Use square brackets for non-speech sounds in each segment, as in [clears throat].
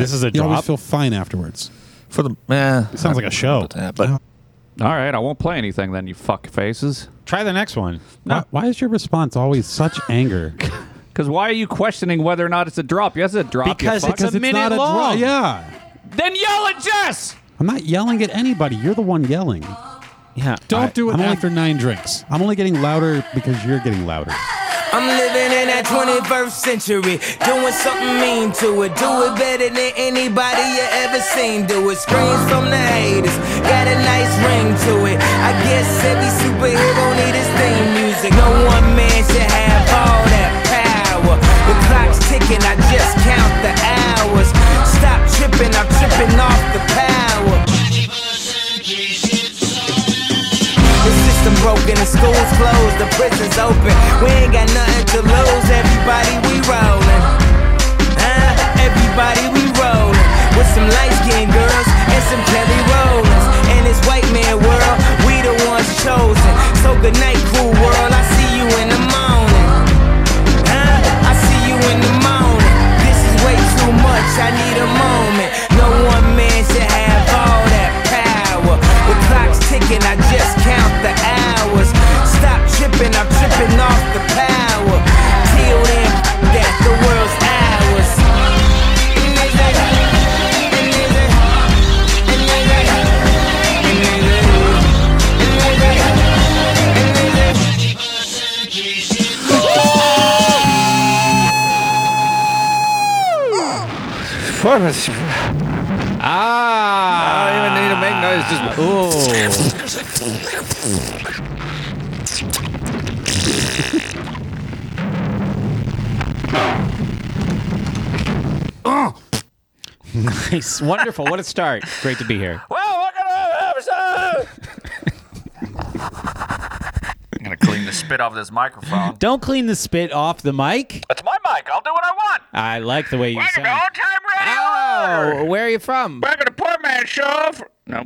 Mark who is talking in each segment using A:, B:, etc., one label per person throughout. A: This is a
B: you always
A: drop?
B: feel fine afterwards.
C: For the eh,
A: It sounds like a show.
C: that, but
D: All right, I won't play anything then, you fuck faces.
A: Try the next one.
B: Why, why is your response always such
A: [laughs]
B: anger?
D: Because why are you questioning whether or not it's a drop? Yes, it's a drop. you
A: Because
D: fuck.
A: it's a minute
B: dra-
A: long.
B: Yeah.
D: Then yell at Jess!
B: I'm not yelling at anybody. You're the one yelling.
A: Yeah.
B: Don't
A: I-
B: do it
A: I'm only-
B: after nine drinks. I'm only getting louder because you're getting louder.
E: I'm living in that 21st century, doing something mean to it. Do it better than anybody you ever seen. Do it. Screams from the haters, got a nice ring to it. I guess every superhero need his theme music. No one man should have all that power. The clock's ticking, I just count the hours. Stop tripping, I'm tripping off the power. The system broken, the schools closed, the prisons open. We ain't got nothing to lose. Everybody we rollin', huh? Everybody we rollin'. With some light skinned girls and some Kelly Rollins. And this white man world, we the ones chosen. So good night, cool world. I see you in the morning, huh? I see you in the morning. This is way too much. I need a moment. No one man should have all that power. The clock's ticking, I just count the hours. Stop tripping, I'm tripping off the power. Till then, that the world's ours.
A: Ah!
C: I don't even need to make noise. Just
A: [laughs] Nice. Wonderful. What a start. Great to be here.
D: I'm going to clean the spit off this microphone.
A: Don't clean the spit off the mic.
D: That's my mic. I'll do what I want.
A: I like the way you sound.
D: time
A: Oh, where are you from?
D: Back at the poor man show. No.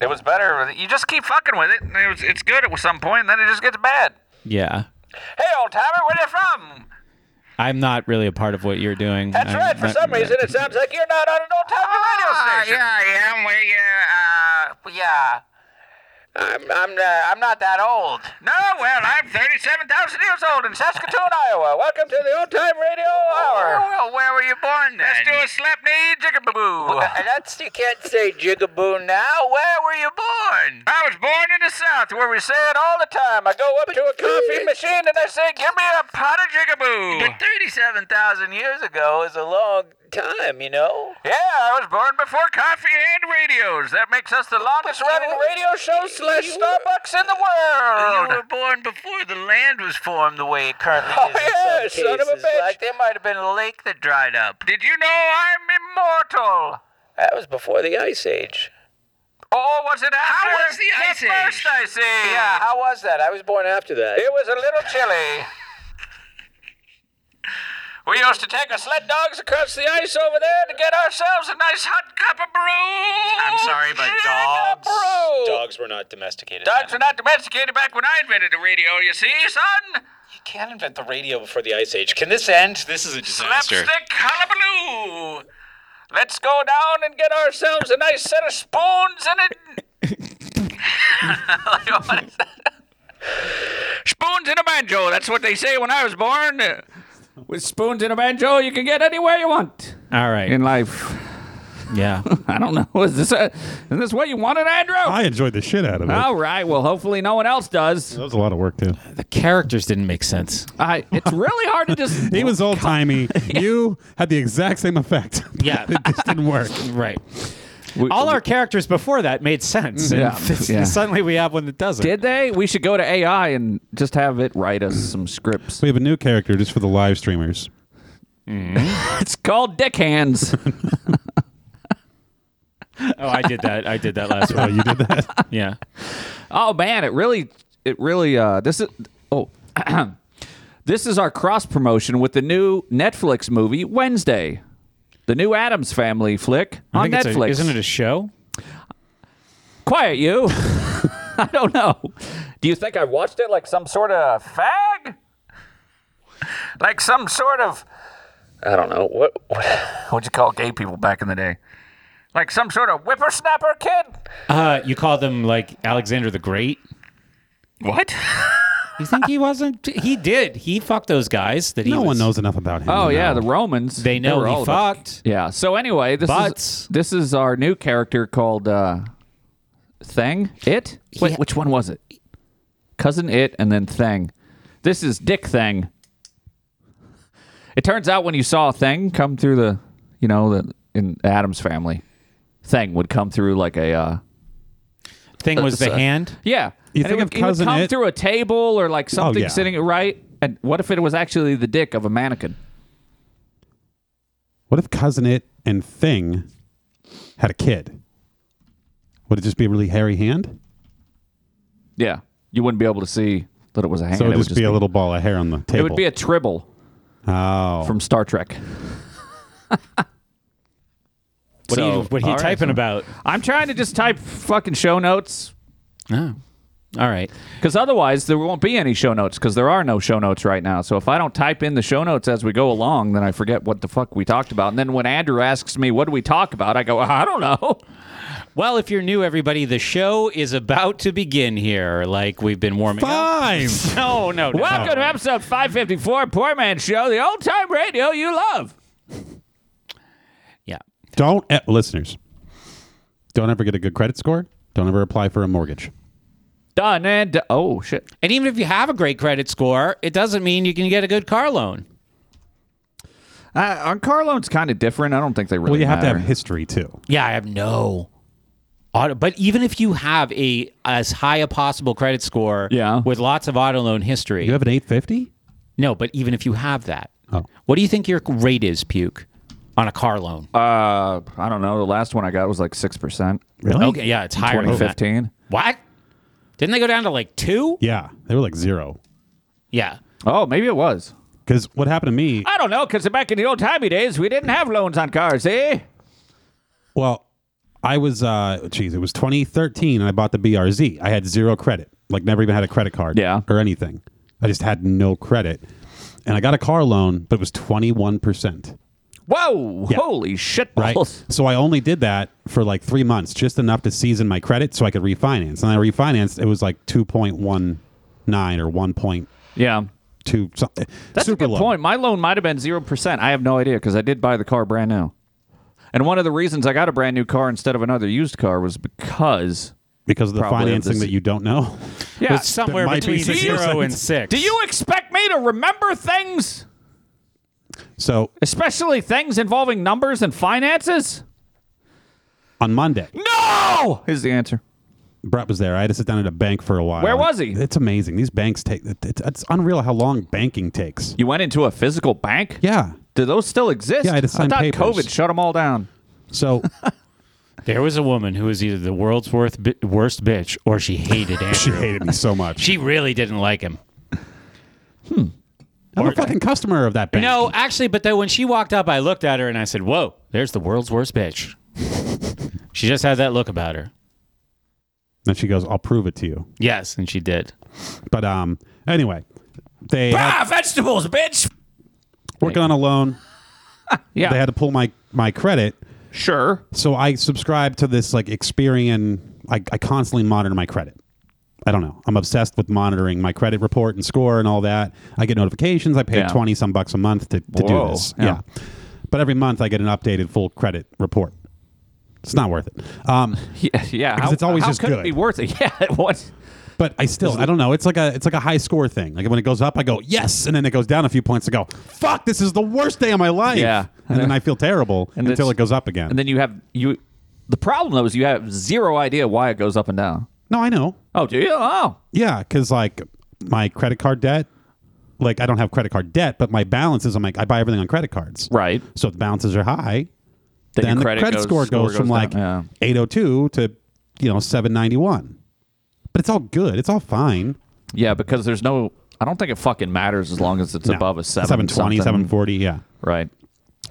D: It was better. with it. You just keep fucking with it. and It was, it's good at some point, and then it just gets bad.
A: Yeah.
D: Hey, old timer, where you from?
A: I'm not really a part of what you're doing.
D: That's
A: I'm
D: right. For
A: not-
D: some reason, it sounds like you're not on an old timey radio station. Ah, Yeah, yeah, I'm way, uh, uh, yeah. I'm, I'm, uh, I'm not that old. No, well, I'm 37,000 years old in [laughs] Saskatoon, Iowa. Welcome to the Old Time Radio Hour. well, where were you born then? Let's do a slap knee jigaboo. that's, you can't say jigaboo now. Where were you born? I was born in the South, where we say it all the time. I go up to a coffee machine and I say, give me a pot of jigaboo. But 37,000 years ago is a long time, you know? Yeah, I was born before coffee and radios. That makes us the longest running radio show slash Starbucks in the world. You were born before the land was formed the way it currently oh, is. Oh, yeah, son of a bitch. Like there might have been a lake that dried up. Did you know I'm immortal? That was before the Ice Age. Oh, was it after? How was the Ice Age? first Ice Age. Yeah, how was that? I was born after that. It was a little chilly. We used to take our sled dogs across the ice over there to get ourselves a nice hot cup of brew. I'm sorry, but dogs, dogs were not domesticated. Dogs were not domesticated back when I invented the radio. You see, son.
F: can't invent the radio before the ice age. Can this end? This is a disaster.
D: Slapstick hullabaloo. Let's go down and get ourselves a nice set of spoons and a. [laughs] Like, what is that? spoons and a banjo. That's what they say when I was born. With spoons and a banjo, you can get anywhere you want
A: All right.
D: in life.
A: Yeah.
D: I don't know. Is this a, is this what you wanted, Andrew?
B: I enjoyed the shit out of it.
D: All right. Well, hopefully no one else does.
B: That was a lot of work too.
F: The characters didn't make sense.
D: I, it's really hard to
B: [laughs]
D: just.
B: He was old
A: [laughs]
B: timey. you had the exact same effect. [laughs]
A: Yeah.
B: it just didn't
A: [laughs]
B: work.
A: Right. All our characters before that made sense. and [laughs]
D: Yeah, yeah.
A: Suddenly we have one that doesn't.
D: Did they? We should go to AI and just have it write us some scripts.
B: We have a new character just for the live streamers.
D: It's called Dick
A: [laughs]
D: Hands.
A: Oh, I did that. I did that last
B: Oh,
D: [laughs]
A: one.
B: you did that?
A: Yeah.
D: oh man, it really, it really. Uh, this is oh, [clears throat] this is our cross promotion with the new Netflix movie Wednesday, the new Adams Family flick
A: I
D: on
A: think it's a-
D: Netflix.
A: isn't it a show?
D: Quiet, you. [laughs] I don't know. Do you think I watched it like some sort of fag? Like some sort of
F: I don't know what. what
G: What'd you call gay people back in the day? Like some sort of whippersnapper kid?
A: Uh, you call them like Alexander the Great?
G: What?
A: You think he wasn't? He did. He fucked those guys. That [laughs] he
B: No one
A: was-
B: knows enough about him.
D: Oh
B: to
D: yeah,
B: know.
D: the Romans.
A: They know
D: were
A: he
D: all about-
A: fucked.
D: Yeah. So anyway, this
A: Butts.
D: is this is our new character called uh Thing. It. Wait,
A: Yeah.
D: which one was it? Cousin It and then Thing. This is Dick Thing. It turns out when you saw Thing come through the, you know, the in Adam's family, Thing would come through like a. uh
A: Thing
D: [laughs]
A: was the
D: Uh,
A: hand.
D: yeah.
B: You think
D: and
B: of
D: it would, it would
B: Cousin
D: come
B: It? Oh,
D: through a table or like something
B: yeah.
D: sitting right. And what if it was actually the dick of a mannequin?
B: What if cousin it and thing had a kid? Would it just be a really hairy hand?
D: Yeah. You wouldn't be able to see that it was a hand.
B: So
D: It
B: it'd
D: would
B: just be a little ball of hair on the table.
D: It would be a tribble
B: oh.
D: from Star Trek.
A: What are you, what are you
D: all right,
A: typing
D: so-
A: about?
D: I'm trying to just type fucking show notes
A: Oh. All right.
D: because otherwise there won't be any show notes because there are no show notes right now. So if I don't type in the show notes as we go along, then I forget what the fuck we talked about. And then when Andrew asks me, what do we talk about? I go, I don't know. [laughs]
A: Well, if you're new, everybody, the show is about to begin here. Like we've been warming up.
B: five.
A: [laughs] No, no, no.
D: Welcome to episode 554 Poor Man Show, the old time radio you love.
A: Yeah.
B: don't e- listeners. Don't ever get a good credit score. Don't ever apply for a mortgage.
D: Done and do- oh shit.
A: And even if you have a great credit score, it doesn't mean you can get a good car loan.
D: Uh, on car loans, kind of different. I don't think they really.
B: Well, you have to have
D: matter.
B: history too.
A: Yeah, I have no. Auto, but even if you have a as high a possible credit score,
D: Yeah.
A: with lots of auto loan history,
B: You have an 850?
A: no. But even if you have that,
B: Oh.
A: what do you think your rate is, puke, on a car loan?
D: Uh, I don't know. The last one I got was like six percent.
B: Really?
A: okay, yeah, it's higher. than that.
D: 2015.
A: What? Didn't they go down to like two?
B: Yeah, they were like zero.
A: Yeah.
D: Oh, maybe it was.
B: Because what happened to me?
D: I don't know, because back in the old timey days, we didn't have loans on cars, eh?
B: Well, I was, uh geez, it was 2013, and I bought the BRZ. I had zero credit, like never even had a credit card,
D: Yeah.
B: or anything. I just had no credit, and I got a car loan, but it was 21 percent,
D: Whoa! Holy shit
B: right?
D: balls!
B: So I only did that for like three months, just enough to season my credit, so I could refinance. And I refinanced; it was like 2.19 or 1.2
D: Yeah,
B: something.
D: that's
B: super
D: a good
B: low.
D: point. My loan might have been zero percent. I have no idea because I did buy the car brand new. And one of the reasons I got a brand new car instead of another used car was because
B: because of the
D: Probably of
B: financing
D: this-
B: that you don't know.
D: yeah.
A: It's somewhere
B: might be
A: between
B: six
A: zero
B: percent. [laughs]
A: and six.
D: do you expect me to remember things,
B: So
D: especially things involving numbers and finances?
B: on Monday,
D: No, is the answer.
B: Brett was there. I had to sit down at a bank for a while.
D: Where was he?
B: It's amazing. These banks take. it- It's, it's unreal how long banking takes.
D: You went into a physical bank?
B: Yeah.
D: Do those still exist?
B: Yeah, I had to sign
D: thought
B: papers.
D: COVID shut them all down. [laughs]
B: So
A: There was a woman who was either the world's worth bi- worst bitch or [laughs] she hated Andrew.
B: she hated me so
D: [laughs]
B: much.
A: She really didn't like him.
B: I'm a fucking customer of that bank.
A: No, actually, but then when she walked up, I looked at her and I said, "Whoa, there's the world's worst bitch." [laughs] she just had that look about her.
B: And she goes, "I'll prove it to you."
A: Yes, and she did.
B: But um, anyway, they had,
D: vegetables, bitch.
B: working on a loan.
D: Yeah.
B: They had to pull my my credit.
D: sure.
B: So I subscribe to this like Experian. I, I constantly monitor my credit. I don't know. I'm obsessed with monitoring my credit report and score and all that. I get notifications. I pay
D: Yeah.
B: twenty some bucks a month to, to do
D: Whoa.
B: this.
D: Yeah.
B: Yeah. But every month I get an updated full credit report. It's not worth it. Um,
D: Yeah. [laughs] yeah.
B: Because
D: how,
B: it's always
D: how
B: just
D: could it
B: good.
D: be worth it? [laughs] Yeah. It was.
B: but I still I don't know. It's like a it's like a high score thing. Like when it goes up, I go yes, and then it goes down a few points. I go fuck. This is the worst day of my life.
D: Yeah.
B: And then I feel terrible
D: And
B: until
D: it's-
B: it goes up again.
D: And then you have you. The problem though is you have zero idea why it goes up and down.
B: no, I know.
D: Oh, do you? Oh,
B: Yeah, because like my credit card debt, like I don't have credit card debt, but my balances, I'm like I buy everything on credit cards.
D: right.
B: So if the balances are high,
D: Then,
B: then
D: your
B: the credit,
D: goes-
B: score goes, from
D: down.
B: like
D: Yeah.
B: 802 to you know 791. But it's all good. It's all fine.
D: yeah, because there's no. I don't think it fucking matters as long as it's
B: No.
D: above a seven.
B: 720,
D: something.
B: 740, yeah.
D: Right.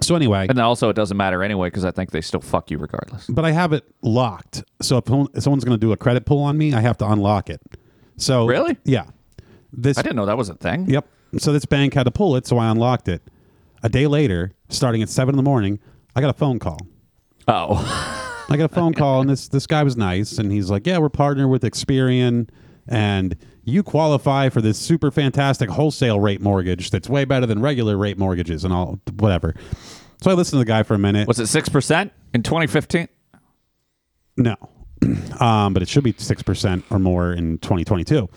B: So anyway,
D: And then also it doesn't matter anyway because I think they still fuck you regardless.
B: but I have it locked. So if someone- if someone's going to do a credit pull on me, I have to unlock it. So
D: Really?
B: Yeah. This
D: I didn't know that was a thing.
B: Yep. So this bank had to pull it, so I unlocked it. A day later, starting at seven in the morning, I got a phone call.
D: Oh, [laughs]
B: I got a phone call, and this this guy was nice, and he's like, "Yeah, we're partnered with Experian, and you qualify for this super fantastic wholesale rate mortgage that's way better than regular rate mortgages and all whatever." So I listened to the guy for a minute.
D: was it six percent in 2015?
B: No, um, but it should be six percent or more in 2022.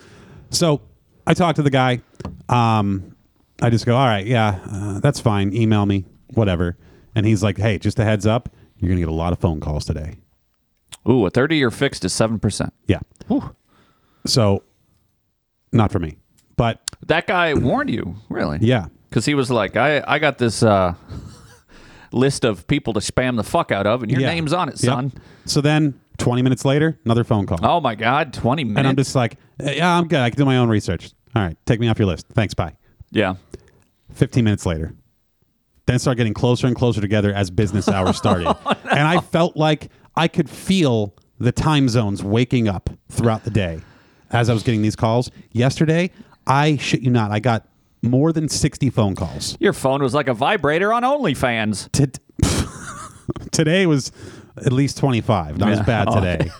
B: So I talked to the guy. Um, I just go, all right, yeah, uh, that's fine. Email me, whatever. And he's like, hey, just a heads up, you're gonna get a lot of phone calls today.
D: Ooh, a 30-year fixed is seven percent.
B: Yeah. So, not for me, but
D: That guy warned you, really?
B: yeah,
D: because he was like, I, I got this uh, [laughs] list of people to spam the fuck out of, and your
B: yeah.
D: name's on it,
B: Yep.
D: son.
B: So then, 20 minutes later, another phone call.
D: Oh my god, 20 minutes.
B: and I'm just like, yeah, I'm good. I can do my own research. All right, take me off your list. Thanks. Bye.
D: yeah.
B: 15 minutes later. Then start getting closer and closer together as business hours
D: [laughs]
B: started.
D: Oh,
B: And I felt like I could feel the time zones waking up throughout the day as I was getting these calls. Yesterday, I shit you not, I got more than 60 phone calls.
D: Your phone was like a vibrator on OnlyFans.
B: T- [laughs] today was at least 25. Not as
D: [laughs] Oh,
B: bad today.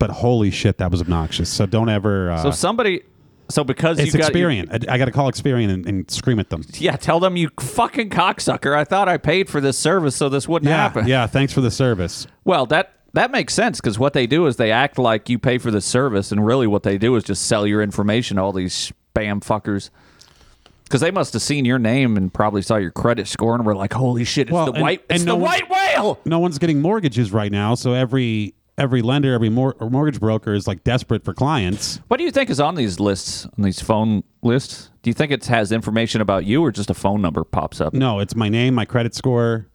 B: But holy shit, that was obnoxious. So don't ever. Uh,
D: So somebody, so because
B: it's
D: you got your-
B: Experian. I, I got to call Experian and, and scream at them.
D: yeah, tell them you fucking cocksucker. I thought I paid for this service, so this wouldn't
B: Yeah,
D: happen.
B: yeah. Thanks for the service.
D: Well, that that makes sense because what they do is they act like you pay for the service, and really what they do is just sell your information to all these spam fuckers. Because they must have seen your name and probably saw your credit score and were like, "Holy shit, it's
B: Well,
D: the
B: and-
D: white, it's
B: and no
D: the
B: one-
D: white whale!"
B: no one's getting mortgages right now, so every every lender, every mor- or mortgage broker is like desperate for clients.
D: What do you think is on these lists, on these phone lists? Do you think it has information about you, or just a phone number pops up?
B: No, it's my name, my credit score,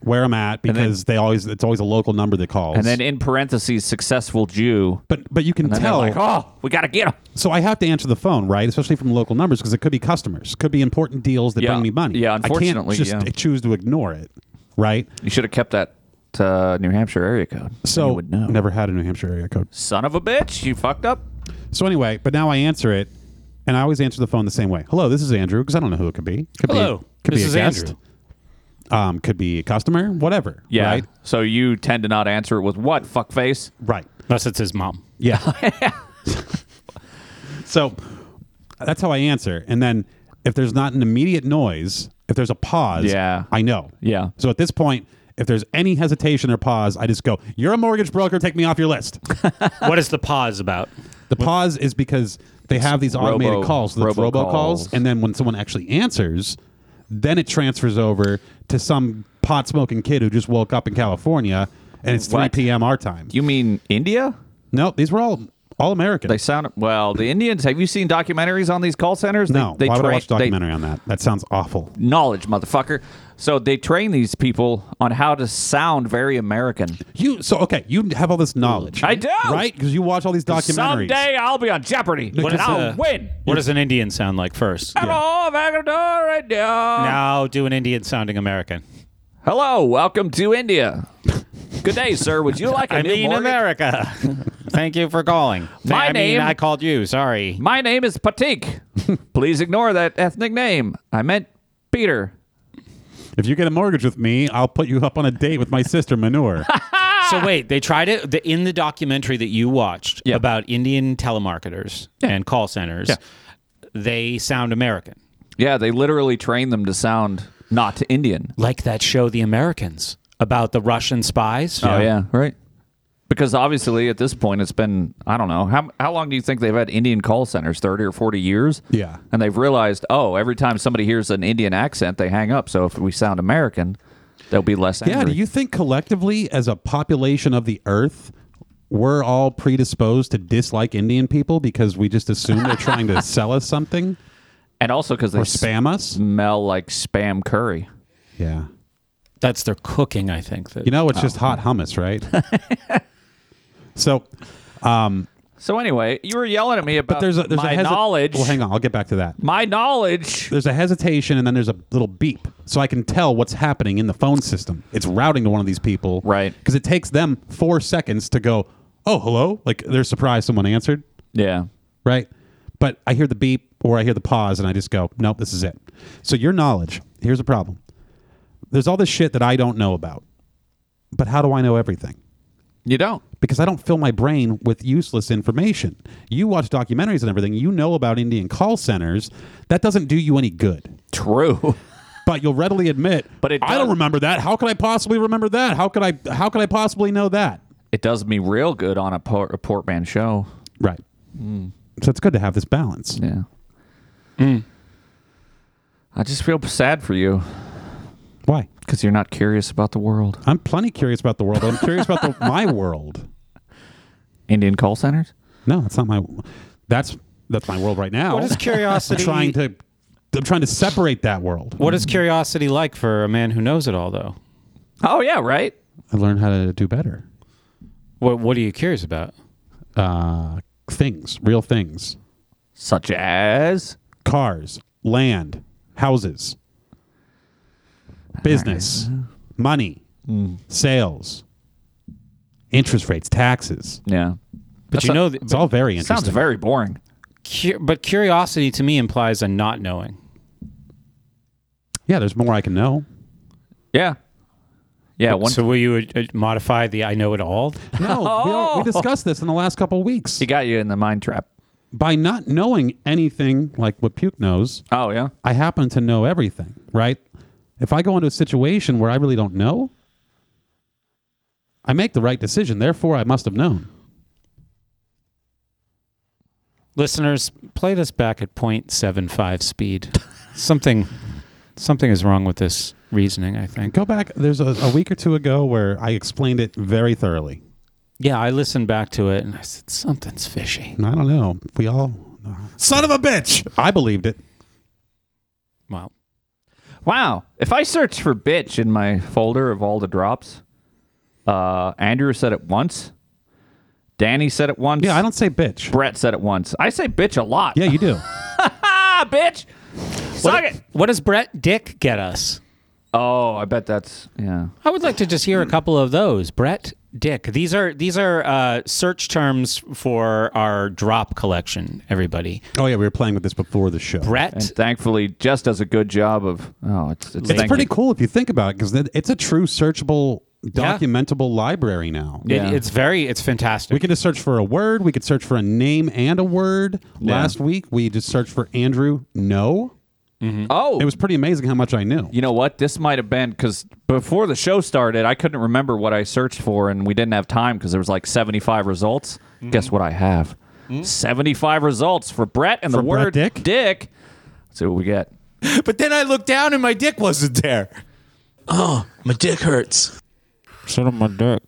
B: where I'm at, because they always it's always a local number that calls.
D: And then in parentheses, successful Jew.
B: but but you can
D: And they're
B: tell.
D: like, "Oh, we gotta get him."
B: so I have to answer the phone, right? Especially from local numbers, because it could be customers, could be important deals that
D: Yeah.
B: bring me money.
D: Yeah,
B: I
D: unfortunately,
B: can't just
D: yeah.
B: choose to ignore it, right?
D: You should have kept that uh, New Hampshire area code. Then
B: So
D: you would know.
B: never had a New Hampshire area code.
D: Son of a bitch, you fucked up.
B: So anyway, but now I answer it, and I always answer the phone the same way. Hello, this is Andrew, because I don't know who it could be. Could
A: Hello,
B: be, could
A: this
B: be a
A: is
B: guest.
A: Andrew.
B: Um, could be a customer, whatever.
D: Yeah.
B: Right.
D: So you tend to not answer it with what fuckface?
B: Right.
A: Unless it's his mom.
B: Yeah.
A: [laughs]
B: so that's how I answer, and then if there's not an immediate noise, if there's a pause,
D: Yeah.
B: I know.
D: Yeah.
B: So at this point. If there's any hesitation or pause, I just go, You're a mortgage broker, take me off your list.
A: what is the pause about?
B: The pause is because they have these automated
D: robo-
B: calls, the robocalls,
D: robocalls.
B: and then when someone actually answers, then it transfers over to some pot smoking kid who just woke up in California, and it's three
D: What?
B: p.m. our time.
D: You mean India?
B: no, these were all all American.
D: They sound well. The Indians. Have you seen documentaries on these call centers?
B: no,
D: they, they
B: why would I
D: train-
B: watch a
D: they-
B: documentary on that? That sounds awful.
D: knowledge, motherfucker. So they train these people on how to sound very American.
B: You so okay? You have all this knowledge.
D: I do!
B: right? Because you watch all these documentaries.
D: Someday I'll be on Jeopardy
A: What
D: and
A: is
D: I'll
A: a-
D: win.
A: What does an Indian sound like first?
D: Hello, Vagador Radio.
A: Now do an Indian sounding American.
D: Hello, welcome to India. Good day, sir. Would
B: [laughs]
D: you like a
A: I
D: new
A: mean
D: mortgage?
A: America. [laughs] Thank you for calling.
D: My
A: I
D: name-
A: mean I called you. Sorry.
D: My name
B: [laughs]
D: is Patik. Please ignore that ethnic name. I meant Peter.
B: If you get a mortgage with me, I'll put you up on a date with my sister Manure.
A: So wait, they tried it the, in the documentary that you watched
D: Yeah.
A: about Indian telemarketers and call centers. They sound American,
D: Yeah, they literally train them to sound not Indian.
A: like that show The Americans about the Russian spies.
D: Oh yeah, right. Because obviously, at this point, it's been I don't know how how long do you think they've had Indian call centers? Thirty or forty years?
B: Yeah.
D: And they've realized, oh, every time somebody hears an Indian accent, they hang up. So if we sound American, they'll be less angry.
B: Yeah, do you think collectively as a population of the earth we're all predisposed to dislike Indian people because we just assume they're trying
D: [laughs]
B: to sell us something
D: and also because they
B: or spam us?
D: smell like spam curry.
B: Yeah.
A: That's their cooking, I think. That,
B: You know, it's just
D: Oh.
B: hot hummus,
D: [laughs]
B: right? so,
D: So anyway, you were yelling at me about
B: but there's a there's
D: Uh, my
B: a hesi-
D: knowledge.
B: Well, hang on, I'll get back to that.
D: My knowledge.
B: There's a hesitation and then there's a little beep, so I can tell what's happening in the phone system. It's routing to one of these people,
D: Right.
B: Because it takes them four seconds to go, "Oh, hello!" Like they're surprised someone answered.
D: Yeah.
B: right? But I hear the beep or I hear the pause and I just go, nope, this is it. So your knowledge, here's a problem. there's all this shit that I don't know about. But how do I know everything?
D: You don't.
B: Because I don't fill my brain with useless information. You watch documentaries and everything, you know about Indian call centers. That doesn't do you any good.
D: True.
B: But you'll readily admit,
D: But it
B: I don't
D: does-
B: remember that. How could I possibly remember that? How could I how could I possibly know that?
D: It does me real good on a, por- a Portman show.
B: Right. So it's good to have this balance.
D: Hmm. Yeah. I just feel sad for you
B: Why?
D: because you're not curious about the world.
B: I'm plenty curious about the world. but I'm curious about [laughs] the, my world.
D: Indian call centers?
B: No, that's not my. That's that's my world right now.
A: What is
B: [laughs]
A: curiosity?
B: I'm trying to. I'm trying to separate that world.
A: What is curiosity like for a man who knows it all, though?
D: Oh, yeah, right?
B: I learned how to do better.
A: What What are you curious about?
B: Uh, things, real things,
D: Such as.
B: cars, land, houses, business, money,
A: Hmm.
B: sales, interest rates, taxes.
D: Yeah.
A: But you
D: a-
A: know, th-
B: It's all very interesting.
D: Sounds very boring.
A: cu- but curiosity to me implies a not knowing.
B: yeah, there's more I can know.
D: Yeah. Yeah. One,
A: so will you uh, uh, modify the "I know it all"?
B: No, we, al-
A: [laughs] Oh.
B: we discussed this in the last couple of weeks.
D: he got you in the mind trap.
B: By not knowing anything like what Puke knows,
D: Oh, yeah.
B: I happen to know everything, right? If I go into a situation where I really don't know, I make the right decision. Therefore, I must have known.
A: Listeners, play this back at 0.75 speed. something, something is wrong with this reasoning. I think.
B: Go back. There's a, a week or two ago where I explained it very thoroughly.
A: Yeah, I listened back to it and I said something's fishy.
B: And I don't know. We all. Son of a bitch! I believed it.
A: Wow.
D: Wow. If I search for bitch in my folder of all the drops, uh, Andrew said it once. Danny said it once.
B: Yeah, I don't say bitch.
D: Brett said it once. I say bitch a lot.
B: Yeah, you do.
D: Ah, bitch. Suck it.
A: What does Brett Dick get us?
D: Oh, I bet that's yeah.
A: I would like to just hear a couple of those. Brett Dick. These are these are uh, search terms for our drop collection. Everybody.
B: Oh, yeah, we were playing with this before the show.
D: And
A: Brett
D: thankfully, Jess does a good job of. Oh, it's it's,
B: It's
D: thank
B: pretty
D: you.
B: cool if you think about it because it's a true searchable,
A: Yeah.
B: documentable library now.
A: It-
D: Yeah.
A: it's very, it's fantastic.
B: We can just search for a word. We could search for a name and a word. Last week, we just searched for Andrew. No,
D: Oh,
B: it was pretty amazing how much I knew.
D: you know what? This might have been because before the show started, I couldn't remember what I searched for, and we didn't have time because there was like seventy-five results. Guess what? I have seventy-five results for Brett and the
B: For Brett
D: word
B: Dick?
D: Dick. Let's see what we get.
H: But then I looked down and my dick wasn't there.
C: Oh, My dick hurts.
A: Sit on my dick.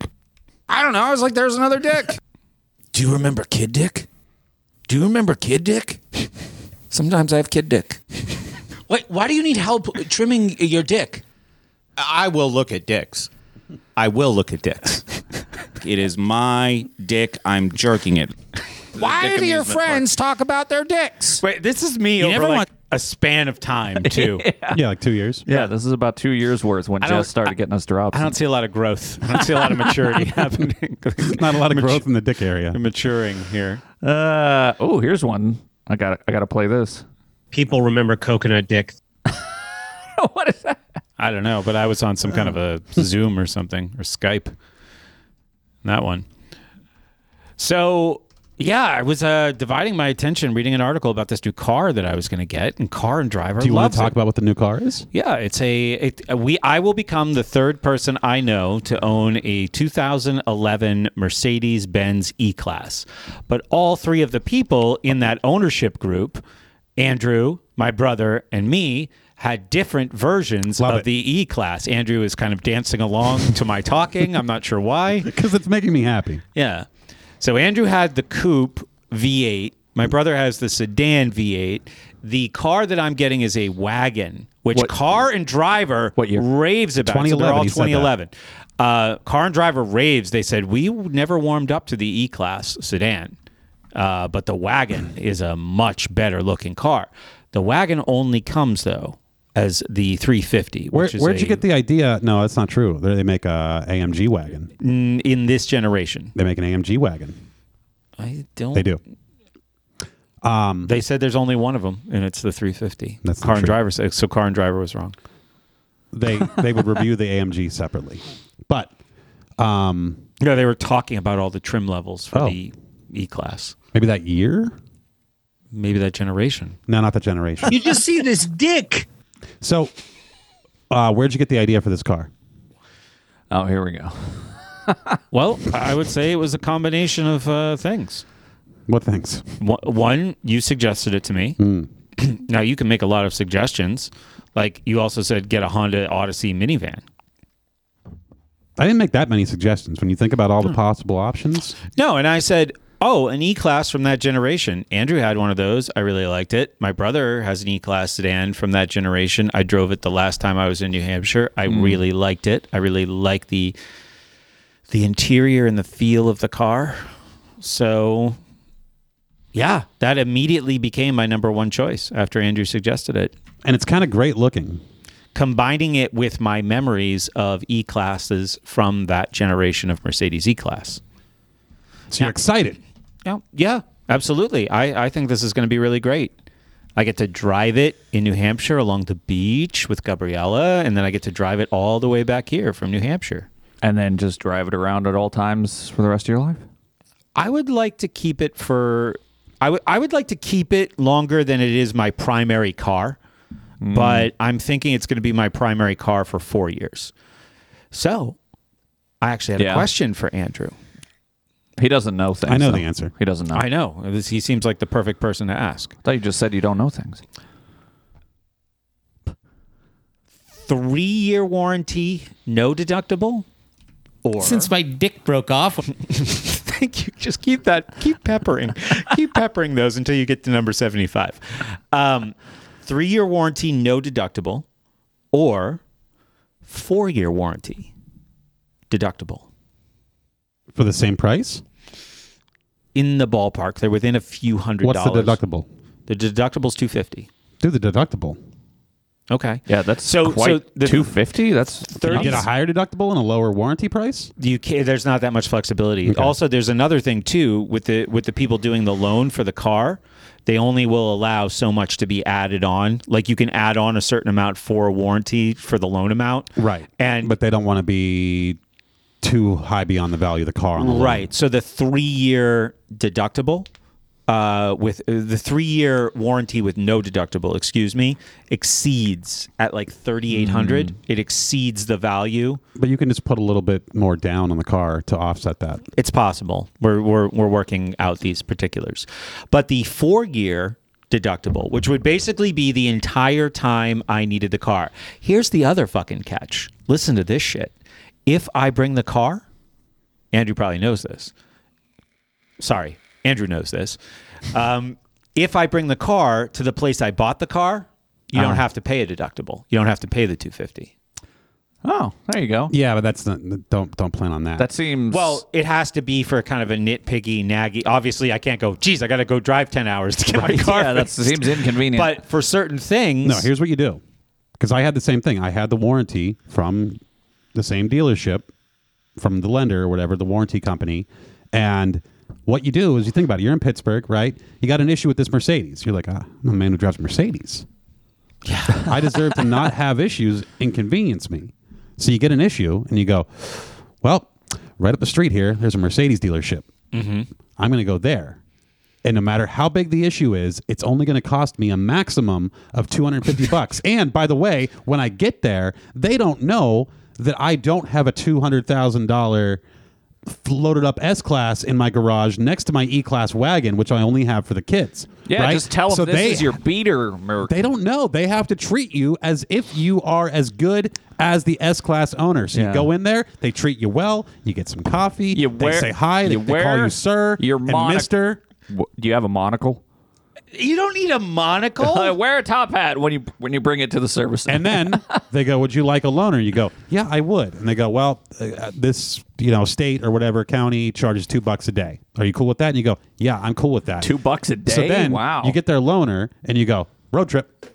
H: I don't know. I was like, there's another dick.
C: [laughs] Do you remember Kid Dick? Do you remember Kid Dick?
H: Sometimes I have kid dick.
C: Wait, why do you need help trimming your dick?
H: I will look at dicks. I will look at dicks. it is my dick. I'm jerking it. Why do your friends talk about their dicks?
A: Wait, this is me over
H: never
A: like
H: want-
A: a span of [laughs] time too.
B: Yeah, like two years.
D: Yeah, this is about two years worth when
A: don't-
D: Jess started getting us drops.
A: I don't see a lot of growth. I don't see a lot of maturity happening.
B: Not a lot of growth in the dick area.
A: maturing here.
D: Uh, oh, here's one. I got. I got to play this.
I: People remember coconut dick.
D: what is that?
A: I don't know, but I was on some kind of a Zoom or something or Skype. That one. So yeah, I was uh, dividing my attention reading an article about this new car that I was going to get, and Car and Driver.
B: Do you want
A: loves
B: to talk
A: it.
B: about what the new car is?
A: Yeah, it's a it, uh, we. I will become the third person I know to own a 2011 Mercedes Benz E Class, but all three of the people in that ownership group, Andrew, my brother, and me, had different versions
B: Love
A: of
B: it.
A: the E Class. Andrew is kind of dancing along to my talking. I'm not
B: [laughs]
A: sure why.
B: Because it's making me happy.
A: Yeah. So Andrew had the coupe V8. My brother has the sedan V8. The car that I'm getting is a wagon, which
D: What-
A: car and driver
D: What year?
A: raves about. So they're
B: 2011,
A: all
B: he said that.
A: 2011. Uh, car and driver raves. They said we never warmed up to the E Class sedan, uh, but
B: [laughs]
A: the wagon is a much better looking car. The wagon only comes though as the 350.
B: Where,
A: which is
B: where'd you
A: a-
B: get the idea? No, that's not true. There They make a AMG wagon.
A: in this generation?
B: They make an AMG wagon.
A: I don't.
B: They do.
A: They said there's only one of them, and it's the 350.
B: That's not
A: car and
B: true.
A: driver. said- So car and driver was wrong.
B: they they would review the AMG separately. But um,
A: no, they were talking about all the trim levels for
B: Oh.
A: the E class.
B: maybe that year?
A: Maybe that generation.
B: No, not that generation.
I: You just see this dick.
B: So, uh, where'd you get the idea for this car?
D: Oh, here we go.
A: [laughs] Well, I would say it was a combination of uh, things.
B: What things?
A: Wha- One, you suggested it to me.
B: Hmm.
A: [clears throat] now you can make a lot of suggestions. Like you also said, get a Honda Odyssey minivan.
B: I didn't make that many suggestions. When you think about all the possible options,
A: No, and I said, oh, an E class from that generation. Andrew had one of those. I really liked it. My brother has an E class sedan from that generation. I drove it the last time I was in New Hampshire. I really liked it. I really like the the interior and the feel of the car. So yeah, that immediately became my number one choice after Andrew suggested it.
B: and it's kind of great looking.
A: Combining it with my memories of E classes from that generation of Mercedes E class.
B: So you're excited.
A: Yeah, yeah, absolutely. I, I think this is going to be really great. I get to drive it in New Hampshire along the beach with Gabriella, and then I get to drive it all the way back here from New Hampshire.
D: And then just drive it around at all times for the rest of your life.
A: I would like to keep it for. I would I would like to keep it longer than it is my primary car, but I'm thinking it's going to be my primary car for four years. So, I actually had
D: Yeah.
A: a question for Andrew.
D: He doesn't know things.
B: I know
D: though.
B: the answer.
D: He doesn't know.
A: I
D: I
A: know this, he seems like the perfect person to ask.
D: thought you just said you don't know things.
A: Three year warranty, no deductible, or
C: Since my dick broke off,
A: [laughs] Thank you. Just keep that. Keep peppering. keep peppering those until you get to number seventy-five. Um, three-year warranty, no deductible, or four-year warranty, deductible.
B: For the same price?
A: In the ballpark, they're within a few hundred
B: What's the
A: dollars.
B: deductible?
A: The deductible's two fifty.
B: Do the deductible.
A: Okay.
D: Yeah, that's
A: so.
D: quite
A: so the
D: two fifty. That's
B: Can you
A: thirty.
B: get a higher deductible and a lower warranty price?
A: you can there's not that much flexibility. Also, there's another thing too with the with the people doing the loan for the car. They only will allow so much to be added on. Like you can add on a certain amount for a warranty for the loan amount, And
B: but they don't want to be too high beyond the value of the car. On the loan.
A: right, so the three year deductible. Uh, with uh, the three-year warranty with no deductible, excuse me, exceeds at like thirty-eight hundred. It exceeds the value.
B: But you can just put a little bit more down on the car to offset that.
A: It's possible. We're we're we're working out these particulars. But the four year deductible, which would basically be the entire time I needed the car. Here's the other fucking catch. Listen to this shit. If I bring the car, Andrew probably knows this. Sorry, Andrew knows this. Um, if I bring the car to the place I bought the car, you don't have to pay a deductible. You don't have to pay the two fifty.
D: oh, there you go.
B: Yeah, but that's not, don't don't plan on that.
D: That seems
A: Well, it has to be for kind of a nitpicky, naggy. Obviously, I can't go. Geez, I got to go drive ten hours to get my car.
D: yeah, that
A: fixed."
D: seems inconvenient.
A: But for certain things,
B: No, here's what you do. Because I had the same thing. I had the warranty from the same dealership, from the lender or whatever, the warranty company. And what you do is you think about it. You're in Pittsburgh, right? You got an issue with this Mercedes. You're like, ah, I'm a man who drives Mercedes. Yeah. I deserve to not have issues inconvenience me. So you get an issue and you go, well, right up the street here, there's a Mercedes dealership.
D: Mm-hmm.
B: I'm going to go there. And no matter how big the issue is, it's only going to cost me a maximum of 250 bucks. And by the way, when I get there, they don't know that I don't have a $200,000 loaded up S class in my garage next to my E class wagon, which I only have for the kids.
D: yeah,
B: right?
D: just tell them
B: So
D: this
B: they-
D: is your beater. Mer-
B: They don't know. They have to treat you as if you are as good as the S class owner. So
D: Yeah.
B: you go in there, they treat you well, you get some coffee,
D: You
B: they
D: wear-
B: say hi, they,
D: you
B: they call
D: wear
B: you sir,
D: your
B: and
D: monoc-
B: mister.
D: Wh- Do you have a monocle?
A: you don't need a [laughs] monocle.
D: Uh, wear a top hat when you when you bring it to the service.
B: And then they go, "Would you like a loaner?" You go, "Yeah, I would." And they go, "Well, uh, this you know state or whatever county charges two bucks a day. Are you cool with that?" And you go, "Yeah, I'm cool with that."
D: two bucks a day.
B: So then
D: wow,
B: you get their loaner and you go road
D: [laughs]
B: trip,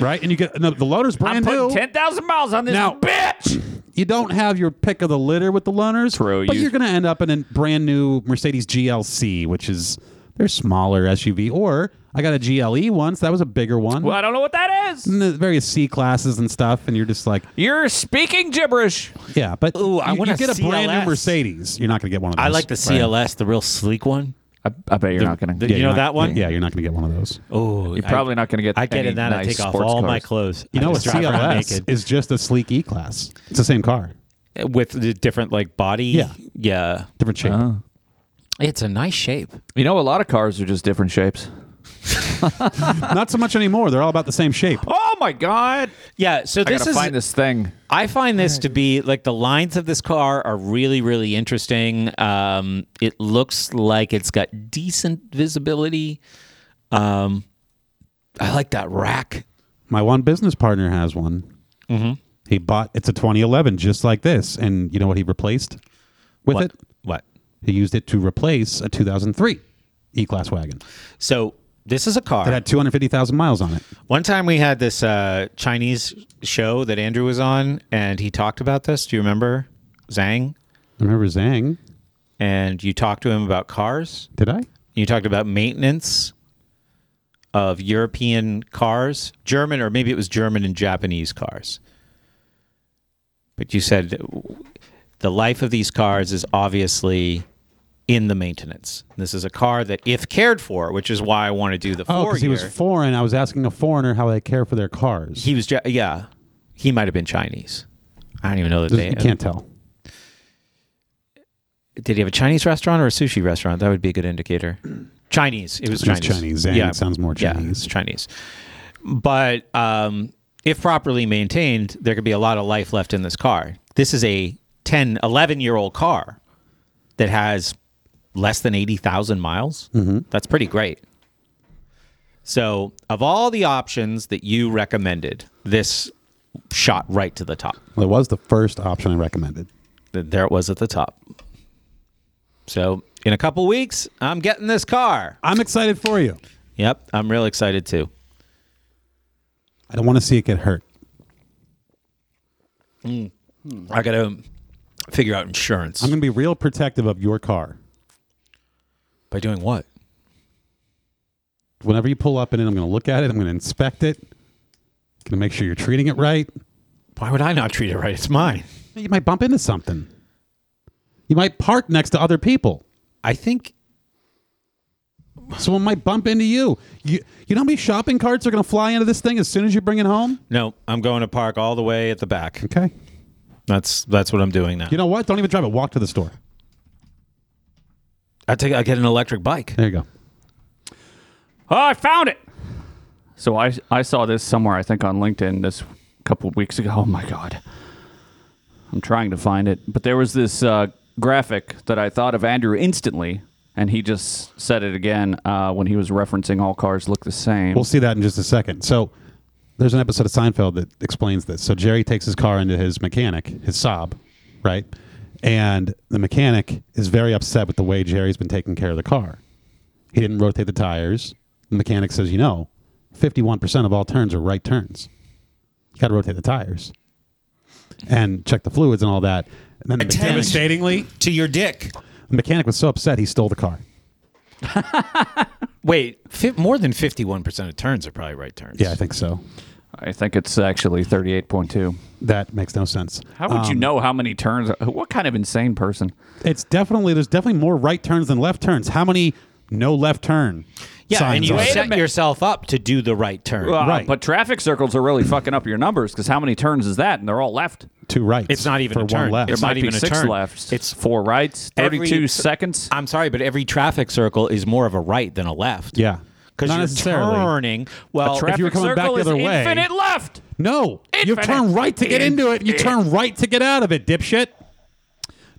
B: right? And you get no, the loaner's
D: [laughs] I'm
B: brand
D: putting
B: new.
D: ten thousand miles on this
B: Now-
D: bitch.
B: you don't have your pick of the litter with the loaners.
D: True,
B: But
D: you-
B: you, are going to end up in a brand new Mercedes GLC, which is They're smaller SUV. Or I got a GLE once. That was a bigger one.
D: Well, I don't know what that is.
B: And the various C classes and stuff, and you're just like,
D: You're speaking gibberish.
B: yeah, but
A: Ooh, I
B: you,
A: want
B: you
A: a
B: get a brand new
A: CLS.
B: Mercedes. You're not going to get one of those.
A: I like the CLS, the real sleek one.
D: I, I bet you're
B: The-
D: not going
A: the-
D: to.
A: you know that one?
B: Yeah, you're not going to get one of those.
A: Oh,
D: You're probably not going to get.
A: I get
D: any
A: in that.
D: Nice
A: I take off
D: sports
A: all my
D: cars.
A: clothes.
B: You
A: I
B: know, a
A: just drive around
B: CLS is just a sleek E class. It's the same car,
A: naked. with the different like body.
B: Yeah.
A: yeah.
B: different shape.
A: Oh. It's a nice shape.
D: You know, a lot of cars are just different shapes.
B: Not so much anymore. They're all about the same shape.
D: Oh my god!
A: Yeah. So
D: I
A: this
D: gotta
A: is
D: find this thing.
A: I find this to be like the lines of this car are really, really interesting. Um, it looks like it's got decent visibility. Um, I like that rack.
B: My one business partner has one. Mm-hmm. He bought it's a 2011 just like this, and you know what he replaced with
A: What?
B: it?
A: What?
B: He used it to replace a 2003 E-Class wagon
A: So this is a car.
B: that had 250,000 miles on it.
A: One time we had this uh, Chinese show that Andrew was on, and he talked about this. Do you remember Zhang?
B: I remember Zhang.
A: And you talked to him about cars.
B: Did I?
A: You talked about maintenance of European cars, German, or maybe it was German and Japanese cars. But you said the life of these cars is obviously in the maintenance. This is a car that, if cared for, which is why I want to do the
B: Oh,
A: four
B: because he was
A: year-
B: foreign. I was asking a foreigner how they care for their cars.
A: He was, Ja- yeah. He might have been Chinese. I don't even know that
B: Does-
A: they.
B: you can't tell.
A: Did he have a Chinese restaurant or a sushi restaurant? That would be a
B: [clears throat]
A: good indicator. Chinese. It was
B: It was Chinese.
A: Chinese.
B: Zhang sounds more
A: Yeah, it's
B: Chinese.
A: Chinese. But um, if properly maintained, there could be a lot of life left in this car. This is a 10, 11 year old car that has less than 80,000 miles.
B: Mm-hmm.
A: That's pretty great. So, of all the options that you recommended, this shot right to the top.
B: Well, it was the first option I recommended.
A: Th- There it was at the top. So, in a couple weeks, I'm getting this car.
B: I'm excited for you.
A: Yep, I'm real excited too.
B: I don't want to see it get hurt.
A: I got to figure out insurance.
B: I'm going to be real protective of your car.
A: By doing what?
B: whenever you pull up in it, I'm going to look at it. I'm going to inspect it. Going to make sure you're treating it right.
A: Why would I not treat it right? It's mine.
B: You might bump into something. You might park next to other people.
A: I think
B: Someone might bump into you. You, you know how many shopping carts are going to fly into this thing as soon as you bring it home?
A: no. I'm going to park all the way at the back.
B: Okay.
A: That's that's what I'm doing now.
B: You know what? Don't even drive it. Walk to the store.
A: I take I get an electric bike.
B: There you go.
D: Oh, I found it. So I I saw this somewhere I think on LinkedIn this couple of weeks ago. [laughs] Oh my god. I'm trying to find it, but there was this uh, graphic that I thought of Andrew instantly, and he just said it again uh, when he was referencing all cars look the same.
B: We'll see that in just a second. So there's an episode of Seinfeld that explains this. So Jerry takes his car into his mechanic, his Saab, right? And the mechanic is very upset with the way Jerry's been taking care of the car. He didn't rotate the tires. The mechanic says, you know, 51% of all turns are right turns. You got to rotate the tires and check the fluids and all that. And then the mechanic,
I: Devastatingly.
A: To your dick.
B: the mechanic was so upset he stole the car.
A: Wait, fi- more than 51% of turns are probably right turns.
B: Yeah, I think so.
D: I think it's actually 38.2.
B: That makes no sense.
D: How would you know how many turns? What kind of insane person?
B: It's definitely there's definitely more right turns than left turns. How many no left turn?
A: Yeah,
B: signs
A: and you
B: are there?
A: set yourself up to do the right turn.
B: Right.
D: But traffic circles are really fucking up your numbers because how many turns is that? And they're all left.
B: two rights.
A: It's not even
B: for
A: a turn.
B: one left.
A: It's
D: Might
A: not
D: be
A: even a
D: six
A: turn.
D: lefts.
A: It's-
D: four rights.
A: Every-
D: Thirty-two seconds.
A: I'm sorry, but every traffic circle is more of a right than a left.
B: Yeah.
A: Because
B: Not
A: you're
B: necessarily.
A: turning. Well,
B: If you were coming back the other way,
D: infinite left.
B: no, you
D: Infinite.
B: turn right to get into it. and You turn right to get out of it, dipshit.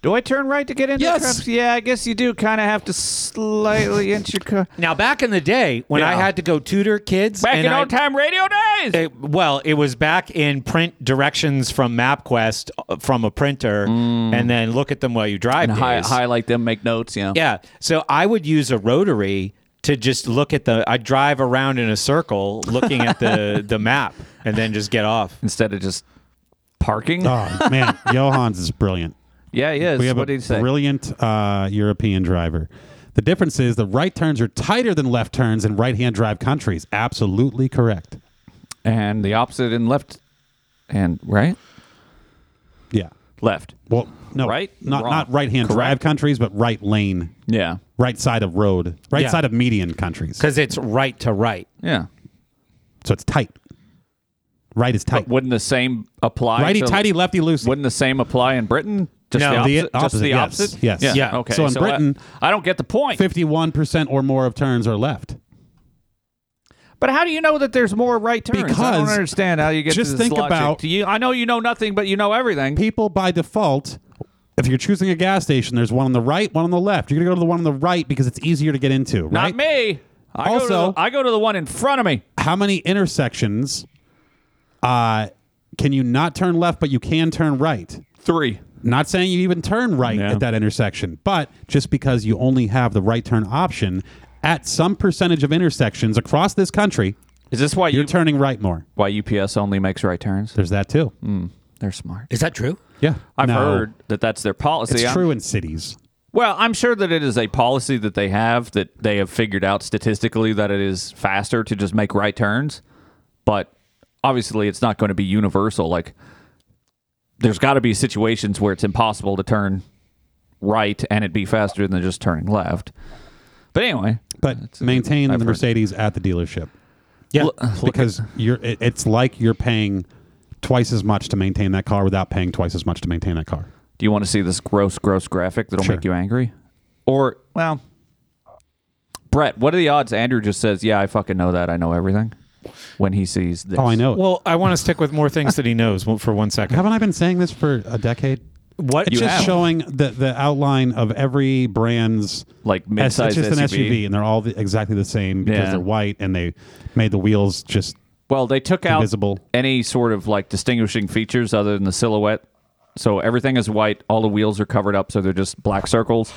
D: Do I turn right to get into
B: Yes.
D: traffic? Yeah, I guess you do. Kind of have to slightly inch your car.
A: now back in the day when I
D: Yeah.
A: had to go tutor kids,
D: Back
A: and
D: in
A: I-
D: old time radio days.
A: It- well, it was back in print directions from MapQuest uh, from a printer,
D: Mm.
A: and then look at them while you drive.
D: Hi-
A: days.
D: highlight them, make notes. Yeah.
A: Yeah. So I would use a rotary to just look at the. I drive around in a circle looking at
D: [laughs]
A: the the map, and then just get off.
D: Instead of just parking.
B: Oh [laughs] man, Johans is brilliant.
D: yeah, he is.
B: We have
D: what
B: a
D: did he say?
B: brilliant uh, European driver The difference is the right turns are tighter than left turns in right hand drive countries. Absolutely correct.
D: And the opposite in left and right?
B: Yeah.
D: Left.
B: Well, no.
D: Right?
B: Not
D: Wrong.
B: not right hand drive countries, but right lane.
D: Yeah.
B: Right side of road. Right
A: Yeah.
B: side of median countries.
A: because it's right to right.
D: Yeah.
B: So it's tight. Right is tight.
D: But wouldn't the same apply?
B: Righty
D: to-
B: tighty, lefty loosey.
D: Wouldn't the same apply in Britain? Just
A: No,
D: the opposite.
B: the
D: just
B: opposite,
D: the
B: yes,
D: opposite.
B: yes.
D: Yeah.
A: Yeah.
D: Okay.
B: So in Britain-
D: I, I don't get the point.
B: Fifty one percent or more of turns are left.
D: But how do you know that there's more right turns? I don't
B: Because-
D: understand how you get
B: just
D: to this
B: think
D: logic.
B: about-
D: Do you, I know you know nothing, but you know everything.
B: People by default, if you're choosing a gas station, there's one on the right, one on the left. You're gonna go to the one on the right because it's easier to get into, right?
D: Not me. I go
B: Also-
D: to the, I go to the one in front of me.
B: how many intersections uh, can you not turn left, but you can turn right?
D: Three.
B: Not saying you even turn right
D: No.
B: at that intersection, but just because you only have the right turn option at some percentage of intersections across this country,
D: Is this why
B: you're
D: you
B: turning right more.
D: why UPS only makes right turns?
B: There's that too.
D: They're smart.
C: Is that true?
B: Yeah.
D: Mm. I've
B: No,
D: heard that that's their policy.
B: It's
D: I'm-
B: true in cities.
D: Well, I'm sure that it is a policy that they have that they have figured out statistically that it is faster to just make right turns, but obviously it's not going to be universal. Like, there's got to be situations where it's impossible to turn right and it be faster than just turning left. But anyway,
B: But maintain
D: I've
B: the
D: heard.
B: Mercedes at the dealership
A: Yeah.
B: because you're. It, it's like you're paying twice as much to maintain that car without paying twice as much to maintain that car.
D: do you want to see this gross, gross graphic that'll
B: Sure.
D: make you angry? Or, well, Brett, what are the odds Andrew just says, Yeah, I fucking know that. I know everything when he sees this?
B: Oh, I know. it.
A: Well, I want to stick with more things that he knows well, for one second.
B: Haven't I been saying this for a decade?
A: What
B: It's
A: you
B: just
A: have.
B: showing the, the outline of every brand's
D: Like
B: S-
D: mid-size
B: It's just
D: SUV.
B: an SUV, and they're all the, exactly the same because
D: Yeah.
B: they're white, and they made the wheels just
D: Well, they took out
B: Invisible.
D: any sort of like distinguishing features other than the silhouette. So everything is white. All the wheels are covered up, so they're just black circles.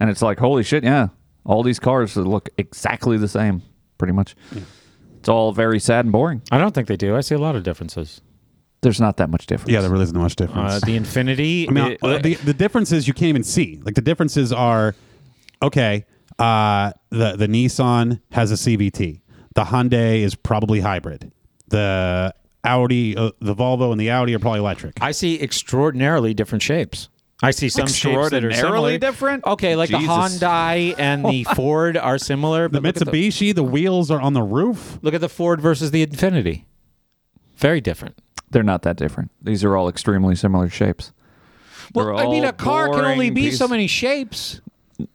D: And it's like, holy shit, yeah. All these cars look exactly the same, pretty much. It's all very sad and boring.
A: I don't think they do. I see a lot of differences.
D: There's not that much difference.
B: yeah, there really isn't much difference.
A: Uh, the Infinity.
B: I mean,
A: it-
B: uh, the, the differences you can't even see. Like the differences are okay. Uh, the the Nissan has a CVT. The Hyundai is probably hybrid. The Audi, uh, the Volvo, and the Audi are probably electric.
A: I see extraordinarily different shapes. I see some shapes that are
D: Extraordinarily
A: similar.
D: different?
A: Okay, like the
D: Jesus.
A: Hyundai and the Ford are similar.
B: the
A: But look at
B: Mitsubishi, the wheels are on the roof.
A: Look at the Ford versus the Infinity. Very different.
D: They're not that different. These are all extremely similar shapes. They're
A: Well, I mean,
D: all
A: a car can only
D: boring
A: be so
D: piece-
A: many shapes.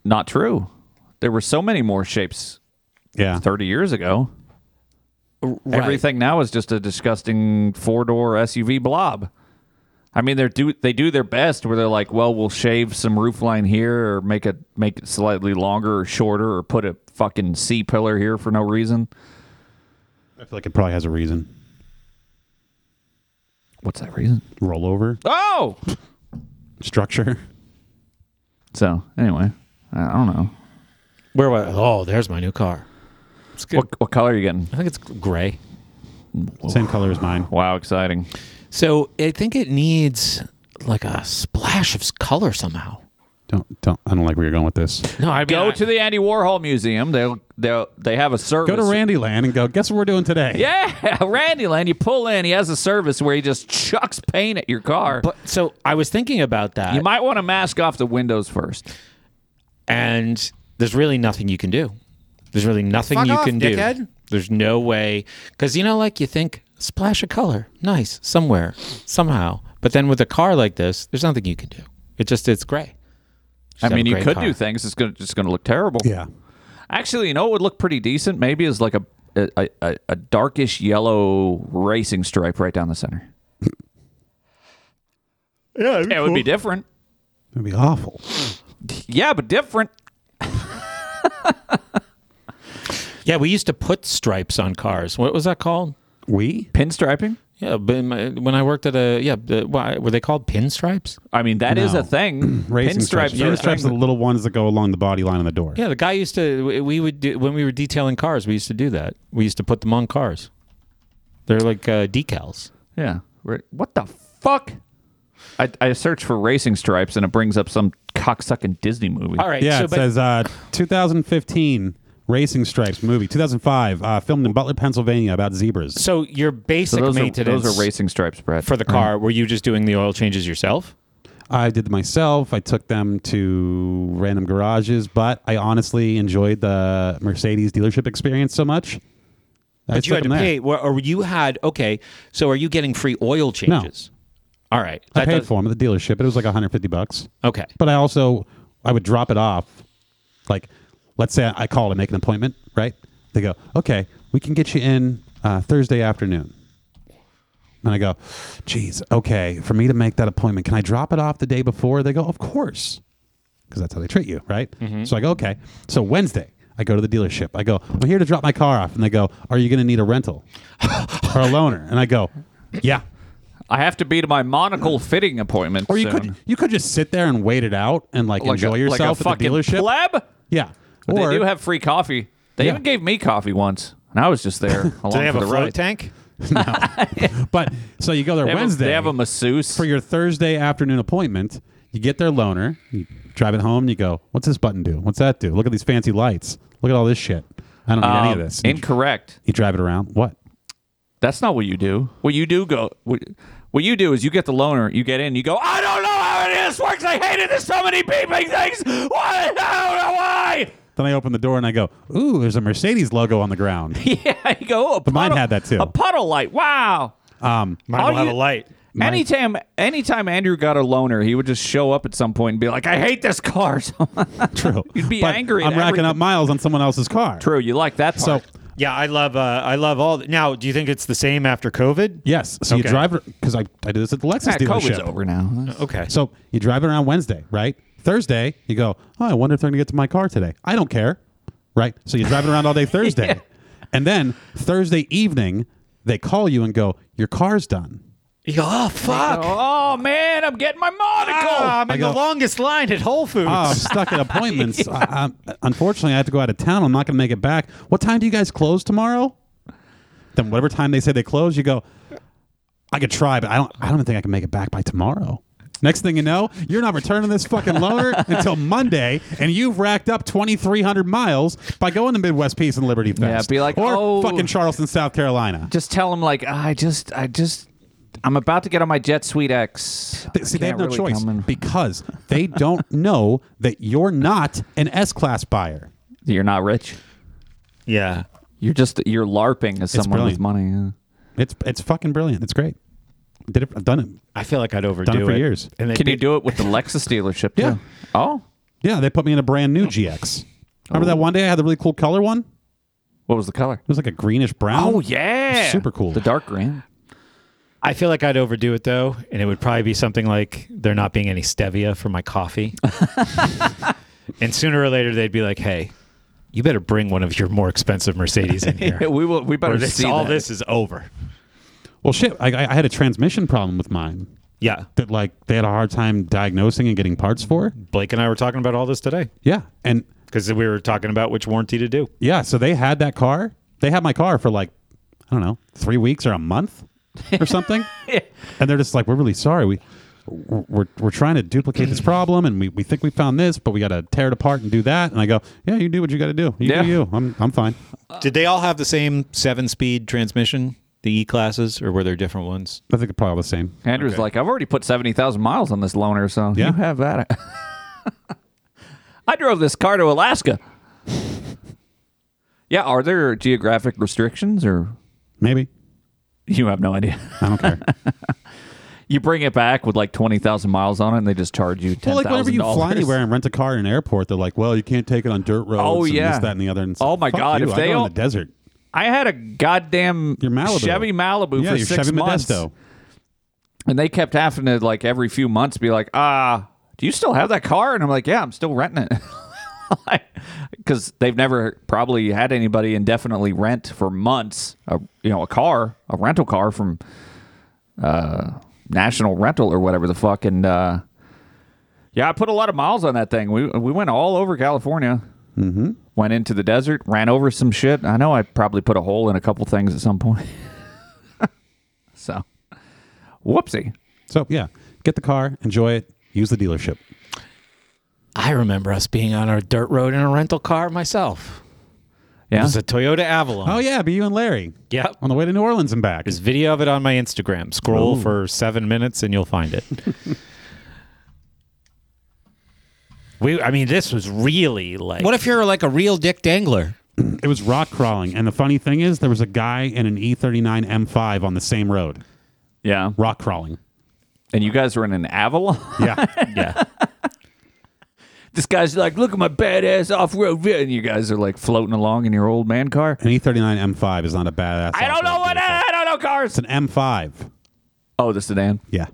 D: Not true. There were so many more shapes
B: Yeah,
D: 30 years ago. Everything now is just a disgusting four door SUV blob. I mean, they do they do their best where they're like, well, we'll shave some roof line here, or make it make it slightly longer or shorter, or put a fucking C pillar here for no reason.
B: I feel like it probably has a reason.
D: What's that reason?
B: Rollover
D: Oh,
B: structure.
D: so anyway, I I don't know.
A: Where was? Oh, there's my new car. It's good.
D: What, what color are you getting?
A: I think it's gray.
B: Same color as mine.
D: Wow, exciting!
C: So I think it needs like a splash of color somehow.
B: Don't don't. I don't like where you're going with this.
A: No, I mean,
D: Go
A: I-
D: to the Andy Warhol Museum. They they they have a service.
B: Go to Randy Land and go. Guess what we're doing today?
D: Yeah, [laughs] Randy Land. You pull in. He has a service where he just chucks paint at your car.
A: But so I was thinking about that,
D: You might want to mask off the windows first.
A: and there's really nothing you can do. There's really nothing
C: Fuck
A: you
C: off,
A: can do.
C: dickhead.
A: There's no way because you know, like you think splash of color, nice somewhere, somehow. But then with a car like this, there's nothing you can do. It just it's gray. Just
D: I
A: have a
D: mean, you
A: gray
D: could
A: car.
D: do things. It's gonna just gonna look terrible.
B: Yeah.
D: Actually, you know, it would look pretty decent. Maybe is like a a, a a darkish yellow racing stripe right down the center. yeah, it would be different.
B: It'd be awful.
D: Yeah, but different.
A: Yeah, we used to put stripes on cars. What was that called?
B: We.
D: Pinstriping.
A: Yeah, but in my, when I worked at a yeah, the, why, were they called pinstripes?
D: I mean, that is
B: No.
D: a thing.
B: [clears throat] Racing stripes.
D: are a
B: Pinstripes are the
D: thing.
B: little ones that go along the body line of the door.
A: Yeah, the guy used to. we- We would do when we were detailing cars. We used to do that. We used to put them on cars. They're like uh, decals.
D: Yeah. We're- What the fuck? I, I search for racing stripes and it brings up some cocksucking Disney movie.
B: Yeah, it says uh, 2015 Racing Stripes movie, 2005, uh, filmed in Butler, Pennsylvania, about zebras.
A: So your basic
D: those are-
A: maintenance.
D: those are racing stripes, Brad.
A: For the car, were you just doing the oil changes yourself?
B: I did them myself. I took them to random garages, but I honestly enjoyed the Mercedes dealership experience so much. I
A: But
B: just
A: you
B: took
A: had to
B: them there.
A: pay, well, or you had okay. So are you getting free oil changes? All right,
B: I
A: That
B: paid
A: does-
B: for them at the dealership. It was like 150 bucks.
A: Okay.
B: But I also I would drop it off. Like, let's say I call to make an appointment, right? They go, okay, we can get you in uh, Thursday afternoon. And I go, geez, okay, for me to make that appointment, can I drop it off the day before? They go, of course, because that's how they treat you, right?
D: Mm-hmm.
B: So I go, okay. So Wednesday, I go to the dealership. I go, I'm here to drop my car off. And they go, are you going to need a rental or a loaner? And I go, yeah.
D: I have to be to my monocle fitting appointment.
B: Or you
D: soon.
B: could you could just sit there and wait it out and like,
D: Like a-
B: enjoy
D: like a
B: yourself at the
D: fucking
B: dealership.
D: pleb?
B: Yeah.
D: But
B: or
D: they
B: [laughs]
D: do have [laughs] free coffee. They
B: Yeah.
D: even gave me coffee once, and I was just
B: [laughs]
D: there. along
A: Do they have
D: for
A: a
D: the
A: float
D: ride.
A: tank?
B: but so you go there
D: They have a-
B: Wednesday
D: they have a masseuse.
B: for your Thursday afternoon appointment. You get their loaner, you drive it home, and you go, "What's this button do? What's that do? Look at these fancy lights. Look at all this shit. I don't need any of
D: Um,
B: this."
D: Incorrect.
B: you drive it around. What?
D: That's not what you do. What you do go. What, what you do is you get the loaner, you get in, you go. I don't know how any of this works. I hated this so many beeping things. Why? I don't know why. [laughs]
B: Then I open the door and I go, "Ooh, there's a Mercedes logo on the ground."
D: [laughs] Yeah, you go. Oh, a
B: mine
D: puddle-
B: had that too.
D: A puddle light. Wow.
B: Um,
A: Mine
D: All
A: will have
D: you-
A: a light.
D: Anytime, anytime Andrew got a loaner, he would just show up at some point and be like, "I hate this car." [laughs] So
B: [laughs] true.
D: You'd be
B: But
D: angry at
B: I'm racking up
D: everything.
B: miles on someone else's car.
D: True, you like that
B: So
D: part.
A: Yeah, I love. Uh, I love all. Now, do you think it's the same after COVID?
B: yes, so
A: Okay.
B: you drive it because I, I did this at the Lexus
D: Yeah,
B: dealership.
D: COVID's over now.
A: Okay.
B: So you drive it around Wednesday, right? Thursday, you go, oh, I wonder if they're going to get to my car today. I don't care, right? So you drive it around all day Thursday. And then Thursday evening, they call you and go, your car's done.
A: You go, oh fuck!
D: Oh man, I'm getting my monocle.
A: Ah, I'm
B: I
A: in
B: go-
A: the longest line at Whole Foods.
B: Oh, I'm stuck at appointments. I, I'm, unfortunately, I have to go out of town. I'm not going to make it back. What time do you guys close tomorrow? Then whatever time they say they close, you go, I could try, but I don't, I don't think I can make it back by tomorrow. Next thing you know, you're not returning this fucking
D: [laughs]
B: loaner until Monday, and you've racked up 2,300 miles by going to Midwest Peace and Liberty Fest.
D: be like,
B: or
D: "Oh."
B: fucking Charleston, South Carolina.
D: just tell him like I just I just I'm about to get on my Jet Suite X.
B: They- See,
D: I
B: they have
D: can't
B: no
D: really
B: choice
D: come and-
B: because they don't know that you're not an S class buyer.
D: You're not rich.
A: yeah.
D: You're just you're larping as someone
B: brilliant.
D: with money. yeah.
B: It's it's fucking brilliant. It's great. Did it? I've done it.
A: I feel like I'd overdo
B: Done it for years.
A: And they
D: Can you
A: beat-
D: do it with the Lexus dealership?
B: Yeah.
D: Too? Oh,
B: Yeah, they put me in a brand new GX. Remember that one day I had the really cool color one? It
D: what was the color?
B: was like a greenish brown.
D: Oh yeah,
B: super cool.
D: The dark green.
A: I feel like I'd overdo it though, and it would probably be something like there not being any stevia for my coffee. and sooner or later, they'd be like, "Hey, you better bring one of your more expensive Mercedes in here."
D: Yeah, we will. We
A: or
D: better
A: this,
D: see
A: all
D: that.
A: this is over.
B: Well, shit. I, I I had a transmission problem with mine
A: Yeah,
B: that like they had a hard time diagnosing and getting parts for.
A: Blake and I were talking about all this today
B: Yeah, and
A: because we were talking about which warranty to do.
B: yeah, so they had that car. They had my car for like I don't know, three weeks or a month or
D: [laughs]
B: something. And they're just like, we're really sorry. We we're, we're trying to duplicate this problem and we, we think we found this, but we got to tear it apart and do that. And I go, yeah, you do what you got to do. You
D: Yeah.
B: do you. I'm, I'm fine.
C: Uh.
A: Did they all have the same seven-speed transmission, the E classes, or were there different ones?
B: I think they're probably all the same.
D: Andrew's like, I've already put seventy thousand miles on this loaner, so
B: Yeah.
D: you have that. [laughs] I drove this car to Alaska. [laughs] yeah, are there geographic restrictions or
B: Maybe.
D: you have no idea?
B: I don't care.
D: [laughs] You bring it back with like twenty thousand miles on it, and they just charge you ten
B: well, like
D: thousand
B: whenever you
D: dollars. [laughs]
B: fly anywhere and rent a car in an airport, they're like, well, you can't take it on dirt roads.
D: Oh,
B: and
D: yeah.
B: This, that, and the other. And it's
D: Oh,
B: like,
D: my
B: fuck
D: God,
B: you.
D: if
B: I
D: they
B: go in
D: don't-
B: the desert.
D: I had a goddamn
B: Your Malibu.
D: Chevy Malibu
B: yeah,
D: for
B: your
D: six
B: Chevy
D: months,
B: Modesto.
D: and they kept having to like every few months be like, "Ah, do you still have that car?" And I'm like, "Yeah, I'm still renting [laughs] it," because they've never probably had anybody indefinitely rent for months. A, you know, a car, a rental car from uh, National Rental or whatever the fuck, and uh, yeah, I put a lot of miles on that thing. We we went all over California. Mm-hmm. Went into the desert, ran over some shit. I know I probably put a hole in a couple things [laughs] at some point. so, whoopsie.
B: So yeah, Get the car, enjoy it, use the dealership.
C: I remember us being on a dirt road in a rental car myself.
D: Yeah.
C: It was a Toyota Avalon.
B: Oh yeah, be you and Larry.
C: Yep.
B: On the way to New Orleans and back.
A: There's video of it on my Instagram. Scroll
B: Ooh.
A: for seven minutes and you'll
C: [laughs]
A: find it. we, I mean, this was really like.
C: What
F: if you're like a real dick dangler?
B: It was rock crawling, and the funny thing is, there was a guy in an E E39 M5 on the same road,
D: Yeah.
B: rock crawling.
D: And you guys were in an Avalon? [laughs]
B: Yeah,
A: yeah.
D: this guy's like, look at my badass off road. And you guys are like floating along in your old man car.
B: [laughs] an E E39 M5 is not a badass.
D: I don't
B: off-road
D: know what,
B: vehicle.
D: I don't know
B: It's
D: cars.
B: an M5.
D: Oh, the sedan.
B: Yeah.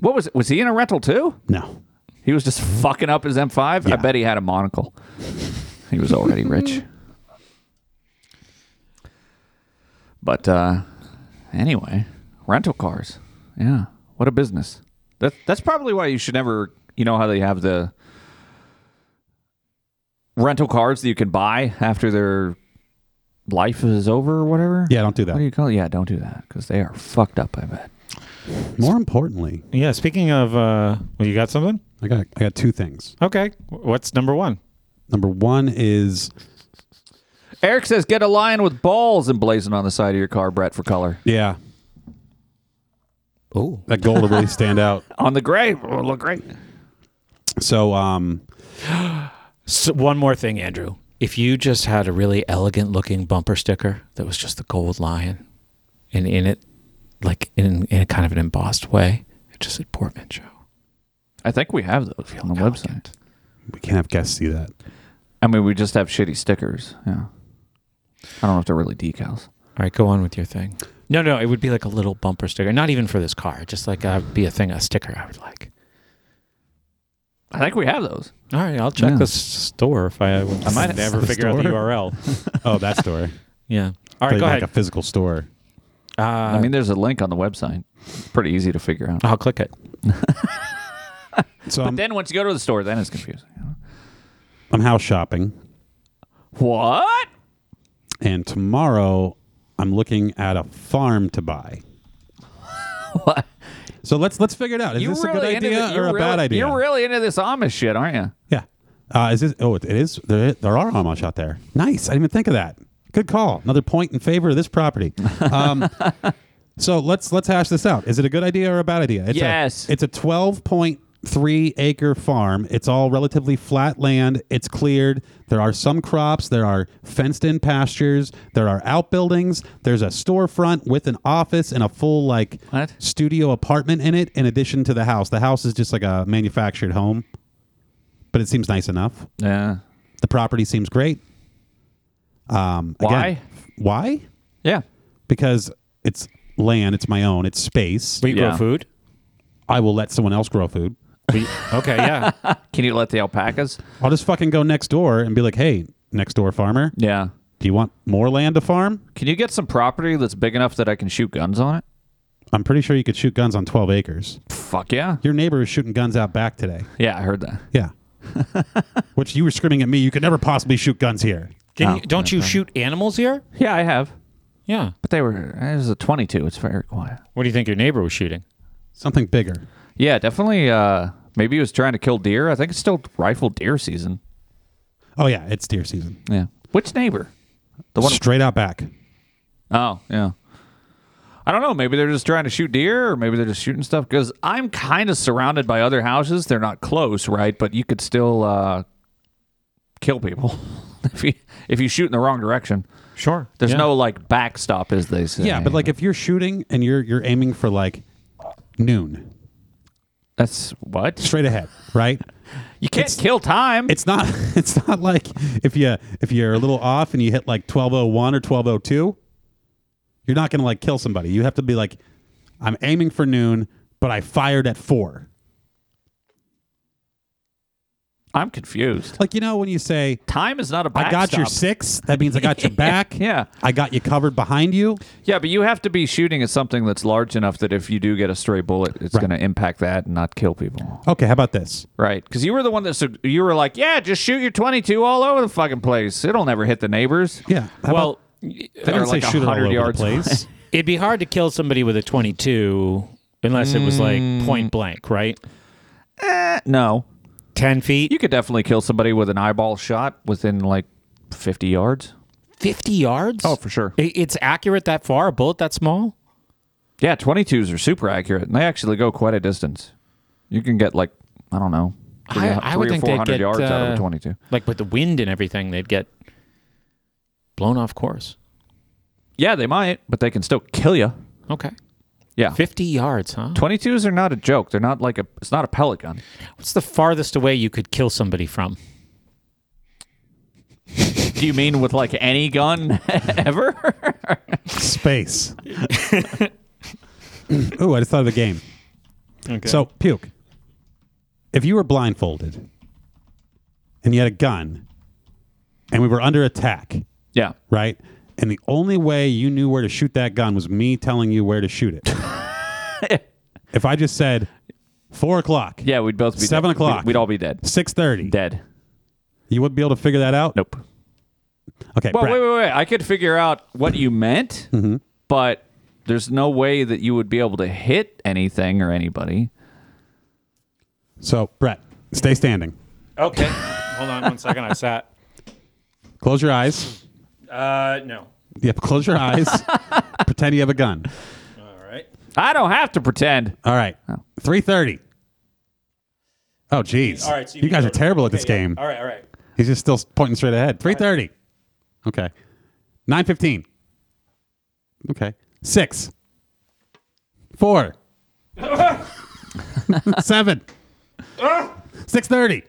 D: What was it? Was he in a rental too?
B: No.
D: He was just fucking up his M5. I
B: Yeah.
D: bet he had a monocle. He was already rich. But uh, anyway, rental cars. Yeah, what a business. That that's probably why you should never. You know how they have the rental cars that you can buy after their life is over or whatever.
B: Yeah, don't do that.
D: What do you call? It? Yeah, don't do that because they are fucked up. I bet.
B: More importantly,
A: Yeah. Speaking of, uh, well, you got something?
B: I got I got two things.
D: Oh.
A: Okay. What's number one?
B: Number one is
D: Eric says, "Get a lion with balls emblazoned on the side of your car, Brett, for color."
B: yeah,
C: Oh.
B: that gold will really stand out.
D: On the gray, it'll look great.
B: So um,
C: So one more thing, Andrew. If you just had a really elegant looking bumper sticker that was just the gold lion and in it, like in, in a kind of an embossed way, it just said Portman Show.
D: I think we have those on the website.
B: we can't have guests see that.
D: I mean, we just have shitty stickers. Yeah. I don't know if they're really decals.
C: All right, go on with your thing. No, no, it would be like a little bumper sticker, not even for this car. Just like uh, be a thing, a sticker I would like.
D: I think we have those.
C: All right, I'll check
D: Yeah.
A: The
C: this.
A: store. If I, I might never figure out the
C: [laughs]
A: URL.
B: Oh, that store.
C: Yeah. All
B: But
C: right, go
B: like
C: ahead.
B: a physical store.
C: Uh,
D: I mean, there's a link on the website. It's pretty easy to figure out.
C: I'll click it.
B: So
D: But
B: I'm,
D: then once you go to the store, then it's confusing.
B: I'm house shopping,
D: What?
B: and tomorrow I'm looking at a farm to buy.
D: [laughs] What?
B: So let's let's figure it out. Is this a good
D: into
B: idea
D: the-
B: or
D: you're
B: a
D: really-
B: bad idea?
D: You're really into this Amish shit, aren't you?
B: yeah. Uh, is this? Oh, it it is. There, there are Amish out there. Nice. I didn't even think of that. Good call. Another point in favor of this property.
D: [laughs]
B: Um, so let's let's hash this out. Is it a good idea or a bad idea? It's
D: Yes.
B: A, it's a twelve point three acre farm. It's all relatively flat land. It's cleared. There are some crops. There are fenced in pastures. There are outbuildings. There's a storefront with an office and a full like
D: What?
B: studio apartment in it. In addition to the house, the house is just like a manufactured home, but it seems nice enough.
D: Yeah.
B: The property seems great. Um,
D: Why?
B: Again, why?
D: Yeah.
B: Because it's land. It's my own. It's space.
A: We
D: Yeah.
C: [laughs]
A: grow food.
B: I will let someone else grow food.
A: We, okay. Yeah.
D: Can you let the alpacas?
B: I'll just fucking go next door and be like, hey, next door farmer,
D: Yeah.
B: do you want more land to farm?
D: Can you get some property that's big enough that I can shoot guns on it?
B: I'm pretty sure you could shoot guns on 12 acres.
D: Fuck yeah.
B: Your neighbor is shooting guns out back today.
D: Yeah, I heard that.
B: Yeah. Which you were screaming at me, you could never possibly shoot guns here.
A: Can
D: Oh,
A: you, don't you shoot animals here?
D: Yeah, I have.
A: Yeah.
D: But they were, it was a 22. It's very quiet.
A: What do you think your neighbor was shooting?
B: Something bigger.
D: Yeah, definitely. Uh, maybe he was trying to kill deer. I think it's still rifle deer season.
B: Oh, yeah, it's deer season.
D: Yeah. Which neighbor? The one.
B: Straight out back.
D: Oh, yeah. I don't know. Maybe they're just trying to shoot deer, or maybe they're just shooting stuff. Because I'm kind of surrounded by other houses. They're not close, right? But you could still uh, kill people [laughs] if you if you shoot in the wrong direction.
A: Sure.
D: There's
A: Yeah.
D: no like backstop, as they say.
B: Yeah, but like if you're shooting and you're you're aiming for like noon,
D: that's what
B: straight ahead, right?
D: you can't kill time.
B: It's not [laughs] it's not like if you if you're a little off and you hit like 1201 or 1202, you're not going to like kill somebody. You have to be like I'm aiming for noon, but I fired at 4.
D: I'm confused.
B: Like you know when you say
D: Time is not a backstop.
B: I got your 6, that means I got
D: [laughs]
B: your back.
D: Yeah.
B: I got you covered behind you.
D: Yeah, but you have to be shooting at something that's large enough that if you do get a stray bullet, it's
B: Right.
D: going to impact that and not kill people,
B: Okay, how about this?
D: right? Because you were the one that sug- you were like, "Yeah, just shoot your 22 all over the fucking place. It'll never hit the neighbors."
B: Yeah. How
A: Well,
B: about, they don't
D: are
B: say
D: like
B: shoot it all
D: 100
B: over the
D: yards
B: place.
A: it'd be hard to kill somebody with a 22 Unless it was like point blank, right?
D: [laughs] no.
A: 10 feet?
D: You could definitely kill somebody with an eyeball shot within like 50 yards.
A: 50 yards?
D: Oh, for sure.
A: I- It's accurate that far, a bullet that small?
D: Yeah, 22s are super accurate, and they actually go quite a distance. You can get like, I don't know, three,
A: I, I would
D: three or
A: think they'd
D: 400
A: get
D: yards out of a
A: uh,
D: 22.
A: Like with the wind and everything, they'd get blown off course.
D: Yeah, they might, but they can still kill you.
A: Okay.
D: Yeah.
A: 50 yards, huh?
D: 22s are not a joke. They're not like a, it's not a pellet gun.
A: What's the farthest away you could kill somebody from?
D: Do you mean with like any gun [laughs] ever? [laughs]
B: Space. Ooh, I just thought of a game. So, puke. If you were blindfolded and you had a gun and we were under attack,
D: yeah.
B: right? And the only way you knew where to shoot that gun was me telling you where to shoot it.
D: [laughs]
B: if I just said four o'clock,
D: Yeah, we'd both be
B: Seven
D: dead.
B: o'clock.
D: We'd all be dead.
B: six thirty,
D: Dead.
B: you wouldn't be able to figure that out.
D: Nope.
B: Okay,
D: Well,
B: Brett.
D: wait, wait, wait. I could figure out what you meant, but there's no way that you would be able to hit anything or anybody.
B: so Brett, stay standing.
A: Okay. Hold on one second. I sat.
B: Close your eyes.
A: Uh, no.
B: Yep, close your
D: [laughs]
B: eyes. Pretend you have a gun.
D: I don't have to pretend.
B: All right, three thirty. Oh, jeez. All right, you, guys are terrible at this game.
A: All right, all right.
B: He's just still pointing straight ahead. Three thirty. Okay. Nine fifteen. Okay. Six.
A: [laughs]
B: Four. Seven. Six
A: [laughs]
B: thirty.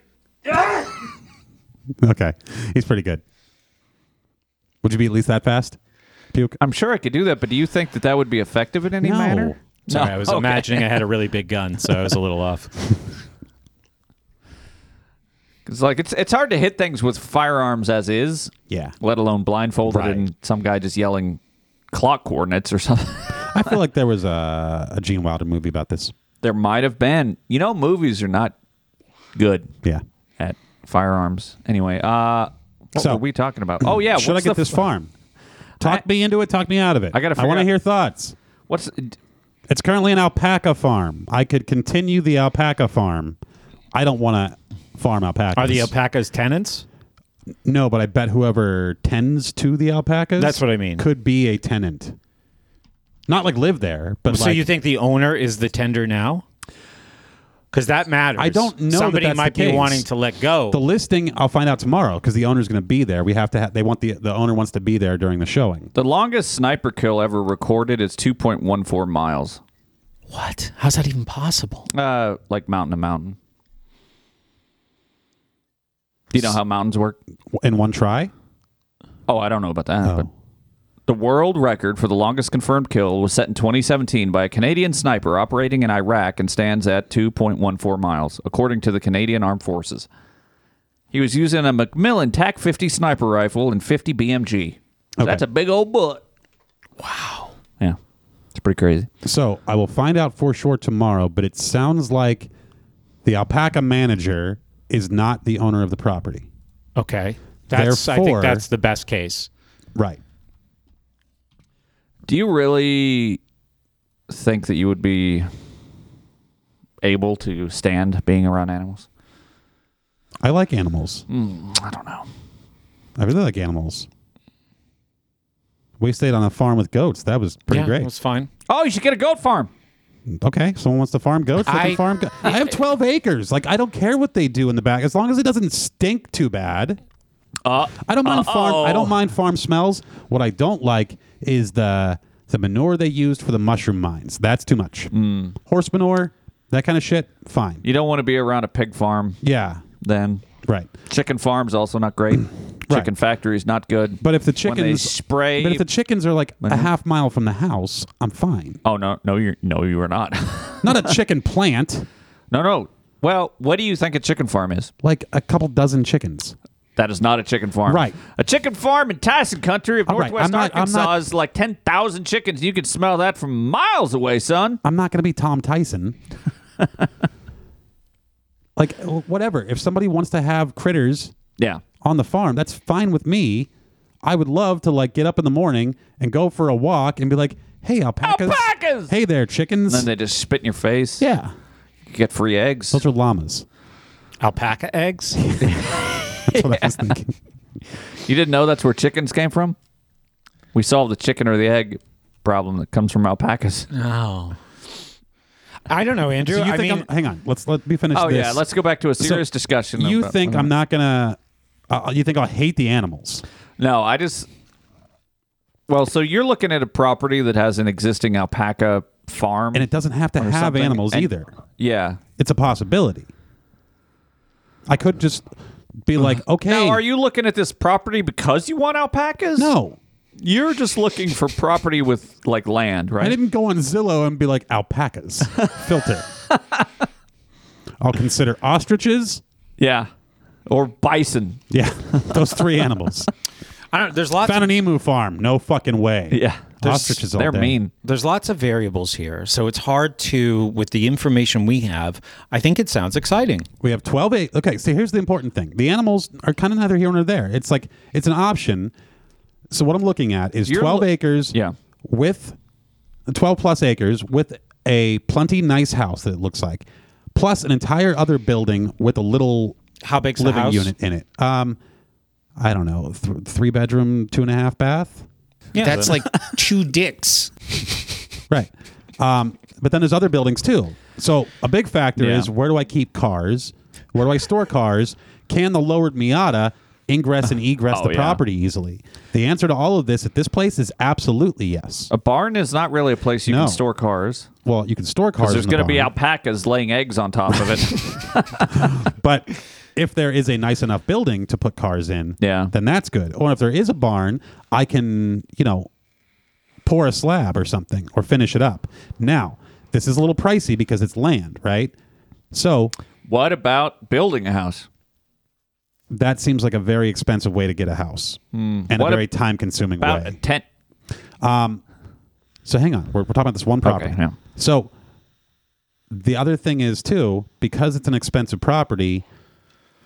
B: okay. He's pretty good. Would you be at least that fast? Puke.
D: I'm sure I could do that, but do you think that that would be effective in any
B: No.
D: manner?
A: Sorry, I
D: [laughs]
A: was [laughs]
D: okay.
A: imagining I had a really big gun, so I was a little off.
D: It's like it's it's hard to hit things with firearms as is,
B: Yeah.
D: let alone blindfolded
B: Right.
D: and some guy just yelling clock coordinates or [laughs] something.
B: I feel like there was a, a Gene Wilder movie about this.
D: there might have been. You know, movies are not good
B: Yeah.
D: at firearms. Anyway, uh, what
B: So-
D: were we talking about? Oh yeah,
B: Should I
D: what's
B: get
D: the
B: this farm? Talk me into it. Talk me out of it.
D: I gotta
B: I want to
D: figure out-
B: hear thoughts.
D: What's
B: It's currently an alpaca farm. I could continue the alpaca farm. I don't want to farm alpacas.
A: Are [laughs] the alpacas tenants?
B: No, but I bet whoever tends to the alpacas.
A: That's what I mean.
B: Could be a tenant. Not like live there, but
A: so
B: like,
A: you think the owner is the tender now? Because that matters.
B: I don't know that
A: Somebody
B: that's the
A: might
B: case.
A: be wanting to let go.
B: the listing? I'll find out tomorrow because the owner's going to be there. We have to. Ha- they want the the owner wants to be there during the showing.
D: the longest sniper kill ever recorded? Is 2.14 miles,
A: what? How's that even possible?
D: uh, like mountain to mountain. Do you know how mountains work?
B: In one try,
D: Oh, I don't know about that. But the world record for the longest confirmed kill was set in 2017 by a Canadian sniper operating in Iraq and stands at 2.14 miles, according to the Canadian Armed Forces. He was using a Macmillan TAC 50 sniper rifle and 50 BMG. So That's a big old bullet. Wow. Yeah. It's pretty crazy.
B: So I will find out for sure tomorrow, but it sounds like the alpaca manager is not the owner of the property.
A: Okay. That's, I
B: Therefore-
A: think that's the best case.
B: Right.
D: Do you really think that you would be able to stand being around animals?
B: I like animals.
D: Hmm, I don't know.
B: I really like animals. We stayed on a farm with goats. That was pretty
A: yeah,
B: great.
A: It's fine.
D: Oh, you should get a goat farm.
B: Okay, someone wants to farm goats. They can
A: I-
B: farm. Go- I have twelve acres. Like I don't care what they do in the back, as long as it doesn't stink too bad.
D: Uh,
B: I don't mind farm. I don't mind farm smells. What I don't like is the the manure they used for the mushroom mines. That's too much.
D: Mm.
B: Horse manure, that kind of shit. Fine.
D: You don't want to be around a pig farm
B: Yeah.
D: then.
B: Right.
D: Chicken farm's also
B: [clears throat]
D: not great. Chicken factory's not good.
B: But if the
D: When
B: chickens
D: they spray-
B: but if the chickens are like a half mile from the house, I'm fine.
D: oh no, no, you no, you are not. [laughs]
B: Not a chicken plant,
D: no, no. Well, what do you think a chicken farm is?
B: like a couple dozen chickens.
D: That is not a chicken farm.
B: Right.
D: A chicken farm in Tyson Country of
B: All right,
D: Northwest
B: I'm not- I'm
D: Arkansas
B: not-
D: is like ten thousand chickens. You could smell that from miles away, son.
B: I'm not going to be Tom
D: [laughs]
B: Tyson. like whatever. If somebody wants to have critters
D: Yeah.
B: on the farm, that's fine with me. I would love to like get up in the morning and go for a walk and be like, Hey, alpacas. Alpacas. Hey there, chickens.
D: And then they just spit in your face.
B: Yeah.
D: You get free eggs.
B: Those are llamas.
A: Alpaca eggs?
B: That's what I
D: [laughs]
B: was thinking.
D: You didn't know that's where chickens came from? We solved the chicken or the egg problem that comes from alpacas.
A: Oh. I don't know, Andrew.
B: So you
A: I
B: think
A: mean,
B: I'm, hang on. Let's let me finish.
D: Oh,
B: this.
D: yeah, let's go back to a
B: So
D: serious discussion
B: You
D: about-
B: think I'm not gonna? Uh, you think I'll hate the animals?
D: No, I just. Well, so you're looking at a property that has an existing alpaca farm.
B: And it doesn't have to
D: or
B: have
D: something,
B: animals
D: and-
B: either.
D: Yeah.
B: It's a possibility. I could just be like, okay,
D: Uh-huh. Now, are you looking at this property because you want alpacas?
B: no,
D: You're just looking for property with like land,
B: I
D: right?
B: didn't go on Zillow and be like
D: [laughs]
B: alpacas filter. I'll consider ostriches.
D: Yeah. Or bison.
B: Yeah, [laughs] those three animals.
A: I don't, there's lots
B: Found an emu farm. No fucking way.
D: Yeah.
B: ostriches. All
D: They're
B: day.
D: mean.
A: there's lots of variables here, so it's hard to with the information we have. I think it sounds exciting.
B: We have 12 acres. Okay, so here's the important thing. The animals are kind of neither here nor there. It's like it's an option. So what I'm looking at is
D: You're
B: 12
D: lo-
B: acres
D: Yeah.
B: with 12 plus acres with a plenty nice house that it looks like, plus an entire other building with a little
A: How big's the
B: living
A: house?
B: unit in it. Um, I don't know, th- three bedroom, two and a half bath.
A: Yeah,
C: That's like two dicks.
B: Right. Um, but then there's other buildings too. So a big factor
D: Yeah.
B: is where do I keep cars? Where do I store cars? Can the lowered Miata ingress and egress
D: [laughs] Oh,
B: the
D: yeah.
B: property easily? The answer to all of this at this place is absolutely yes.
D: A barn is not really a place you
B: No.
D: can store cars.
B: Well, you can store cars.
D: Because there's
B: in the
D: going to be
B: barn,
D: alpacas laying eggs on top
B: [laughs]
D: of it.
B: But if there is a nice enough building to put cars in,
D: Yeah.
B: then that's good. Or if there is a barn, I can, you know, pour a slab or something or finish it up. Now, this is a little pricey because it's land, right? So
D: what about building a house?
B: that seems like a very expensive way to get a house and a
D: Hmm. What
B: very
D: ab-
B: time consuming
D: About a
B: way.
D: tent.
B: So hang on, we're, we're talking about this one property.
D: yeah.
B: So the other thing is too, because it's an expensive property,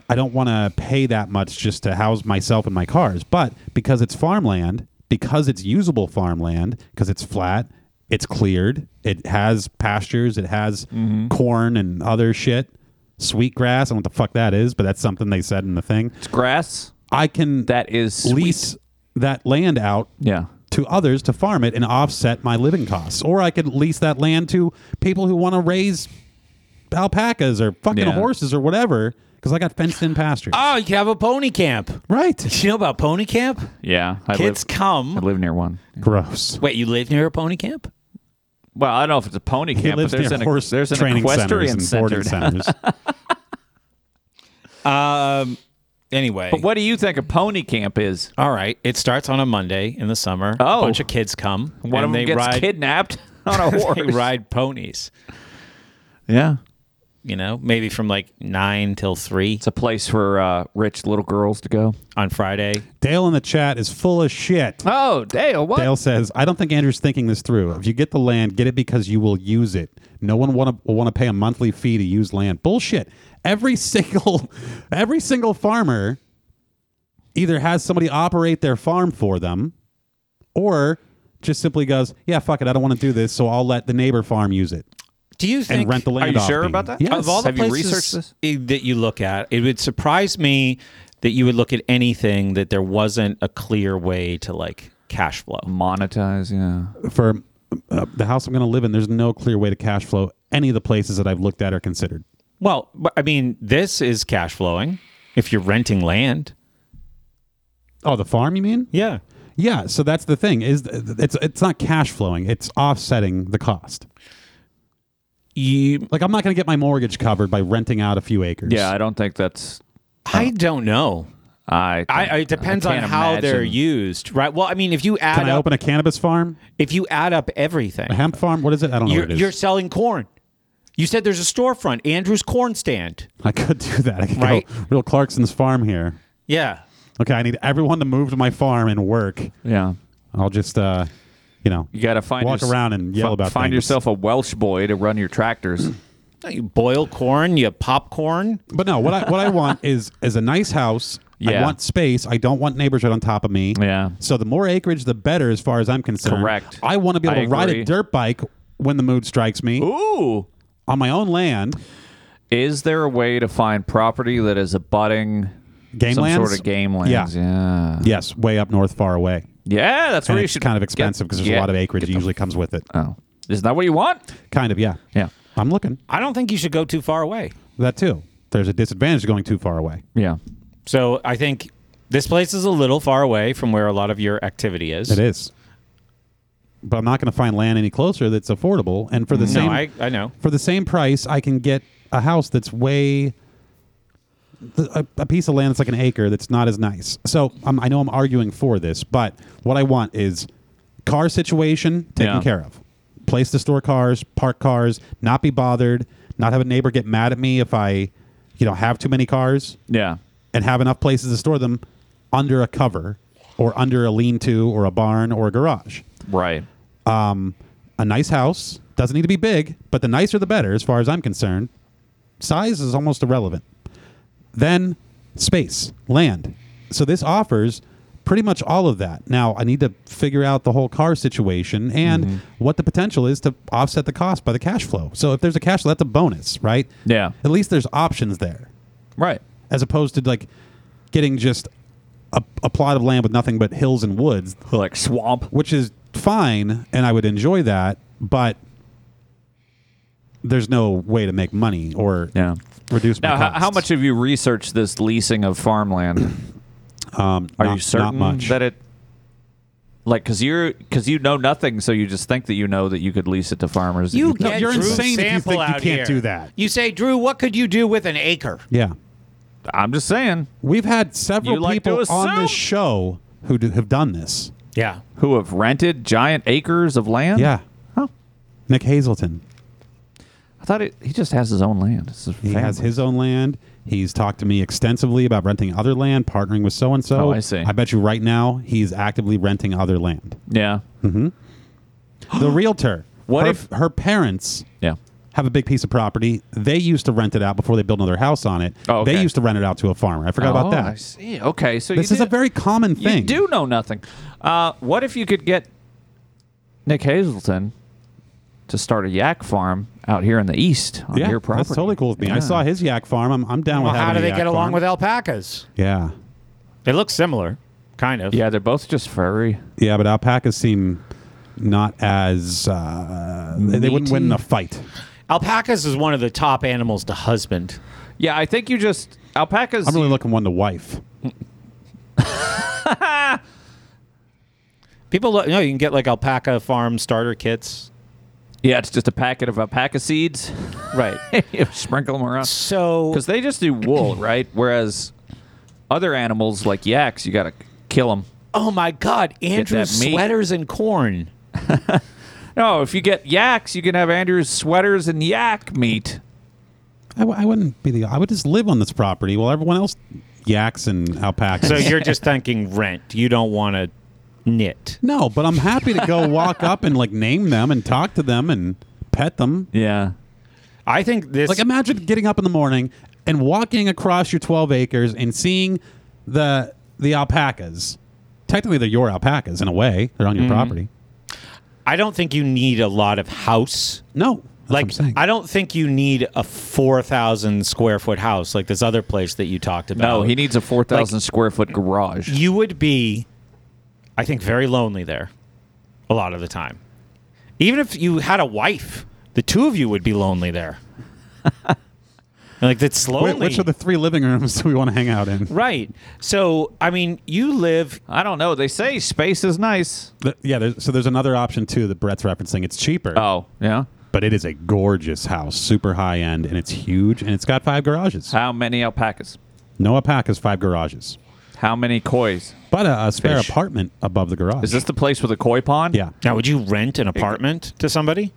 B: I don't want to pay that much just to house myself and my cars. But because it's farmland, because it's usable farmland, because it's flat, it's cleared, it has pastures, it has
D: Mm-hmm.
B: corn and other shit, sweet grass. I don't know what the fuck that is, but that's something they said in the thing.
D: It's grass.
B: I can
D: That is sweet.
B: lease that land out
D: Yeah.
B: to others to farm it and offset my living costs. Or I could lease that land to people who want to raise alpacas or fucking
D: Yeah.
B: horses or whatever because I got fenced in
D: [laughs]
B: pastures.
A: oh, you can have a pony camp.
B: right.
A: You know about pony camp?
D: Yeah. I
A: Kids
D: live,
A: come.
D: I live near one.
B: Gross.
A: Wait, you live near a pony camp?
D: Well, I don't know if it's a pony
B: He
D: camp, but
B: lives
D: there's
B: near
D: an
B: horse
D: there's an
B: training centers
D: equestrian
B: and boarding
D: center.
B: centers.
A: Um. Anyway,
D: But [laughs] what do you think a pony camp is?
A: all right. It starts on a Monday in the summer.
D: Oh.
A: a bunch of kids come.
D: One
A: and
D: of them
A: they
D: gets
A: ride,
D: kidnapped on a horse.
A: [laughs] They ride ponies.
D: Yeah.
A: You know, maybe from like nine till three
D: It's a place for uh, rich little girls to go.
A: on Friday.
B: Dale in the chat is full of shit.
D: Oh, Dale, what?
B: Dale says, I don't think Andrew's thinking this through. If you get the land, get it because you will use it. No one want to, will want to pay a monthly fee to use land. Bullshit. Every [laughs] single every single farmer either has somebody operate their farm for them or just simply goes, yeah, fuck it, I don't want to do this, so I'll let the neighbor farm use it
A: Do you
B: and
A: think
B: rent the
D: Are
B: land.
D: you
B: off
D: sure
B: me.
D: about that?
B: Yeah.
A: of all the
D: Have you
A: places
D: researched this?
A: i- that you look at, it would surprise me that you would look at anything that there wasn't a clear way to like cash flow.
D: Monetize, yeah.
B: For uh, the house I'm going to live in, there's no clear way to cash flow any of the places that I've looked at or considered.
A: Well, but, I mean, this is cash flowing if you're renting land.
B: Oh, the farm, you mean?
A: Yeah.
B: Yeah, so that's the thing is th- th- it's it's not cash flowing; it's offsetting the cost.
A: You,
B: Like I'm not going to get my mortgage covered by renting out a few acres.
D: Yeah, I don't think that's
A: I don't know.
D: I.
A: I, I it depends on
D: can't
A: how they're
D: imagine.
A: used, right? Well, I mean, if you add
B: Can I
A: up,
B: open a cannabis farm,
A: if you add up everything,
B: a hemp farm? What is it? I don't know
A: you're,
B: what it
A: you're
B: is.
A: selling corn. You said there's a storefront, Andrew's corn stand.
B: I could do that. I could
A: Right.
B: go real Clarkson's farm here.
A: Yeah.
B: Okay, I need everyone to move to my farm and work.
D: Yeah.
B: I'll just, uh, you know,
D: You got to find
B: walk
D: yours-
B: around and yell
D: fi-
B: about
D: Find
B: things.
D: yourself a Welsh boy to run your tractors.
A: Don't you boil corn? You popcorn?
B: But no, what I what I
D: [laughs]
B: want is is a nice house. I
A: Yeah.
B: want space. I don't want neighbors right on top of me.
D: Yeah.
B: So the more acreage, the better, as far as I'm concerned.
D: Correct.
B: I want to be able
D: I
B: to ride a
D: agree.
B: dirt bike when the mood strikes me.
D: Ooh.
B: On my own land.
D: Is there a way to find property that is abutting
B: Game
D: some
B: lands?
D: sort of game lands?
B: Yeah.
D: Yeah.
B: Yes, way up north, far away.
D: Yeah, that's
B: and
D: where you
B: it's
D: should
B: kind of
D: get-
B: expensive because there's
D: get-
B: a lot of acreage. It usually comes with it.
D: Oh, is that what you want?
B: Kind of, yeah.
D: Yeah.
B: I'm looking.
A: I don't think you should go too far away.
B: That too. There's a disadvantage to going too far away.
D: Yeah.
A: So I think this place is a little far away from where a lot of your activity is.
B: It is. But I'm not going to find land any closer that's affordable. And for the
A: no,
B: same,
A: I, I know.
B: for the same price, I can get a house that's way th- a, a piece of land that's like an acre that's not as nice. So um, I know I'm arguing for this, but what I want is car situation taken
D: Yeah.
B: care of, place to store cars, park cars, not be bothered, not have a neighbor get mad at me if I, you know, have too many cars,
D: Yeah.
B: and have enough places to store them under a cover or under a lean-to or a barn or a garage
D: Right.
B: um, a nice house doesn't need to be big, but the nicer the better, as far as I'm concerned. Size is almost irrelevant. Then space, land. So this offers pretty much all of that. Now I need to figure out the whole car situation and what the potential is to offset the cost by the cash flow. So if there's a cash flow, that's a bonus, right?
D: Yeah.
B: At least there's options there,
D: Right.
B: as opposed to like getting just a, a plot of land with nothing but hills and woods
D: Like swamp.
B: which is fine and I would enjoy that, but there's no way to make money or
D: Yeah.
B: reduce my
D: Now, how,
B: costs.
D: how much have you researched this leasing of farmland?
B: Um,
D: Are
B: not,
D: you certain
B: Not much.
D: that it? Like, cause you're, cause you know nothing, so you just think that you know that you could lease it to farmers. that
A: You
B: no,
A: get
B: you're
A: Drew
B: insane if you
A: Sample
B: think you
A: out
B: can't
A: here.
B: do that.
A: You say, Drew, what could you do with an acre?
B: yeah,
D: I'm just saying,
B: we've had several
D: You like to
B: people on
D: assume?
B: this show who do, have done this.
A: Yeah.
D: who have rented giant acres of land.
B: Yeah,
D: Huh.
B: Nick Hazelton.
D: I thought it, he just has his own land. It's his
B: He has
D: family.
B: his own land. He's talked to me extensively about renting other land, partnering with so and so.
D: Oh, I see.
B: I bet you right now he's actively renting other
D: [gasps]
B: land.
D: Yeah.
B: The realtor.
D: What
B: her-
D: if-
B: her parents
D: Yeah.
B: have a big piece of property. They used to rent it out before they built another house on it.
D: Oh, okay.
B: They used to rent it out to a farmer. I forgot
D: Oh,
B: about that.
D: I see. Okay, so
B: This
D: you
B: is a
D: did-
B: very common
D: you
B: thing.
D: do know nothing. Uh, what if you could get Nick Hazelton to start a yak farm out here in the east on
B: yeah,
D: your property?
B: that's totally cool with me. I saw his yak farm. I'm, I'm down
A: Well,
B: with.
A: how
B: having
A: do
B: a
A: they
B: yak
A: get along
B: farm.
A: with alpacas?
B: Yeah,
A: They look similar, kind of.
D: Yeah, they're both just furry.
B: yeah, but alpacas seem not as uh, they they wouldn't win in a fight.
A: Alpacas is one of the top animals to husband.
D: Yeah, I think you just alpacas.
B: I'm really looking one to wife.
A: People, look, you know, you can get like alpaca farm starter kits.
D: yeah, it's just a packet of alpaca seeds.
A: Right.
D: [laughs] You sprinkle them around
A: so
D: because they just
B: [coughs]
D: do wool, right? Whereas other animals like yaks, you got to kill them.
A: Oh my God, Andrew's
D: meat.
A: sweaters and corn.
D: No, if you get yaks, you can have Andrew's sweaters and yak meat.
B: I, w- I wouldn't be the. I would just live on this property while everyone else yaks and alpacas.
A: So you're just thinking rent. You don't want to knit.
B: no, but I'm happy to go walk up and like name them and talk to them and pet them.
D: Yeah.
A: I think this.
B: Like imagine getting up in the morning and walking across your 12 acres and seeing the the alpacas. Technically, they're your alpacas in a way. They're on your
D: Mm-hmm.
B: property.
A: I don't think you need a lot of house.
B: No, that's what I'm saying.
A: Like I don't think you need a four thousand square foot house like this other place that you talked about.
D: No, he needs a 4,000 square foot garage.
A: You would be, I think, very lonely there, a lot of the time. Even if you had a wife, the two of you would be lonely there. [laughs] And, like that's lonely.
B: Wait, which of the three living rooms [laughs] do we want to hang out in?
A: right? So I mean, you live
D: I don't know. They say space is nice.
B: The- yeah, there's, so there's another option too that Brett's referencing. It's cheaper,
D: Oh, yeah.
B: but it is a gorgeous house, super high end, and it's huge, and it's got five garages.
D: How many alpacas?
B: No alpacas, five garages,
D: How many kois?
B: but a, a spare
D: Fish.
B: apartment above the garage.
D: Is this the place with a koi pond?
B: Yeah,
A: now. Would you rent an apartment to somebody?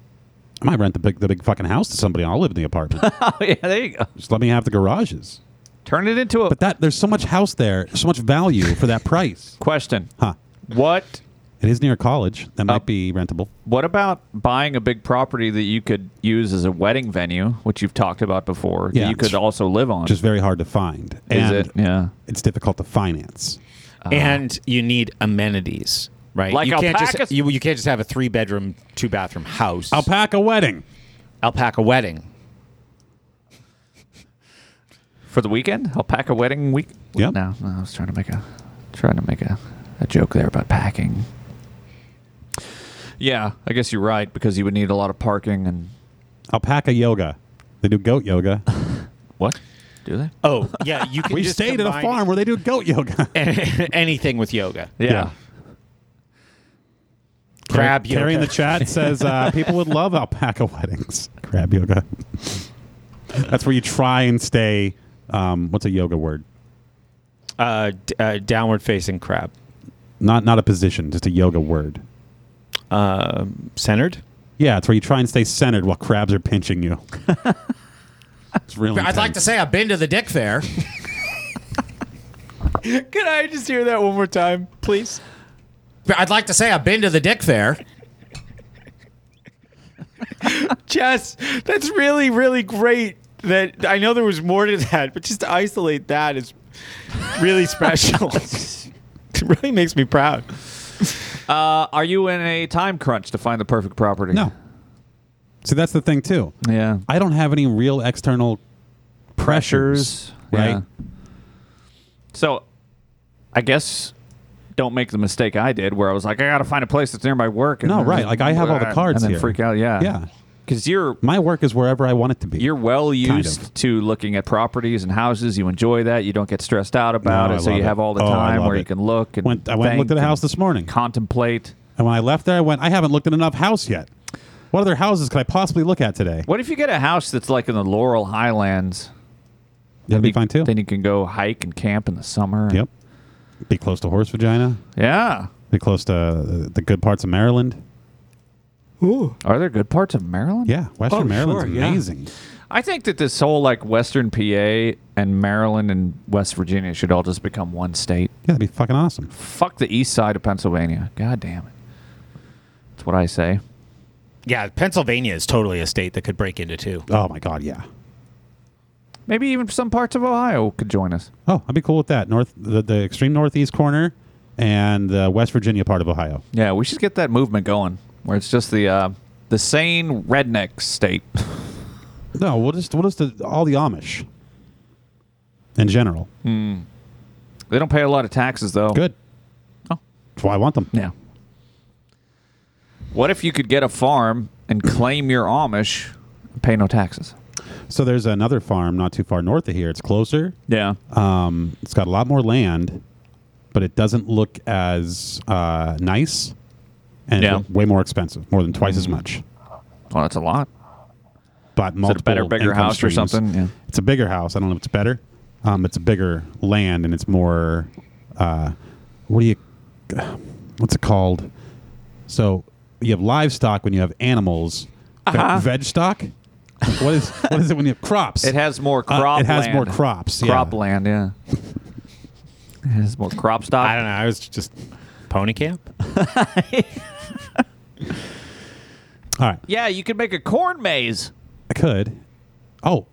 B: I might rent the big the big fucking house to somebody. and I'll live in the apartment.
D: [laughs] [laughs] Oh, yeah, there you go.
B: Just let me have the garages.
D: Turn it into a [laughs]
B: But that there's so much house there, so much value for that price.
D: question.
B: Huh.
D: What
B: It is near a college. That might be rentable.
D: What about buying a big property that you could use as a wedding venue, which you've talked about before,
B: Yeah.
D: that you could also live on?
B: Just very hard to find.
D: Is
B: and
D: it? Yeah.
B: It's difficult to finance.
C: and you need amenities, right?
D: Uh-huh. Like
C: you can't just
D: alpacas?
C: you, you can't just have a three bedroom, two bathroom house.
B: Alpaca wedding.
C: alpaca wedding.
D: For the weekend? Alpaca wedding week?
B: Yep.
D: No, no, I was trying to make a trying to make a, a joke there about packing. Yeah, I guess you're right because you would need a lot of parking and
B: Alpaca yoga. They do goat yoga.
D: what? Do they?
B: Uh,
C: Oh yeah, you can.
B: we
C: just
B: stayed at a
C: combine
B: farm where they do goat yoga.
C: [laughs] anything with yoga.
D: Yeah.
C: Crab
B: Carrie in the
C: yoga.
B: chat says uh, people would love alpaca weddings. Crab yoga. That's where you try and stay. Um, what's a yoga word?
C: uh, d- uh, downward facing crab,
B: Not not a position, just a yoga word.
C: centered.
B: Yeah, it's where you try and stay centered while crabs are pinching you. [laughs] it's really.
J: I'd like to say I've been to the Dick Fair.
C: Can I just hear that one more time, please?
J: I'd like to say I've been to the Dick Fair.
C: Jess, that's really, really great. That I know there was more to that, but just to isolate that is really special. it really makes me proud.
D: Uh, are you in a time crunch to find the perfect property?
B: No. See, that's the thing too.
D: Yeah.
B: I don't have any real external pressures, right?
D: Yeah. So, I guess don't make the mistake I did, where I was like, I got to find a place that's near my work. And
B: No, right, like, I have all the cards
D: and then
B: here.
D: freak out. Yeah,
B: Yeah.
D: Because you're
B: My work is wherever I want it to be.
D: you're well used
B: of.
D: to looking at properties and houses. You enjoy that. You don't get stressed out about
B: No, I
D: it. So
B: love
D: you
B: it.
D: have all the
B: Oh, I
D: time
B: love
D: where
B: it.
D: you can look and
B: Went- I went and looked
D: think
B: at a house this morning.
D: Contemplate.
B: And when I left there, I went, I haven't looked at enough house yet. What other houses could I possibly look at today?
D: What if you get a house that's like in the Laurel Highlands?
B: That'd be fine too.
D: Then you can go hike and camp in the summer.
B: Yep. Be close to horse vagina.
D: Yeah.
B: Be close to uh, the good parts of Maryland.
D: Are there good parts of Maryland?
B: Yeah,
J: Oh,
B: Western Maryland's amazing.
D: I think that this whole like Western PA and Maryland and West Virginia should all just become one state.
B: Yeah, that'd be fucking awesome.
D: Fuck the east side of Pennsylvania. God damn it. That's what I say.
C: [laughs] Yeah, Pennsylvania is totally a state that could break into two.
B: Oh my god, yeah.
D: Maybe even some parts of Ohio could join us.
B: Oh, I'd be cool with that. North, the, the extreme northeast corner, and the West Virginia part of Ohio.
D: Yeah, we should get that movement going where it's just the uh, the sane redneck state. [laughs]
B: No, we'll just we'll just uh, all the Amish. In general,
D: they don't pay a lot of taxes though.
B: good.
D: Oh.
B: That's why I want them.
D: Yeah. What if you could get a farm
B: [coughs]
D: and claim your Amish, and pay no taxes?
B: So there's another farm not too far north of here. It's closer.
D: Yeah.
B: Um, it's got a lot more land, but it doesn't look as uh, nice, and
D: Yeah.
B: it's way more expensive, more than twice as much.
D: Well, that's a lot.
B: Uh, But
D: Is it
B: multiple
D: a better, bigger
B: income
D: house or
B: streams.
D: something? Yeah.
B: It's a bigger house. I don't know if it's better. Um, it's a bigger land, and it's more. Uh, what do you? [sighs] What's it called? So you have livestock when you have animals. Ve- Veg stock. What is what is it when you have crops?
D: Uh-huh. It has more
B: Uh,
D: crop.
B: it has
D: land.
B: more crops. Yeah.
D: Crop land, yeah. it has more crop stock.
C: I don't know. I was just pony camp.
B: All right.
D: Yeah, you could make a corn maze.
B: I could. Oh,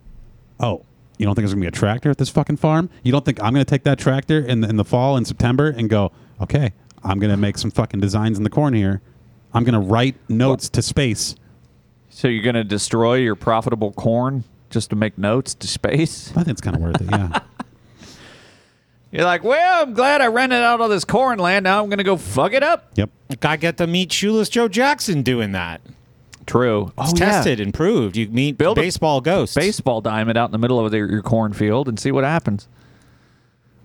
B: oh. You don't think there's gonna be a tractor at this fucking farm? You don't think I'm gonna take that tractor in the, in the fall in September and go, okay, I'm gonna make some fucking designs in the corn here. I'm gonna write notes to space.
D: So you're going to destroy your profitable corn just to make notes to space?
B: I think it's kind of worth it.
D: [laughs]
B: Yeah.
D: You're like, well, I'm glad I rented out all this corn land. Now I'm going to go fuck it up.
B: yep.
C: I got to meet Shoeless Joe Jackson doing that.
D: True.
C: It's tested and proved. You meet
D: Build a
C: baseball ghosts.
D: Baseball diamond out in the middle of the, your cornfield and see what happens.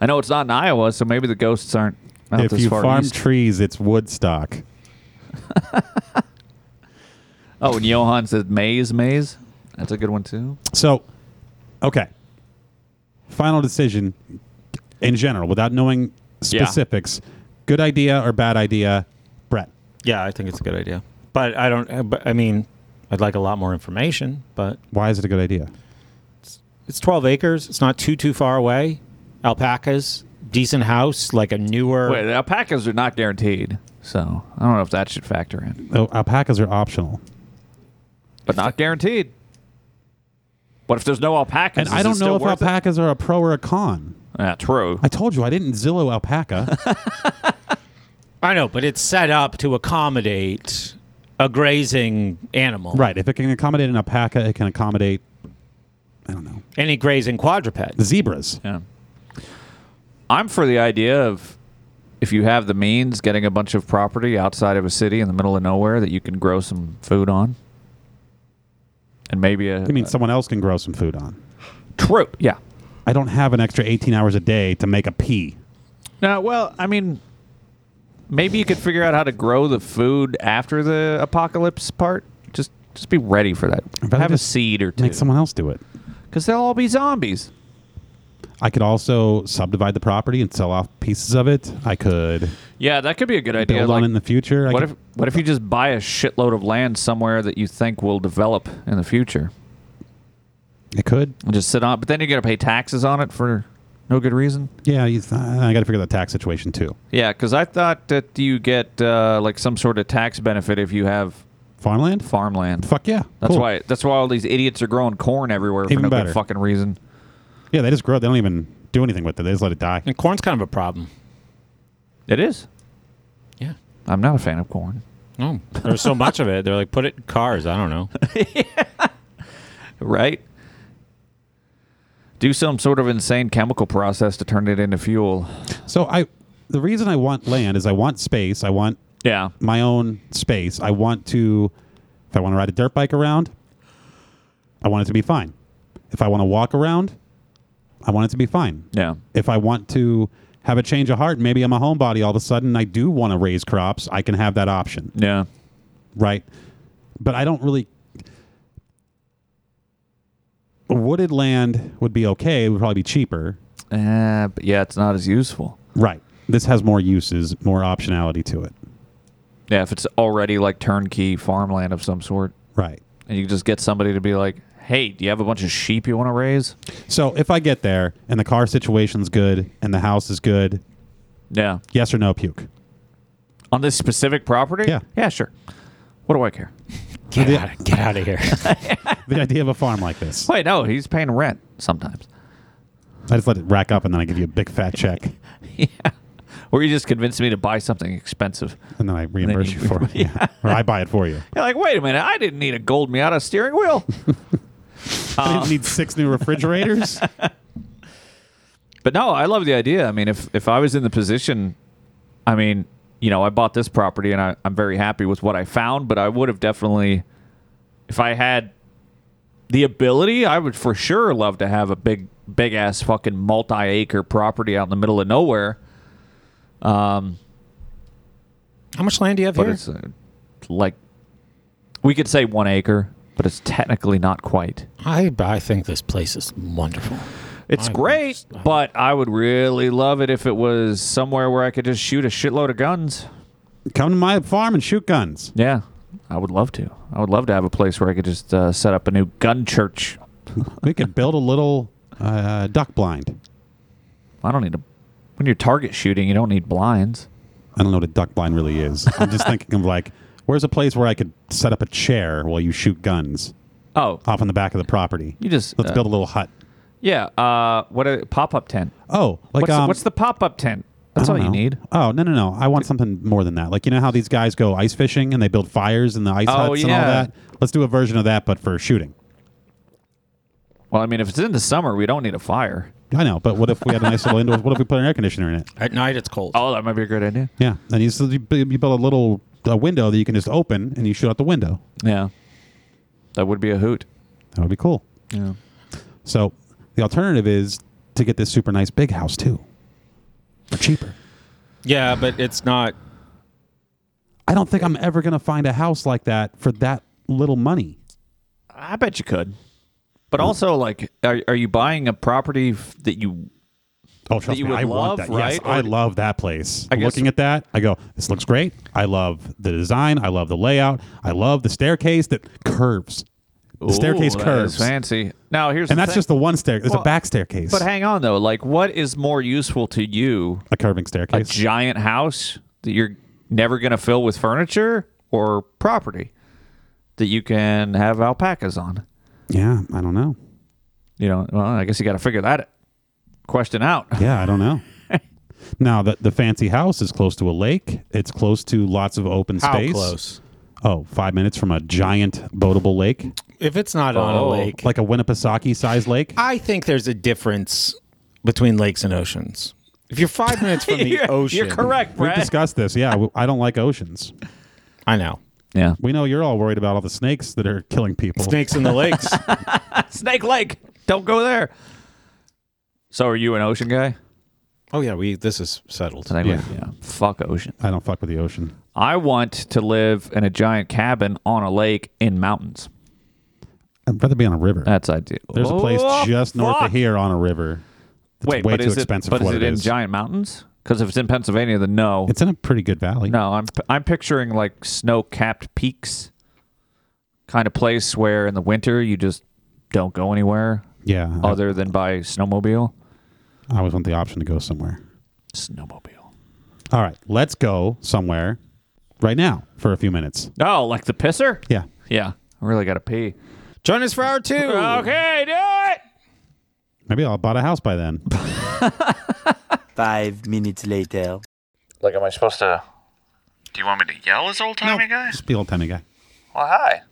D: I know it's not in Iowa, so maybe the ghosts aren't out
B: if
D: this
B: you
D: far
B: farm
D: east.
B: trees, it's wood stock.
D: oh, and Johan says maze, maze. That's a good one too.
B: So, okay. Final decision in general, without knowing
D: Yeah.
B: specifics. Good idea or bad idea, Brett?
C: Yeah, I think it's a good idea. But I don't. uh, But I mean, I'd like a lot more information. But
B: Why is it a good idea?
C: it's 12 acres. It's not too too far away. Alpacas.
A: decent house, like a newer.
D: Wait, alpacas are not guaranteed, so I don't know if that should factor in,
B: Oh, alpacas are optional.
D: but not guaranteed. What if there's no alpacas?
B: And I don't know if alpacas are a pro or a con.
D: Yeah, true.
B: I told you I didn't Zillow
D: [laughs]
B: alpaca.
A: I know, but it's set up to accommodate a grazing animal,
B: right. If it can accommodate an alpaca, it can accommodate
A: Any grazing quadruped.
B: zebras.
D: Yeah. I'm for the idea of if you have the means, getting a bunch of property outside of a city in the middle of nowhere that you can grow some food on, and maybe a.
B: I mean, someone else can grow some food on.
D: True. Yeah.
B: I don't have an extra 18 hours a day to make a pea.
D: No, well, I mean, maybe you could figure out how to grow the food after the apocalypse part. Just, just be ready for that. Have a seed or two,
B: Make someone else do it.
D: because they'll all be zombies.
B: I could also subdivide the property and sell off pieces of it. I could
D: Yeah, that could be a good idea.
B: build on in the future. I
D: what
B: could-
D: if, what if you just buy a shitload of land somewhere that you think will develop in the future?
B: I could?
D: And just sit on, but then you got to pay taxes on it for no good reason.
B: Yeah, you th- I got to figure the tax situation too.
D: Yeah, because I thought that you get uh, like some sort of tax benefit if you have
B: farmland.
D: Farmland.
B: Fuck yeah.
D: That's
B: cool.
D: why. That's why all these idiots are growing corn everywhere for
B: Even
D: no
B: better.
D: good fucking reason.
B: Yeah, they just grow. They don't even do anything with it. They just let it die.
A: And corn's kind of a problem.
D: It is.
A: Yeah.
D: I'm not a fan of corn.
A: No, there's so much of it. They're like, put it in cars. I don't know.
D: Right? Do some sort of insane chemical process to turn it into fuel.
B: So I, the reason I want land is I want space. I want
D: yeah
B: my own space. I want to, if I want to ride a dirt bike around, I want it to be fine. If I want to walk around, I want it to be fine.
D: Yeah.
B: If I want to have a change of heart, maybe I'm a homebody all of a sudden. I do want to raise crops. I can have that option,
D: Yeah.
B: right? But I don't really. Wooded land would be okay. It would probably be cheaper.
D: Uh, but yeah, it's not as useful.
B: Right. This has more uses, more optionality to it.
D: Yeah, if it's already like turnkey farmland of some sort.
B: Right.
D: And you just get somebody to be like, hey, do you have a bunch of sheep you want to raise?
B: So if I get there and the car situation's good and the house is good,
D: Yeah.
B: yes or no puke?
D: On this specific property?
B: Yeah.
D: Yeah, sure. What do I care?
A: Get out, get out
B: [laughs]
A: of here.
B: The idea of a farm like this.
D: Wait, no, he's paying rent sometimes.
B: I just let it rack up and then I give you a big fat check
D: Or you just convince me to buy something expensive.
B: and then I reimburse you for it. Yeah. Or I buy it for you.
D: You're like, wait a minute, I didn't need a gold Miata steering wheel.
B: I didn't need six new refrigerators.
D: But no, I love the idea. I mean, if if I was in the position, I mean, you know, I bought this property and I, I'm very happy with what I found, but I would have definitely, if I had the ability, I would for sure love to have a big, big ass fucking multi acre property out in the middle of nowhere. Um,
A: How much land do you have
D: but
A: here?
D: it's uh, like, we could say one acre, but it's technically not quite.
A: I, I think this place is wonderful.
D: It's great, but I would really love it if it was somewhere where I could just shoot a shitload of guns.
B: Come to my farm and shoot guns.
D: Yeah, I would love to. I would love to have a place where I could just uh, set up a new gun church.
B: We could build a little uh, duck blind.
D: I don't need a. When you're target shooting, you don't need blinds.
B: I don't know what a duck blind really is. I'm just thinking of like, where's a place where I could set up a chair while you shoot guns
D: Oh,
B: off on the back of the property?
D: You just,
B: let's
D: uh,
B: build a little hut.
D: yeah. Uh, what a pop up tent.
B: Oh, like
D: what's, the,
B: um,
D: what's the pop up tent? That's
B: I
D: all
B: don't
D: you
B: know.
D: need.
B: Oh no no no! I want something more than that. Like you know how these guys go ice fishing and they build fires in the ice
D: Oh,
B: huts and all
D: yeah.
B: that. Let's do a version of that, but for shooting.
D: Well, I mean, if it's in the summer, we don't need a fire.
B: I know, but what if we had a nice little indoor? What if we put an air conditioner in it?
A: At night, it's cold.
K: Uh,
D: Oh, that might be a great idea.
B: Yeah, and you, so you bu- you build a little uh, window that you can just open and you shoot out the window.
D: Yeah, that would be a hoot.
B: That would be cool.
D: Yeah.
B: So the alternative is to get this super nice big house too, for cheaper.
A: Yeah, but it's not.
B: I don't think I'm ever gonna find a house like that for that little money.
D: I bet you could. But also, like, are, are you buying a property f- that you?
B: Oh, trust
D: you
B: me,
D: would
B: I
D: love,
B: want that. Yes,
D: right?
B: I
D: Or-
B: love that place.
D: I guess-
B: Looking at that, I go, this looks great. I love the design. I love the layout. I love the staircase that curves. The staircase
D: Ooh, that
B: curves.
D: is fancy. Now here's
B: and
D: the
B: that's
D: thing.
B: just the one stair. There's
D: Well,
B: a back staircase.
D: But hang on though, like what is more useful to you?
B: A curving
D: A
B: staircase.
D: giant house that you're never going to fill with furniture or property that you can have alpacas on.
B: yeah, I don't know.
D: You know, well, I guess you got to figure that question out.
B: Yeah, I don't
D: [laughs]
B: know. now the the fancy house is close to a lake. It's close to lots of open
D: How
B: space.
D: close?
B: Oh, five minutes from a giant boatable lake.
K: If it's not on a
A: Oh.
K: lake,
B: like a Winnipesaukee sized lake.
K: I think there's a difference between lakes and oceans. If you're five minutes from
H: [laughs]
K: the ocean,
B: We've discussed this. Yeah, w- I don't like oceans.
K: I know.
D: Yeah,
B: we know you're all worried about all the snakes that are killing people.
K: Snakes in the lakes.
D: Snake Lake, don't go there. So are you an ocean guy?
K: [laughs] Oh yeah, we this is settled.
D: I live- yeah. Fuck ocean.
B: I don't fuck with the ocean.
D: I want to live in a giant cabin on a lake in mountains.
B: I'd rather be on a river.
D: That's ideal.
B: There's a place
D: Oh,
B: just north
D: fuck.
B: of here on a river. It's
D: Wait,
B: way
D: but
B: too
D: is it-
B: expensive
D: But
B: for
D: is
B: what
D: it in giant mountains? Because if it's in Pennsylvania, then no.
B: It's in a pretty good valley.
D: No, I'm I'm picturing like snow-capped peaks, kind of place where in the winter you just don't go anywhere.
B: Yeah.
D: Other than by snowmobile.
B: I always want the option to go somewhere.
D: Snowmobile.
B: All right, let's go somewhere right now for a few minutes.
D: Oh, like the pisser?
B: Yeah.
D: Yeah. I really got to pee.
K: Join us for hour two.
D: Okay, do it.
B: Maybe I'll bought a house by then.
L: Five minutes later.
F: Like, am I supposed to?
G: Do you want me to yell as old timey guy?
B: Just be old timey guy.
G: Well, Oh, hi.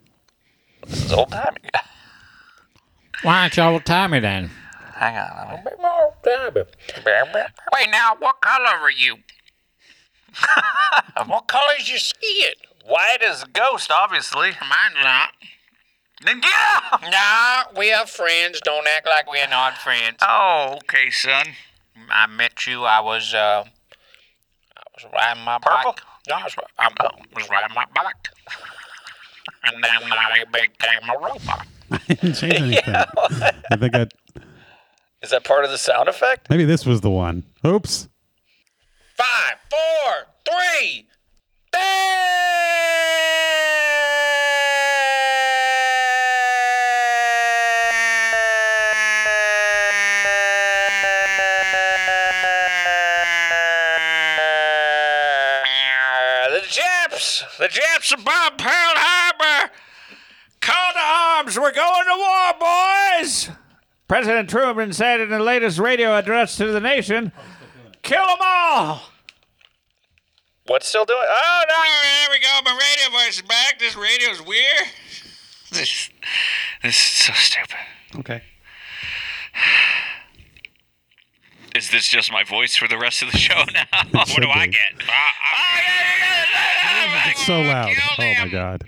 G: This is old timey [laughs] guy.
C: Why aren't you old timey then?
G: Hang on. Wait, now, what color are
F: [laughs]
G: you? what color is your skin? White as a ghost, obviously. Mine's not. Then get out!
F: [laughs]
G: Nah, we are friends. Don't act like we're not friends. Oh, okay, son. I met you. I was, uh, I was riding my bike. No, I was, I
F: Oh.
G: was riding my bike. And then I became a robot.
B: I didn't change anything. I think I
F: Is that part of the sound effect?
B: maybe this was the one. Oops.
G: Five, four, three.
F: The Japs! The Japs above Pearl Harbor!
D: Call to arms! We're going to war, boys! President Truman said in the latest radio address to the nation, "Kill them all."
F: What's still doing? Oh, no!
G: There we go. My radio voice is back. This radio's weird. [laughs] This, this is so stupid.
B: Okay.
F: Is this just my voice for the rest of the show now? what
B: should
F: do I
B: be.
F: get? Ah, ah,
B: It's so loud. Oh my god.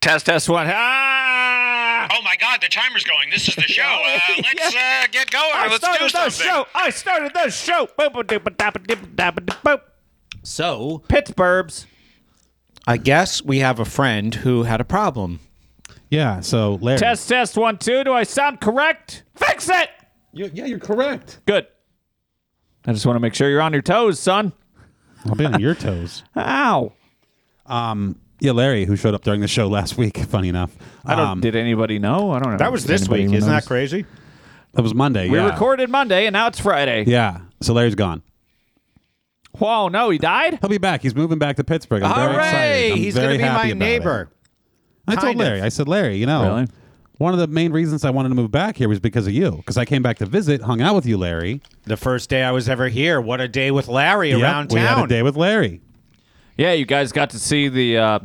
D: Test test one. Ah!
F: Oh my God! The timer's going. This is the show. Uh, let's uh, get going.
D: I
F: let's
D: started
F: do
D: the
F: something.
D: show. I started the show. Boop, boop, doop, dop, dip, dop, dip, boop.
K: So
D: Pittsburghs.
K: I guess we have a friend who had a problem.
B: Yeah. So Larry.
D: Test test one two. Do I sound correct? Fix it.
B: yeah, you're correct.
D: Good. I just want to make sure you're on your toes, son.
B: I'll be on your toes.
D: Ow.
B: Um. [laughs] Yeah, Larry, who showed up during the show last week. [laughs] Funny enough.
D: I don't.
B: Um,
D: did anybody know? I don't know.
B: That was
D: if
B: this
D: anybody
B: week,
D: even
B: isn't that
D: noticed.
K: crazy?
B: That was Monday.
D: We
B: yeah.
D: recorded Monday, and now it's Friday.
B: Yeah. So Larry's gone.
D: Whoa, no, he died?
B: He'll be back. He's moving back to Pittsburgh. I'm very excited. I'm
K: He's gonna
B: very
K: be
B: happy
K: my
B: about it.
K: neighbor.
B: I told
K: Kind of.
B: Larry, I said, Larry, you know,
D: Really?
B: one of the main reasons I wanted to move back here was because of you. Because I came back to visit, hung out with you, Larry.
K: The first day I was ever here. What a day with Larry
B: Yep,
K: around
B: we had
K: town.
B: a day with Larry.
D: Yeah, you guys got to see the uh,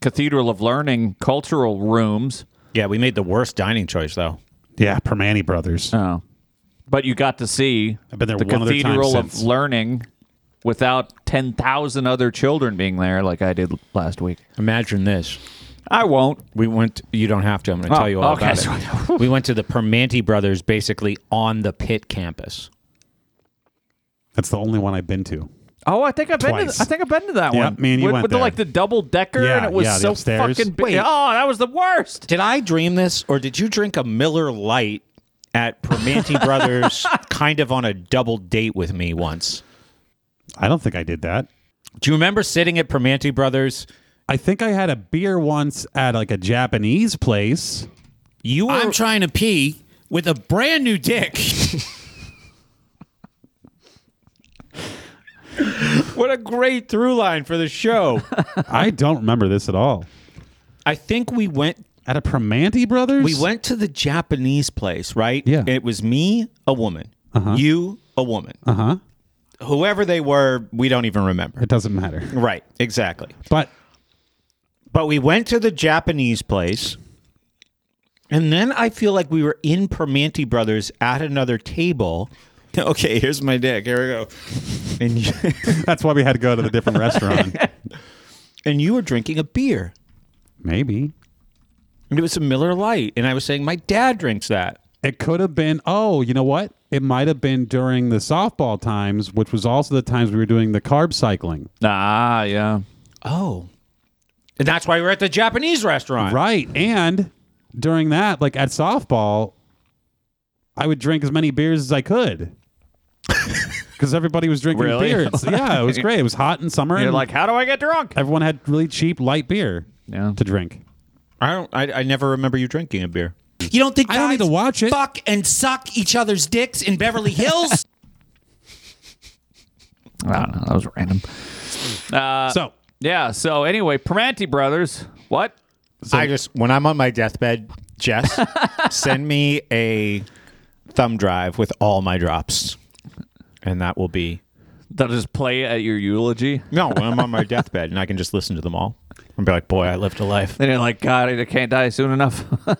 D: Cathedral of Learning cultural rooms.
K: Yeah, we made the worst dining choice though.
B: Yeah, Permani Brothers.
K: Uh.
D: Oh, but you got to see
B: I've been there
D: the
B: one other time
D: Cathedral of
B: since.
D: Learning without ten thousand other children being there, like I did last week.
C: Imagine this.
D: I won't.
C: We went. You don't have to. I'm going to
D: Oh,
C: tell you all
D: okay.
C: about it. we went to the Permanti brothers, basically on the Pitt campus.
B: That's the only one I've been to.
D: Oh, I think I've been. To,
B: Twice.
D: I think I've been to that
B: Yeah,
D: one.
B: me and you
D: with,
B: went
D: with The,
B: there.
D: like the double decker, and
B: Yeah,
D: it was
B: yeah, the
D: so
B: upstairs.
D: fucking. Big.
C: Wait.
D: Oh, that was the worst.
C: Did I dream this, or did you drink a Miller Light
K: [laughs]
C: at Permanti brothers, kind of on a double date with me once?
B: I don't think I did that.
A: Do you remember sitting at Permanti Brothers?
B: I think I had a beer once at like a Japanese place.
A: You
K: I'm trying to pee with a brand new
A: [laughs]
K: dick.
A: What a great through line for the [laughs] show.
B: I don't remember this at all.
A: I think we went
B: at a Primanti Brothers.
A: We went to the Japanese place, right? Yeah. Uh-huh. it was me, a woman, you, a woman,
B: Uh huh.
A: whoever they were. We don't even remember.
B: It doesn't matter.
A: Right. Exactly.
B: But
A: but we went to the Japanese place. And then I feel like we were in Permanti Brothers at another table.
H: [laughs] Okay, here's my dick. Here we go.
A: And you,
B: That's why we had to go to the different restaurant. [laughs]
A: and you were drinking a beer.
B: Maybe.
A: And it was a Miller Lite. And I was saying, my dad drinks that.
B: It could have been, oh, you know what? It might have been during the softball times, which was also the times we were doing the carb cycling.
D: Ah, yeah.
A: Oh. And that's why we were at the Japanese restaurant.
B: Right. And during that, like at softball, I would drink as many beers as I could. Because everybody was drinking
D: Really?
B: beers. Yeah, it was great. It was hot in summer.
D: You're
B: and
D: like, how do I get drunk?
B: everyone had really cheap light beer to drink.
A: I don't I, I never remember you drinking a beer.
K: You don't think I don't need to
B: watch it.
K: Fuck and suck each other's dicks in Beverly Hills.
D: I don't know. That was random. Uh,
B: so
D: yeah. So anyway, Primanti Brothers. What?
C: I just when I'm on my deathbed,
K: [laughs]
C: Jess,
A: Send me a thumb drive with all my drops. And that will be
D: They'll just play at your eulogy.
A: No, when I'm on my deathbed and I can just listen to them all and be like, boy, I lived a life.
D: Then you're like, God, I can't die soon enough. [laughs]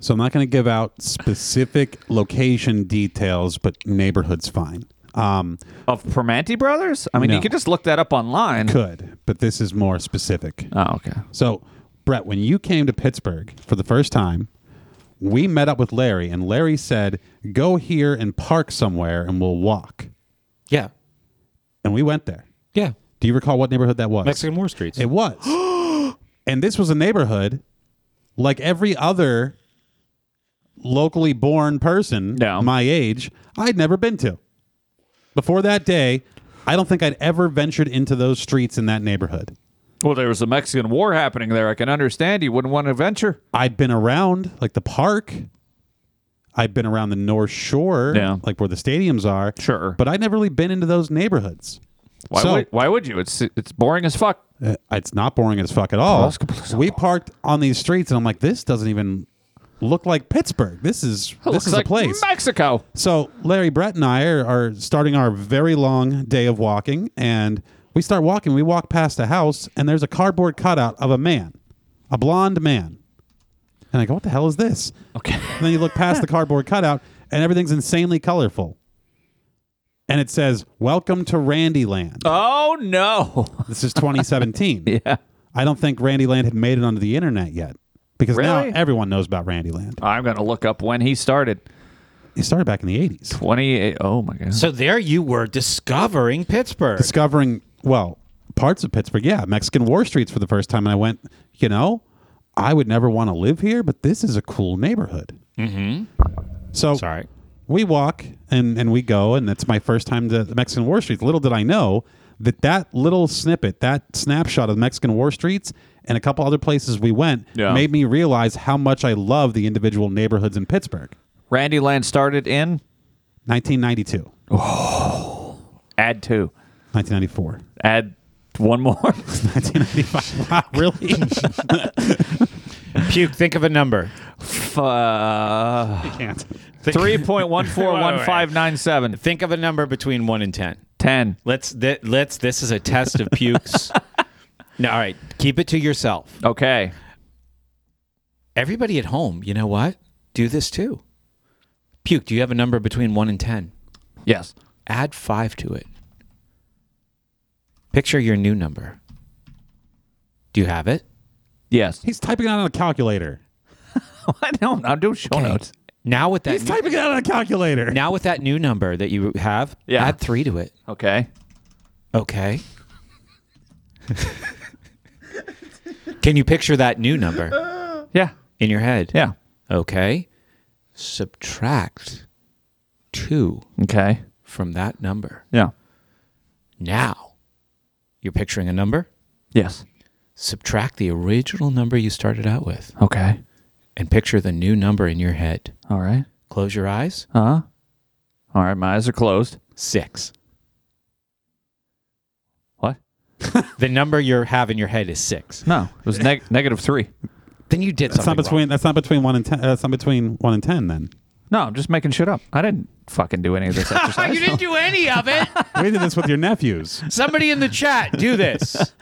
B: So I'm not going to give out specific location details, but neighborhood's fine. Um,
D: of Primanti Brothers? I mean,
B: No.
D: you could just look that up online.
B: could, but this is more specific.
D: Oh, okay.
B: So, Brett, when you came to Pittsburgh for the first time, we met up with Larry, and Larry said, "Go here and park somewhere, and we'll walk."
A: [laughs] Yeah.
B: And we went there.
A: Yeah.
B: Do you recall what neighborhood that was?
A: Mexican War Streets.
B: It was.
D: [gasps]
B: and this was a neighborhood like every other locally born person my age I'd never been to. Before that day, I don't think I'd ever ventured into those streets in that neighborhood.
D: Well, there was a Mexican war happening there. I can understand you wouldn't want to venture.
B: I'd been around like the park. I'd been around the North Shore,
D: Yeah.
B: like where the stadiums are.
D: Sure.
B: But I'd never really been into those neighborhoods.
D: Why,
B: So-
D: would, why would you? It's it's boring as fuck.
B: Uh, It's not boring as fuck at all.
D: That's completely
B: We parked on these streets, and I'm like, this doesn't even look like Pittsburgh. This is
D: It
B: this
D: looks
B: is
D: like
B: a place.
D: Mexico.
B: So Larry, Brett, and I are, are starting our very long day of walking, and we start walking. We walk past a house, and there's a cardboard cutout of a man, a blonde man. And I go, what the hell is this?
D: Okay.
B: And then you look past the cardboard cutout, and everything's insanely colorful. And it says, "Welcome to Randyland."
D: Oh no. [laughs]
B: This is 2017.
D: yeah.
B: I don't think Randy Land had made it onto the internet yet because
D: Really?
B: now everyone knows about Randy Land.
D: I'm gonna look up when he started.
B: He started back in the 80s,
D: Twenty eight. Oh my god.
A: So there you were discovering Pittsburgh.
B: discovering, well, parts of Pittsburgh. Yeah, Mexican War Streets for the first time. And I went, you know, I would never want to live here, but this is a cool neighborhood.
A: Mm-hmm.
B: So
A: Sorry.
B: we walk and, and we go, and it's my first time to the Mexican War Streets. Little did I know that that little snippet, that snapshot of the Mexican War Streets and a couple other places we went
D: Yeah.
B: made me realize how much I love the individual neighborhoods in Pittsburgh.
D: Randy Land started in
B: 1992,
A: Oh.
D: add two,
B: [laughs] 1994,
D: add one more. [laughs]
B: 1995. Wow,
A: [laughs]
B: really?
A: Puke, think of a number.
D: uh,
B: Can't.
D: three point one four one five nine seven.
A: Think of a number between one and ten.
D: Ten.
A: Let's th- let's this is a test of pukes. no, all right. [laughs] Keep it to yourself.
D: Okay.
A: Everybody at home, you know what? Do this too. Puke, do you have a number between one and ten?
D: Yes.
A: Add five to it. Picture your new number. Do you have it?
D: Yes.
B: He's typing it out on a calculator.
D: [laughs] I don't. I'm doing show notes.
A: Now with that
B: He's
A: new,
B: typing it out on a calculator.
A: now with that new number that you have,
D: Yeah.
A: add three to it.
D: Okay.
A: Okay. [laughs] Can you picture that new number
D: Yeah.
A: in your head?
D: Yeah.
A: Okay. Subtract two
D: Okay.
A: from that number.
D: Yeah.
A: Now, you're picturing a number?
D: Yes.
A: Subtract the original number you started out with
D: Okay.
A: and picture the new number in your head.
D: All right.
A: Close your eyes.
D: Uh huh. All right. My eyes are closed.
A: Six.
D: What?
A: the number you have in your head is six.
D: No, it was neg- negative three.
A: Then you did
B: That's not
A: something
B: between. That's not between one and ten. uh, That's not between one and ten. Then
D: No, I'm just making shit up. I didn't fucking do any of this [laughs] exercise.
A: [laughs] you didn't do any of it.
B: we did this with your nephews.
A: Somebody in the chat,
D: [laughs]
A: do this.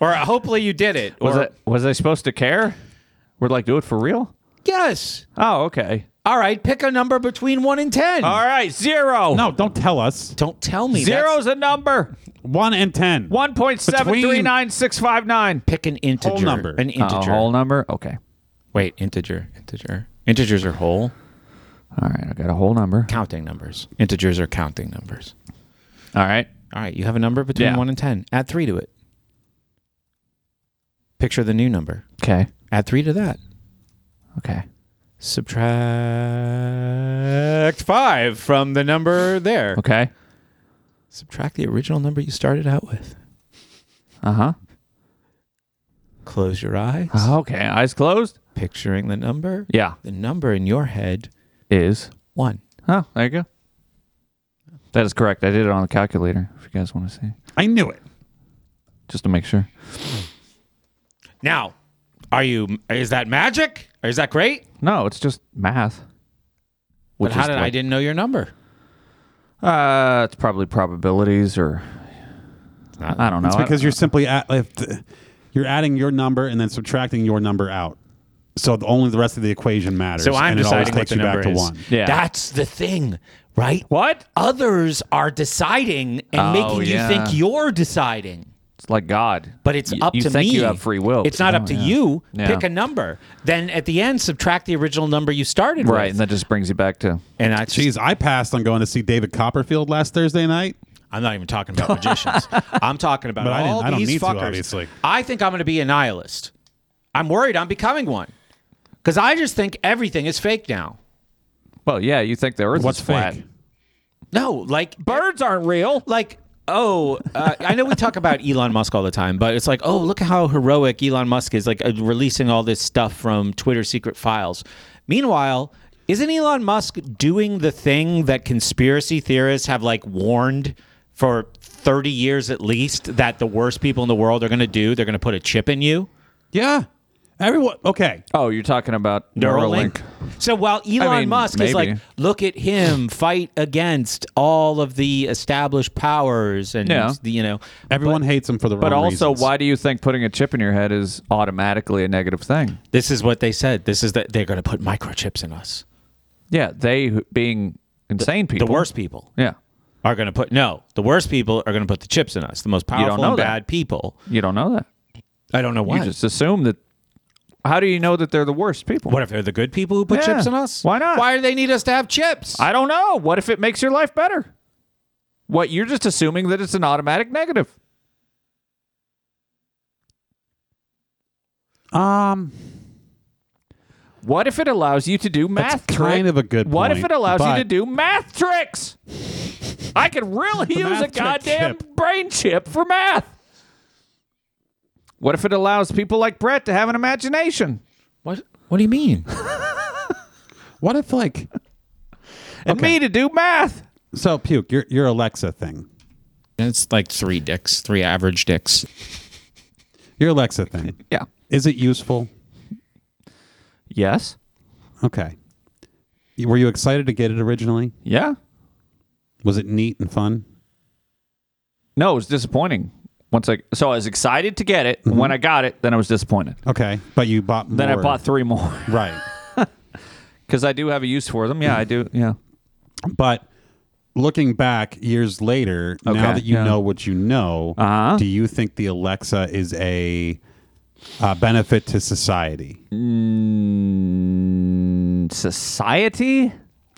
A: or hopefully you did it.
D: was
A: or,
D: it? Was I supposed to care? We're like, do it for real?
A: Yes.
D: Oh, okay.
A: All right, pick a number between one and ten.
D: All right, zero.
B: No, don't tell us.
A: Don't tell me.
D: Zero's a number.
B: One and ten.
D: One point seven three nine six five nine.
A: Pick an integer.
B: Whole number.
A: An integer.
D: Uh, whole number. Okay.
A: Wait, integer. Integer. Integers are whole.
D: All right. I got a whole number.
A: Counting numbers. Integers are counting numbers.
D: All right.
A: All right, you have a number between
D: Yeah.
A: one and ten. Add three to it. Picture the new number.
D: Okay.
A: Add three to that.
D: Okay.
A: Subtract five from the number there.
D: Okay.
A: Subtract the original number you started out with.
D: Uh huh.
A: Close your eyes.
D: Uh-huh. Okay. Eyes closed.
A: Picturing the number.
D: Yeah.
A: The number in your head,
D: Is.
A: one.
D: Oh, there you go. That is correct. I did it on the calculator. If you guys want to see,
B: I knew it.
D: just to make sure.
A: Now, are you? Is that magic? Is that great?
D: No, it's just math.
A: But how
D: is
A: did I
D: like-
A: didn't know your number?
D: Uh, it's probably probabilities or I don't know.
B: It's
D: I-
B: because you're simply at, if t- you're adding your number and then subtracting your number out. So the, only the rest of the equation matters.
A: So I'm
B: and it always
A: deciding what
B: takes
A: the
B: you
A: number
B: back to
A: is.
B: one.
D: Yeah.
A: That's the thing, right?
D: what?
A: Others are deciding and
D: Oh,
A: making you
D: yeah.
A: think you're deciding.
D: It's like God.
A: But it's
D: You-
A: up
D: you
A: to
D: think
A: me.
D: You have free will.
A: It's not
D: Oh,
A: up to
D: yeah.
A: you.
D: Yeah.
A: Pick a number. Then at the end, subtract the original number you started
D: Right, and
A: with.
D: that just brings you back to
A: And I
B: Jeez, I passed on going to see David Copperfield last Thursday night.
A: I'm not even talking about magicians. [laughs] I'm talking about
B: But I didn't-
A: all
B: I don't
A: these
B: need to,
A: fuckers.
B: obviously.
A: I think I'm going to be a nihilist. I'm worried I'm becoming one because I just think everything is fake now.
D: well, yeah. You think the Earth
B: What's
D: is flat?
B: fake?
A: No, like e
D: Birds aren't real.
A: like oh uh, i know we talk about elon musk all the time but it's like oh look how heroic elon musk is like uh, releasing all this stuff from twitter secret files meanwhile isn't elon musk doing the thing that conspiracy theorists have like warned for 30 years at least that the worst people in the world are going to do they're going to put a chip in you
B: Yeah. Everyone. Okay.
D: Oh, you're talking about
A: Neuralink.
D: Neuralink.
A: So while Elon
D: I mean,
A: Musk
D: maybe.
A: is like, look at him fight against all of the established powers and
D: Yeah.
A: the, you know,
B: Everyone hates him for the wrong
D: But also,
B: reasons.
D: why do you think putting a chip in your head is automatically a negative thing?
A: This is what they said. This is that they're going to put microchips in us.
D: Yeah, they who- being insane people.
A: The worst people
D: Yeah,
A: are going to put no. The worst people are going to put the chips in us. The most
D: don't
A: powerful
D: know
A: and
D: that.
A: bad people.
D: you don't know that.
A: I don't know why.
D: You just assume that. How do you know that they're the worst people?
A: what if they're the good people who put
D: Yeah.
A: chips in us?
D: Why not?
A: Why do they need us to have chips?
D: I don't know. What if it makes your life better? What you're just assuming that it's an automatic negative.
B: Um,
D: What if it allows you to do math
B: That's
D: tricks?
B: kind of a good
D: What if
B: point,
D: it allows you
B: but-
D: to do math tricks? I could
B: [laughs]
D: really use
B: math
D: a
B: trick
D: goddamn
B: chip.
D: brain chip for math. What if it allows people like Brett to have an imagination?
A: What? What do you mean?
B: what if like
D: And me to do math.
B: so puke your your Alexa thing,
A: it's like three dicks, three average dicks.
B: your Alexa thing.
D: Yeah.
B: Is it useful?
D: Yes.
B: Okay. Were you excited to get it originally?
D: Yeah.
B: Was it neat and fun?
D: No, it was disappointing. Once I so I was excited to get it.
B: Mm-hmm.
D: When I got it, then I was disappointed.
B: Okay, but you bought. More.
D: Then I bought three more [laughs]
B: Right,
D: because I do have a use for them. Yeah, I do. Yeah.
B: but looking back years later, now
D: Okay,
B: that you
D: yeah.
B: know what you know,
D: Uh-huh.
B: do you think the Alexa is a uh, benefit to society? How
D: Mm, society.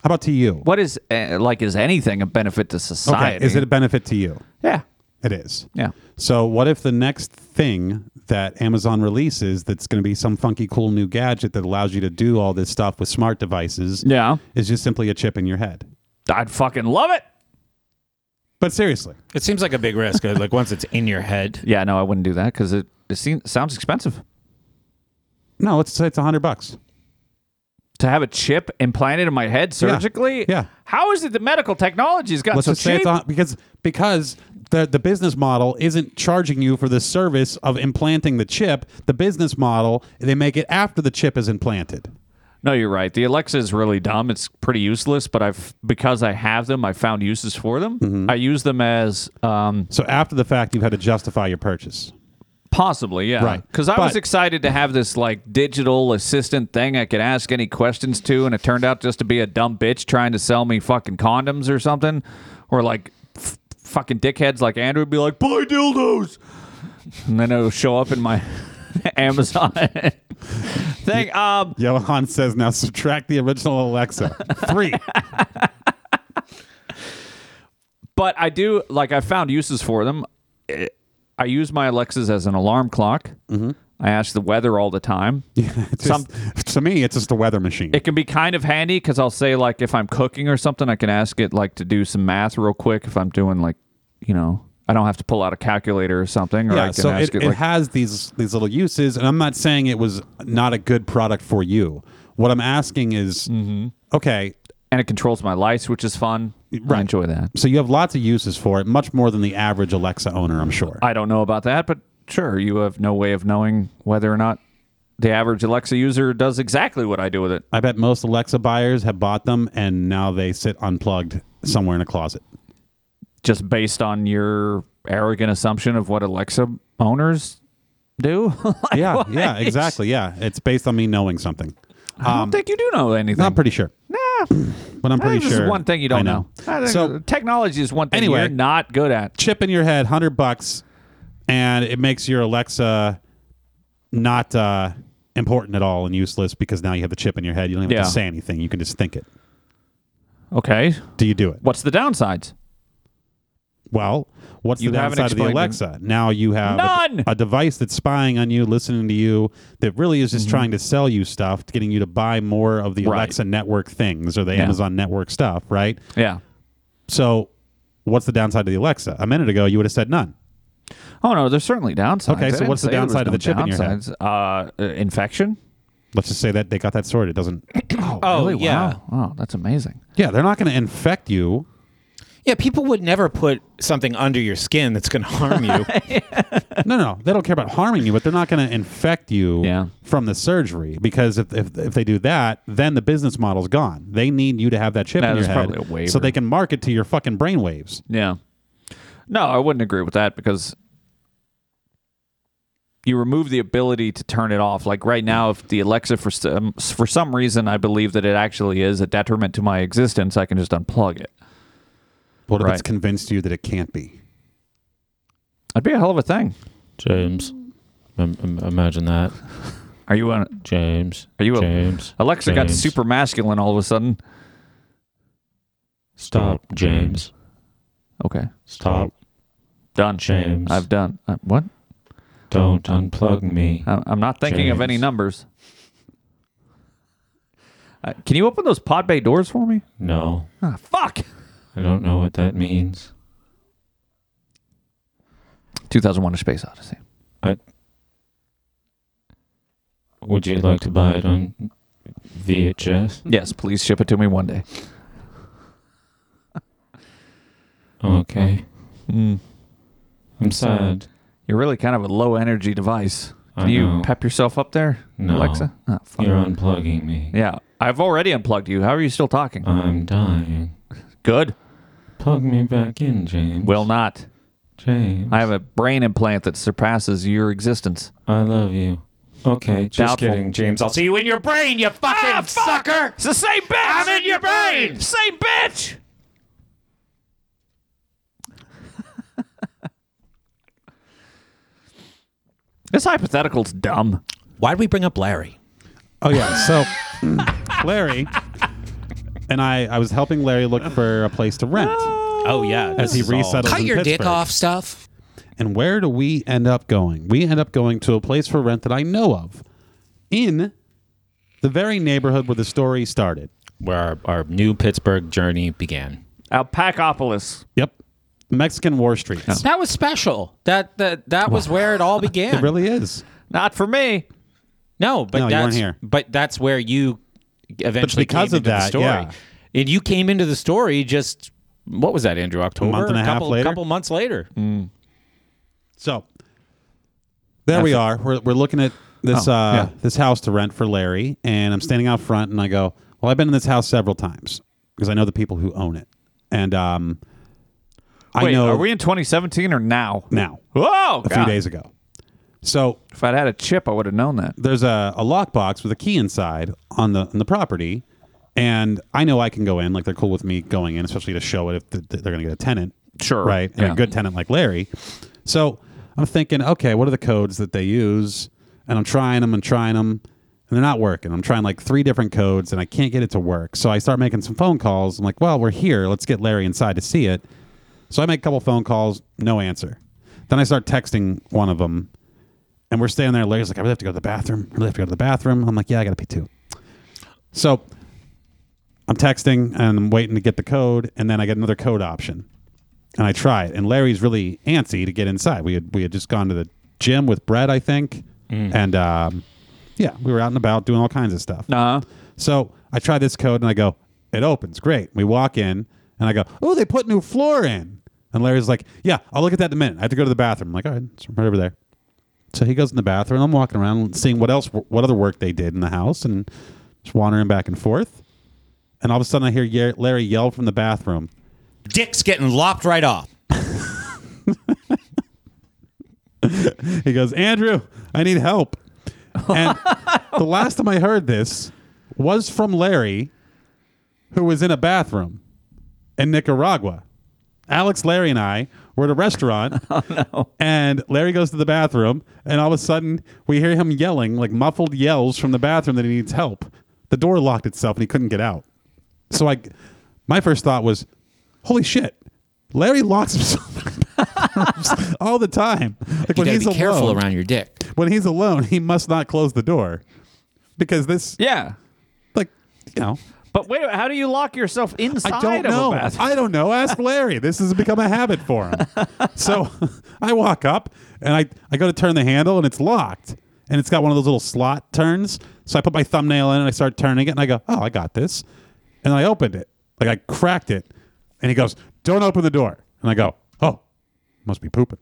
B: about to you?
D: What is uh, like is anything a benefit to society?
B: Okay, is it a benefit to you?
D: yeah,
B: It is.
D: yeah.
B: So what if the next thing that Amazon releases that's going to be some funky cool new gadget that allows you to do all this stuff with smart devices
D: Yeah.
B: is just simply a chip in your head?
D: I'd fucking love it.
B: But seriously,
K: it seems like a big risk. uh, like once it's in your head.
D: Yeah, no, I wouldn't do that because it, it seems, sounds expensive.
B: No, let's say it's a hundred bucks.
D: To have a chip implanted in my head surgically? Yeah. How is it that medical technology has gotten
B: Let's
D: so
B: just say it's
D: cheap?
B: on, because because the the business model isn't charging you for the service of implanting the chip. The business model they make it after the chip is implanted.
D: no, you're right. The Alexa is really dumb. It's pretty useless, but I've because I have them, I found uses for them.
B: Mm-hmm.
D: I use them as um,
B: so after the fact, you've had to justify your purchase.
D: Possibly, yeah.
B: Right.
D: Because I was
B: But-
D: excited to have this like digital assistant thing I could ask any questions to, and it turned out just to be a dumb bitch trying to sell me fucking condoms or something, or like f- fucking dickheads like Andrew would be like, buy dildos, and then it'll show up in my [laughs] Amazon [laughs] thing. Um,
B: Johan says now subtract the original
D: [laughs]
B: Alexa three.
D: but I do like I found uses for them. Eh, I use my Alexas as an alarm clock. Mm-hmm. I ask the weather all
B: [laughs]
D: the time. Some,
B: to me, it's just a weather machine.
D: It can be kind of handy because I'll say like if I'm cooking or something, I can ask it like to do some math real quick. If I'm doing like, you know, I don't have to pull out a calculator or something. Or I
B: yeah,
D: can
B: so
D: ask
B: it,
D: it,
B: it
D: like,
B: has these these little uses, and I'm not saying it was not a good product for you. What I'm asking is,
D: Mm-hmm.
B: okay,
D: and it controls my lights, which is fun. I enjoy that.
B: So you have lots of uses for it, much more than the average Alexa owner, I'm sure.
D: I don't know about that, but sure, you have no way of knowing whether or not the average Alexa user does exactly what I do with it.
B: I bet most Alexa buyers have bought them, and now they sit unplugged somewhere in a closet.
D: Just based on your arrogant assumption of what Alexa owners do. [laughs]
B: yeah,
D: Like,
B: [laughs] yeah,
D: what?
B: exactly. Yeah, it's based on me knowing something.
D: I don't think you do know anything.
B: I'm pretty sure. Nah, but I'm
D: I think
B: pretty
D: this is
B: sure.
D: one thing you
B: I
D: don't know. I think
B: So
D: technology is one thing
B: anyway,
D: you're not good at.
B: Chip in your head, hundred bucks, and it makes your Alexa not uh, important at all and useless because now you have the chip in your head. You don't even have
D: Yeah.
B: to say anything. You can just think it.
D: Okay.
B: Do you do it?
D: What's the downsides?
B: Well, what's
D: You
B: the
D: haven't
B: downside of the
D: explained
B: Alexa? Now you have a-
D: None!
B: A, device that's spying on you, listening to you, that really is just trying to sell you stuff, getting you to buy more of the
D: Mm-hmm. Right.
B: Alexa network things or the
D: Yeah.
B: Amazon network stuff, right?
D: Yeah.
B: So, what's the downside of the Alexa? A minute ago, you would have said none.
D: Oh no, there's certainly downsides.
B: Okay,
D: I
B: so
D: didn't
B: what's the
D: say there was
B: downside of
D: no
B: the chip in your head?
D: downsides. Uh, uh, infection.
B: Let's just say that they got that sorted. It doesn't. [clears throat]
D: Oh, really? Wow. Wow, that's amazing.
B: Yeah, they're not going to infect [laughs] you.
K: [laughs] Yeah, people would never put something under your skin that's going to harm you.
B: no, no, they don't care about harming you, but they're not going to infect you from the surgery because if, if if they do that, then the business model's gone. They need you to have that chip
D: Nah,
B: in your
D: there's
B: head
D: probably a waiver.
B: so they can market to your fucking brainwaves.
D: Yeah. No, I wouldn't agree with that because you remove the ability to turn it off. Like right now, if the Alexa for some for some reason I believe that it actually is a detriment to my existence, I can just unplug it.
B: What if
D: Right.
B: it's convinced you that it can't be?
D: That'd be a hell of a thing.
K: James, im- im- imagine that.
D: Are you on?
K: James.
D: Are you a-
K: James?
D: Alexa got
K: James.
D: super masculine all of a sudden.
K: Stop, James.
D: Okay.
K: Stop.
D: Done.
K: James.
D: I've done. Uh, what?
K: Don't unplug me.
D: I- I'm not thinking of any numbers. Uh, can you open those pod bay doors for me?
K: No.
D: Ah, fuck.
K: I don't know what that means.
D: 2001: A Space Odyssey.
K: I, would you like to buy it on VHS?
D: Yes, please ship it to me one day.
K: Okay. Hmm.
D: Mm.
K: I'm sad.
D: You're really kind of a low energy device.
K: I
D: Can you
K: know.
D: pep yourself up there,
K: No.
D: Alexa? Ah, fuck.
K: You're unplugging me.
D: Yeah, I've already unplugged you. How are you still talking?
K: I'm dying.
D: Good.
K: Plug me back in, James.
D: Will not.
K: James.
D: I have a brain implant that surpasses your existence.
K: I love you. Okay, just
D: Doubtful.
K: kidding, James. I'll see
D: you
K: in your brain, [laughs] you fucking sucker.
D: It's the same bitch.
K: I'm in your brain.
D: Same bitch. [laughs] This hypothetical's dumb.
J: Why'd we bring up Larry?
B: Oh yeah, so [laughs] Larry and I I was helping Larry look for a place to rent.
J: Oh yeah,
B: as he resettles.
J: Cut
B: in
J: your dick
B: Pittsburgh.
J: off stuff.
B: And where do we end up going? We end up going to a place for rent that I know of in the very neighborhood where the story started.
K: Where our, our new Pittsburgh journey began.
D: Alpacopolis.
B: Yep. Mexican War Streets.
J: That was special. That that that was where it all began.
B: It really is.
D: Not for me.
J: No, but
B: No, you weren't
J: that's
B: here.
J: but that's where you eventually
B: because
J: came into
B: of
J: the
B: that,
J: story.
B: yeah.
J: And you came into the story just what was that, Andrew? October,
B: month and a half
J: couple,
B: later?
J: couple months later.
B: So there we are. We're, we're looking at this
J: Oh,
B: uh,
J: yeah.
B: this house to rent for Larry, and I'm standing out front, and I go, "Well, I've been in this house several times because I know the people who own it, and um, I
D: Wait,
B: know
D: are we in 2017 or now?
B: now
D: Whoa,
B: a few days ago. So
D: if I'd had a chip, I would have known that.
B: There's a, a lockbox with a key inside on the on the property, and I know I can go in. Like they're cool with me going in, especially to show it if th- th- they're going to get a tenant.
D: Sure,
B: right, and
D: yeah.
B: a good tenant like Larry. So I'm thinking, okay, what are the codes that they use? And I'm trying them and trying them, and they're not working. I'm trying like three different codes, and I can't get it to work. So I start making some phone calls. I'm like, well, we're here. Let's get Larry inside to see it. So I make a couple phone calls, no answer. Then I start texting one of them, and we're staying there. Larry's like, I really have to go to the bathroom. I really have to go to the bathroom. I'm like, yeah, I got to pee too. So I'm texting and I'm waiting to get the code, and then I get another code option, and I try it. And Larry's really antsy to get inside. We had we had just gone to the gym with Brett, I think, and um, yeah, we were out and about doing all kinds of stuff.
D: Uh-huh.
B: So I try this code, and I go, it opens, great. We walk in, and I go, oh, they put new floor in. And Larry's like, yeah, I'll look at that in a minute. I have to go to the bathroom. I'm like, all right, it's right over there. So he goes in the bathroom. I'm walking around seeing what else, what other work they did in the house, and just wandering back and forth. And all of a sudden, I hear Ye- Larry yell from the bathroom.
H: Dick's getting lopped right off.
B: He goes, Andrew, I need help. And the last time I heard this was from Larry, who was in a bathroom in Nicaragua. Alex, Larry, and I were at
J: [laughs]
B: a restaurant.
J: Oh,
B: And Larry goes to the bathroom, and all of a sudden, we hear him yelling, like muffled yells from the bathroom that he needs help. The door locked itself, and he couldn't get out. So I, my first thought was, holy shit, Larry locks himself [laughs] in bathrooms all the time. Like
J: You gotta be careful around your dick.
B: When he's alone, he must not close the door because this,
D: Yeah.
B: like, you know,
D: But wait, how do you lock yourself inside
B: I don't
D: of
B: know.
D: a bathroom?
B: I don't know. Ask Larry. this has become a habit for him. so [laughs] I walk up and I, I go to turn the handle and it's locked. And it's got one of those little slot turns. So I put my thumbnail in and I start turning it and I go, oh, I got this. And I opened it. Like I cracked it. And he goes, don't open the door. And I go, oh, must be pooping.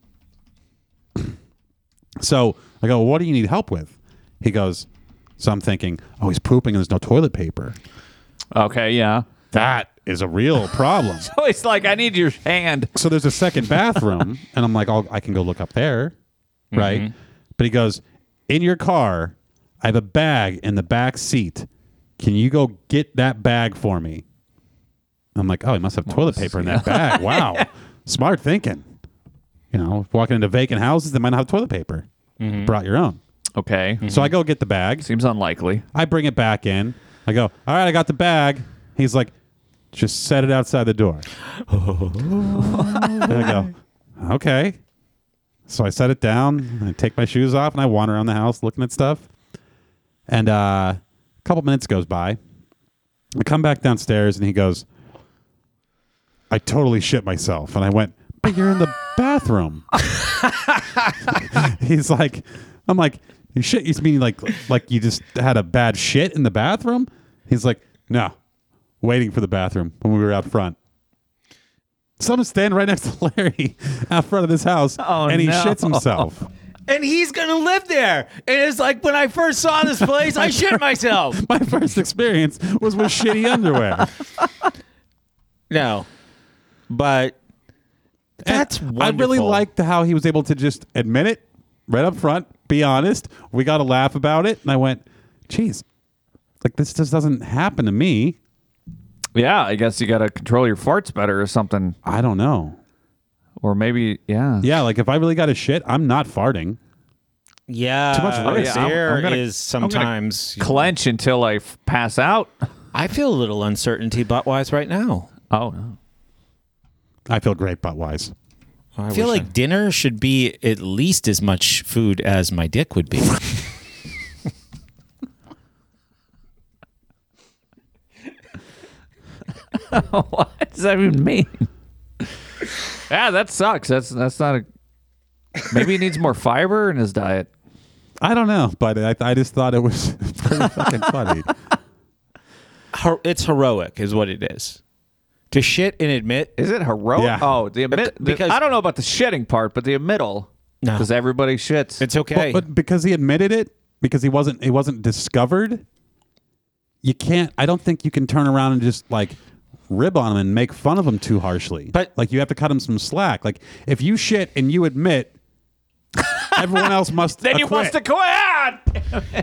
B: [clears throat] So I go, what do you need help with? He goes, so I'm thinking, oh, he's pooping and there's no toilet paper.
D: Okay, yeah.
B: That is a real problem.
D: So [laughs] it's like I need your hand.
B: so there's a second bathroom, and I'm like, I'll, I can go look up there, right? But he goes, in your car, I have a bag in the back seat. Can you go get that bag for me? I'm like, oh, he must have toilet paper in that bag. Wow, smart thinking. You know, walking into vacant houses, they might not have toilet paper. Brought your own.
D: Okay.
B: So I go get the bag.
D: Seems unlikely.
B: I bring it back in. I go, all right, I got the bag. He's like, just set it outside the door. and I go, okay. So I set it down. and I take my shoes off and I wander around the house looking at stuff. And uh, a couple minutes goes by. I come back downstairs and he goes, I totally shit myself. And I went, but you're in the bathroom. [laughs] He's like, I'm like, you shit. You mean like, like you just had a bad shit in the bathroom? He's like, no, waiting for the bathroom when we were out front. Someone's standing right next to Larry [laughs] out front of this house, and he
D: no.
B: shits himself.
J: And he's gonna live there. And it's like when I first saw this place, I shit myself.
B: [laughs] My first experience was with shitty underwear.
J: [laughs] No. But that's
B: And
J: wonderful.
B: I really liked how he was able to just admit it right up front, be honest. We got to laugh about it, and I went, "Geez, like this just doesn't happen to me."
D: Yeah, I guess you got to control your farts better or something.
B: I don't know.
D: Or maybe, yeah.
B: Yeah, like if I really got a shit, I'm not farting.
J: Yeah.
K: Too much
D: Oh,
K: risk.
D: yeah, I'm-
K: There
D: I'm gonna-
K: is
D: I'm gonna
K: sometimes.
D: Clench until I f- pass out.
J: I feel a little uncertainty butt wise right now.
D: Oh, [laughs] no.
B: I feel great butt wise.
K: I feel like dinner should be at least as much food as my dick would be.
D: what does that even mean? [laughs] Yeah, that sucks. That's that's not a. Maybe he needs more fiber in his diet.
B: I don't know, but I, I just thought it was [laughs] pretty fucking funny.
K: [laughs] Her- it's heroic, is what it is. To shit and admit.
D: Is it heroic? Oh, the admit because I don't know about the shitting part, but the admittal. No, because everybody shits. It's
B: But, but because he admitted it, because he wasn't he wasn't discovered, you can't. I don't think you can turn around and just like rib on him and make fun of him too harshly. But like you have to cut him some slack. Like if you shit and you admit, [laughs] everyone else must.
D: then you
B: acquit.
D: must acquit. Ah,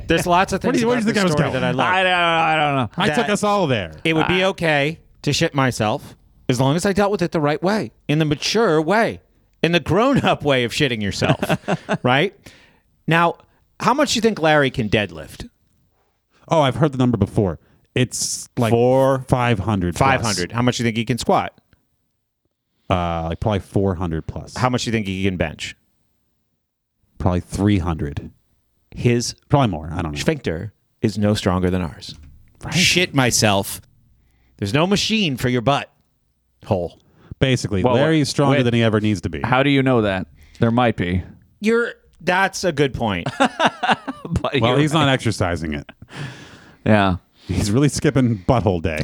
A: There's lots of
B: What do
A: things
B: you- where
A: about
B: do you think
A: this
B: I was
A: story
B: going?
A: that I love.
D: I don't, I don't know.
B: I took us all there.
A: It would
C: Ah.
A: be okay to shit myself as long as I dealt with it the right way, in the mature way, in the grown-up way of
C: [laughs]
A: shitting yourself, right? Now, how much do you think Larry can deadlift?
B: Oh, I've heard the number before. It's like four five hundred.
A: 500. How much do you think he can squat?
B: Uh, like probably four hundred plus. How
A: much do you think he can bench?
B: Probably three hundred.
A: His
B: probably more. I don't know.
A: Sphincter is no stronger than ours. Shit myself. There's no machine for your butt hole.
B: Basically,
D: Well,
B: Larry's stronger
D: wait.
B: than he ever needs to be.
D: How do you know that? There might be.
A: You're. That's a good point.
B: Well, [laughs] he's not exercising it.
D: Yeah.
B: He's really skipping butthole [laughs] day.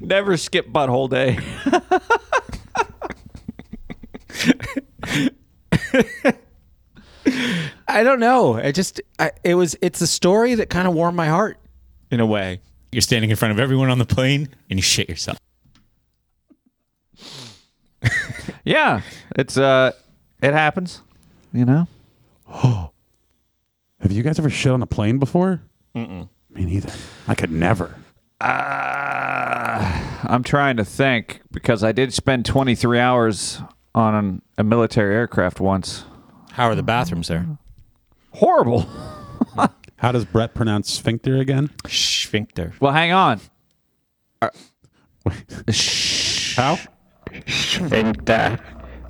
D: Never skip butthole day.
A: [laughs] I don't know. I just I, it was it's a story that kind of warmed my heart in a way.
C: You're standing in front of everyone on the plane and you shit yourself.
D: [laughs] yeah, it's uh, it happens. You know.
B: Have you guys ever shit on a plane before?
D: Mm-mm.
B: Me neither. I could never.
D: Uh, I'm trying to think because I did spend 23 hours on an, a military aircraft once.
A: How are the bathrooms there?
D: Horrible.
B: How does Brett pronounce sphincter again?
A: Sphincter.
D: Well, hang on.
B: How?
L: Sphincter.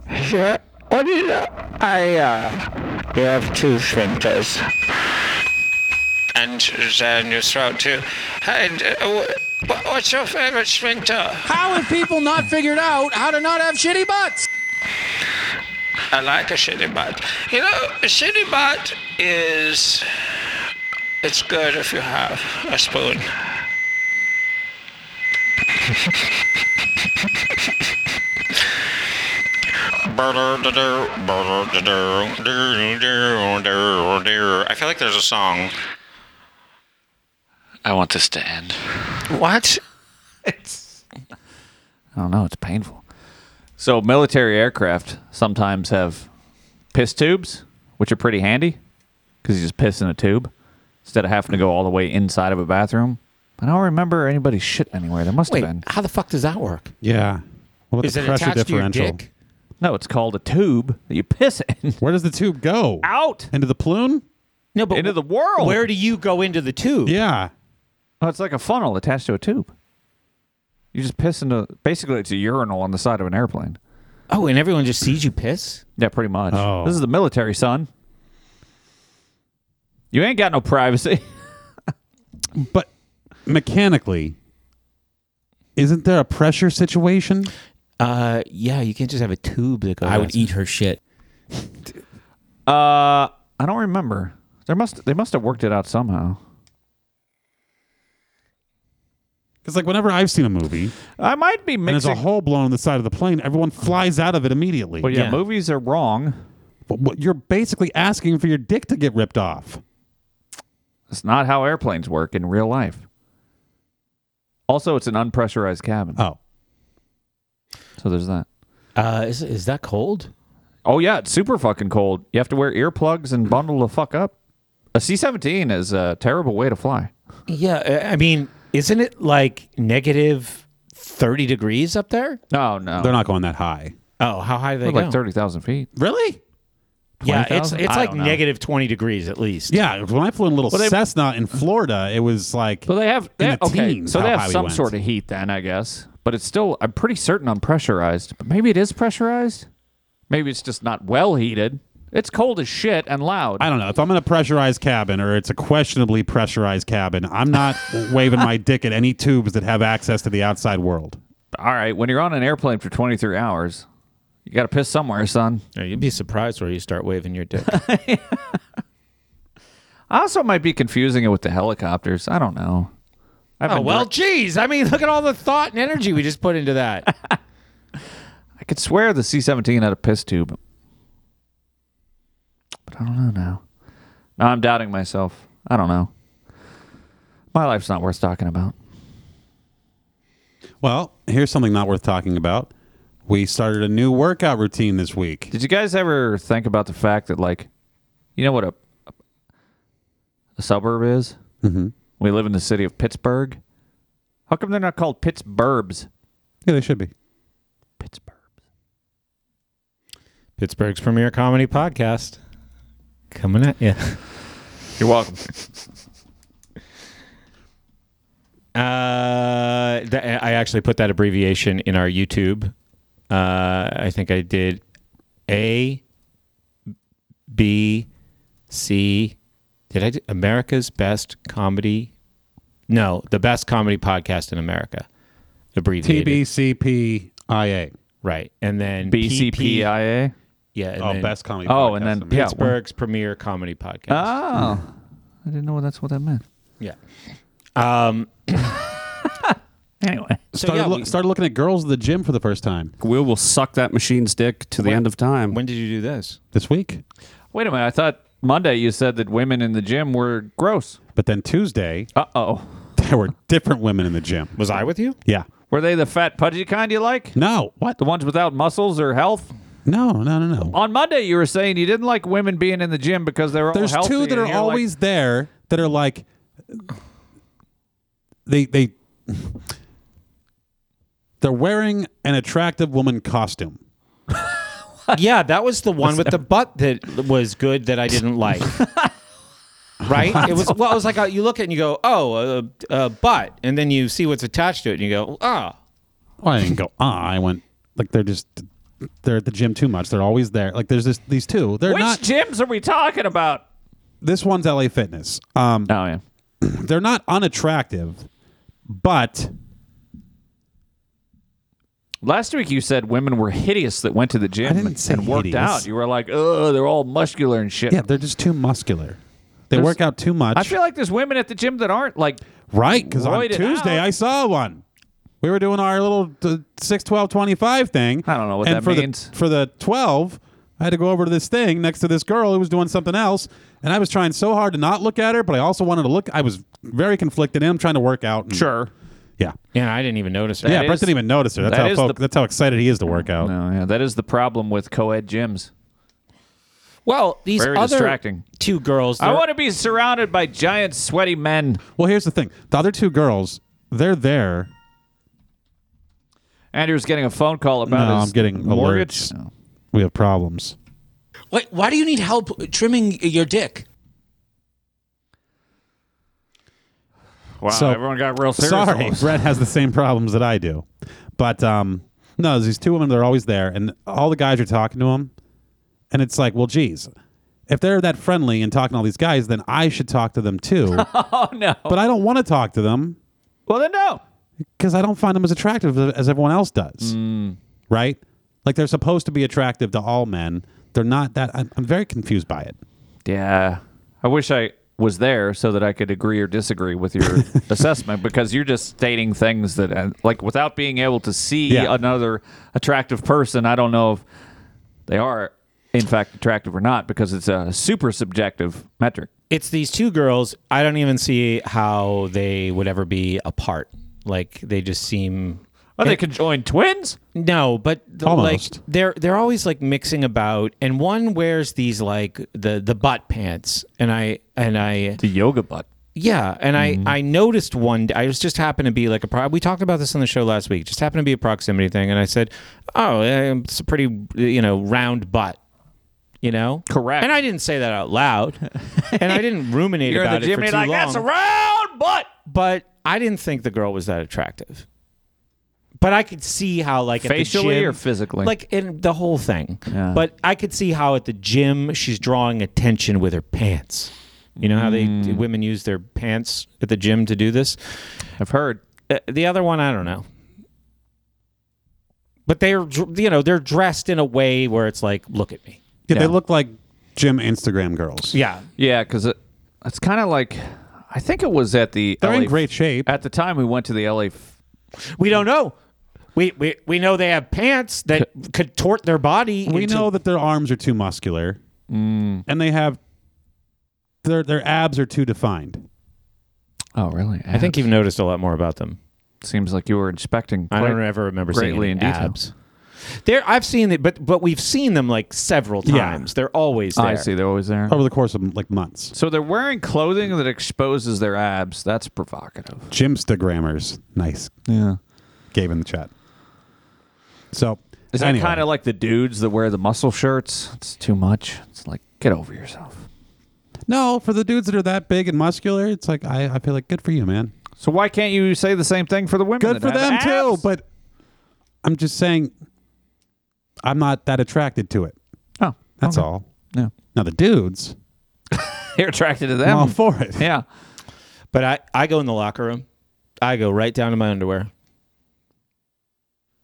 L: Yeah, What is it? I, uh, you have two sphincters. And then your throat, too. And uh, wh- what's your favorite sphincter?
K: How have people not figured out how to not have shitty butts?
L: I like a shitty butt. You know, a shitty butt is. It's good if you have a spoon.
F: [laughs] I feel like there's a song.
D: I want this to end.
L: What?
D: It's. I don't know. It's painful. So military aircraft sometimes have piss tubes, which are pretty handy because you just piss in a tube instead of having to go all the way inside of a bathroom. I don't remember anybody shit anywhere. There must
A: Wait,
D: have been.
A: how the fuck does that work?
B: Yeah. What about
D: Is
B: the
D: it
B: pressure
D: attached to your
B: differential?
D: dick? No, it's called a tube that you piss in. [laughs]
B: Where does the tube go?
D: Out.
B: Into the plume?
A: No, but
D: into the world.
A: Where do you go into the tube?
B: Yeah.
D: Oh, it's like a funnel attached to a tube. You just piss into basically it's a urinal on the side of an airplane.
A: Oh, and everyone just sees you piss?
D: Yeah, pretty much. This is the military, son. You ain't got no privacy. [laughs]
B: but mechanically, isn't there a pressure situation?
A: Uh, yeah, you can't just have a tube that goes.
B: I would
A: eat her shit.
D: Uh, I don't remember. There must they must have worked it out somehow.
B: Because like whenever I've seen a movie,
D: I might be
B: mixing. And there's a
D: mixing-
B: hole blown in the side of the plane. Everyone flies out of it immediately.
D: Well, yeah, Yeah. movies are wrong.
B: But what, you're basically asking for your dick to get ripped off.
D: It's not how airplanes work in real life. Also, it's an unpressurized cabin.
B: Oh.
D: So there's that.
A: Uh, is is that cold?
D: Oh yeah, it's super fucking cold. You have to wear earplugs and bundle the fuck up. A C-17 is a terrible way to fly.
A: Yeah, I- I mean, isn't it like negative thirty degrees up there?
D: No, no,
B: They're not going that high.
A: Oh, how high do they
D: They're like
A: go?
D: thirty thousand feet.
B: Really?
A: Yeah, it's
B: 20,000?
A: it's
B: I
A: like
B: don't know.
A: negative twenty degrees at least.
B: Yeah, when I flew in Little
A: Well, they-
B: Cessna in Florida, it was like.
D: Well, they have
B: in
D: yeah,
B: the
D: okay.
B: teens
D: So
B: how
D: they
B: high
D: have
B: we
D: some
B: went.
D: sort of heat then, I guess. But it's still, I'm pretty certain I'm pressurized. But maybe it is pressurized. Maybe it's just not well heated. It's cold as shit and loud.
B: I don't know. If I'm in a pressurized cabin or it's a questionably pressurized cabin, I'm not waving my dick at any tubes that have access to the outside world.
D: All right, when you're on an airplane for 23 hours, you got to piss somewhere, son.
C: you'd be surprised where you start waving your
A: [laughs]
C: dick.
D: I also might be confusing it with the helicopters. I don't know. I've
C: oh
D: been
C: well,
D: dir-
C: geez. I mean, look at all the thought and energy we just put into that.
D: I could swear the C-17 had a piss tube, but I don't know now. Now I'm doubting myself. I don't know. My life's not worth talking about.
B: Well, here's something not worth talking about. We started a new workout routine this week.
D: Did you guys ever think about the fact that, like, you know what a a suburb is?
B: Mm-hmm.
D: We live in the city of Pittsburgh. How come they're not called Pittsburbs?
B: Yeah, they should be.
C: [laughs] Pittsburgh's premier comedy podcast coming at you.
D: You're [laughs] welcome.
C: Uh, th- I actually put that abbreviation in our YouTube. Uh, I think I did A, B, C. Did I do America's Best Comedy? No, the best comedy podcast in America. Abbreviated.
B: TBCPIA.
C: Right. And then
D: BCPIA?
C: Yeah. and
B: oh,
C: then-
B: best Uh, comedy.
D: Oh,
B: podcast
D: and then-
B: in America.
C: Pittsburgh's premier comedy podcast.
D: Oh, I didn't know that's what that meant.
C: Yeah. Um,
D: anyway,
C: So,
B: started,
C: yeah,
B: loo-
C: we-
B: started looking at girls at the gym for the first time.
H: Will will suck that machine's dick to the end of time.
C: When did you do this?
B: This week.
D: Wait a minute. I thought Monday you said that women in the gym were gross.
B: But then Tuesday, [laughs]
D: uh oh,
B: there were different women in the gym.
C: Was I with you?
B: Yeah.
D: Were they the fat, pudgy kind you like?
B: No. What?
D: The ones without muscles or health?
B: No, no, no, no.
D: On Monday, you were saying you didn't like women being in the gym because they were
B: There's
D: all
B: two
D: healthy.
B: that
D: and
B: are
D: you're like-
B: always there that are like they they [sighs] they're wearing an attractive woman costume.
C: [laughs] yeah, that was the one
B: [laughs]
C: with the butt that was good that I didn't like. right? It was well, it was like uh, you look at it and you go, "Oh, a, a butt," and then you see what's attached to it, and you go, "Ah."
B: Well, I didn't
D: [laughs]
B: go ah. I went like they're just they're at the gym too much. They're always there. Like there's this these two. They're
D: Which
B: not.
D: gyms are we talking about?
B: This one's LA Fitness. Um,
D: oh yeah.
B: They're not unattractive, but
D: Last week you said women were hideous that went to the gym
B: didn't say
D: and worked
B: hideous.
D: out. You were like, oh, they're all muscular and shit.
B: yeah, they're just too muscular. They
D: There's-
B: work out too much.
D: I feel like there's women at the gym that aren't like
B: Right, because on
D: roided
B: Tuesday
D: out.
B: I saw one. We were doing our little uh, 6 12 25 thing. I
D: don't know what
B: and
D: that
B: for
D: means.
B: The, for the 12, I had to go over to this thing next to this girl who was doing something else. And I was trying so hard to not look at her, but I also wanted to look. I was very conflicted and I'm trying to work out. and-
D: Sure.
B: Yeah.
C: Yeah, I didn't even notice it.
B: yeah, Brett didn't even notice her. That's,
D: that
B: how
D: is
B: folk,
D: the-
B: that's how excited he is to work out.
D: No, yeah, that is the problem with co-ed gyms.
C: Well, these
D: Very
C: other
D: distracting.
C: two girls.
D: I
C: they're-
D: want to be surrounded by giant, sweaty men.
B: Well, here's the thing the other two girls, they're there.
D: Andrew's getting a phone call about
B: No,
D: his
B: I'm getting
D: mortgage.
B: alerts. We have problems.
M: Wait, why do you need help trimming your dick?
D: Wow,
B: So-
D: everyone got real serious.
B: Sorry,
D: almost.
B: Brett has the same problems that I do. But um, no, there's these two women that are always there, and all the guys are talking to them. And it's like, well, geez, if they're that friendly and talking to all these guys, then I should talk to them
M: [laughs]
B: too.
D: Oh no.
B: but I don't want to talk to them
D: Well then, no.
B: because I don't find them as attractive as everyone else does. Right? Like they're supposed to be attractive to all men. They're not that. I'm, I'm very confused by it.
D: Yeah, I wish I was there so that I could agree or disagree with your assessment because you're just stating things that, uh, like, without being able to see
B: Yeah.
D: another attractive person, I don't know if they are in fact attractive or not because it's a super subjective metric.
C: it's these two girls. I don't even see how they would ever be apart. Like they just seem.
D: Oh, they could join twins.
C: No, but the,
B: Almost.
C: like they're they're always like mixing about, and one wears these like the the butt pants, and I and I
D: The yoga butt.
C: yeah, and
D: Mm-hmm.
C: I I noticed one. I was just happened to be like a pro. We talked about this on the show last week. Just happened to be a proximity thing, and I said, "Oh, eh, it's a pretty you know round butt." You know,
D: Correct.
C: And I didn't say that out loud, and I didn't ruminate
D: You're in the
C: about it
D: gym
C: for
D: and
C: too
D: you're like,
C: long.
D: that's a round butt.
C: but I didn't think the girl was that attractive. But I could see how, like, at
D: Facially
C: the gym,
D: or physically?
C: like in the whole thing. But I could see how at the gym she's drawing attention with her pants. You know how they
D: Mm.
C: women use their pants at the gym to do this.
D: I've heard.
C: Uh, the other one, I don't know.
N: but they're dr- you know they're dressed in a way where it's like, look at me.
B: Yeah, they look like gym Instagram girls.
N: Yeah.
D: Yeah, because it, it's kind of like I think it was at the. They're
B: in great shape.
D: At the time we went to the LA. F-
N: We don't know. We, we we know they have pants that contort their body.
B: We
N: into-
B: know that their arms are too muscular, and they have their their abs are too defined.
D: oh, really?
C: I think
D: Abs.
C: you've noticed a lot more about them.
D: Seems like you were inspecting.
C: I don't
D: quite
C: ever remember seeing
D: greatly
C: any
D: in detail.
C: abs.
N: There, I've seen it, but but we've seen them like several
D: Yeah.
N: times. They're always there.
D: I see. They're always there.
B: over the course of like months.
D: So they're wearing clothing that exposes their abs. That's provocative.
B: Gymstagrammers, nice.
D: Yeah,
B: Gabe in the chat. So
D: Is that
B: anyway,
D: kind of like the dudes that wear the muscle shirts? It's too much. It's like get over yourself.
B: no for the dudes that are that big and muscular? It's like I, I feel like good for you, man.
D: So why can't you say the same thing for the women?
B: Good
D: that
B: for
D: have
B: them
D: abs?
B: too, but I'm just saying I'm not that attracted to it.
D: Oh,
B: that's
D: okay.
B: all.
D: Yeah.
B: Now the dudes,
D: You're attracted to
B: I'm
D: them.
B: all for it.
D: Yeah.
C: But I, I go in the locker room. I go right down to my underwear.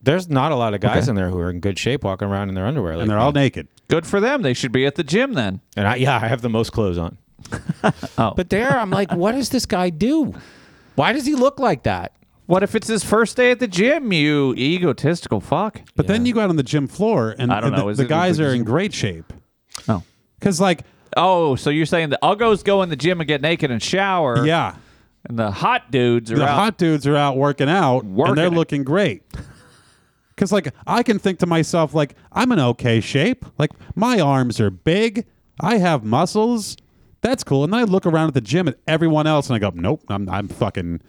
C: There's not a lot of guys
D: Okay.
C: in there who are in good shape walking around in their underwear. Like
B: and they're all naked.
D: Good for them. They should be at the gym then.
C: And I, yeah, I have the most clothes
B: [laughs]
C: on.
D: Oh.
C: But there, I'm like, what does this guy do? Why does he look like that?
D: What if it's his first day at the gym? You egotistical fuck.
B: But then you go out on the gym floor, and,
D: I don't
B: and the,
D: know, is
B: the
D: it-
B: guys
D: is it-
B: are in great shape.
D: Oh.
B: Because, like,
D: Oh, so you're saying the uggos go in the gym and get naked and shower?
B: Yeah.
D: And the hot dudes are
B: the
D: out.
B: hot dudes are out working out,
D: Working
B: and they're
D: it.
B: looking great. Because, like, I can think to myself, like, I'm in okay shape. Like, my arms are big. I have muscles. That's cool. And then I look around at the gym at everyone else, and I go, nope, I'm, I'm fucking,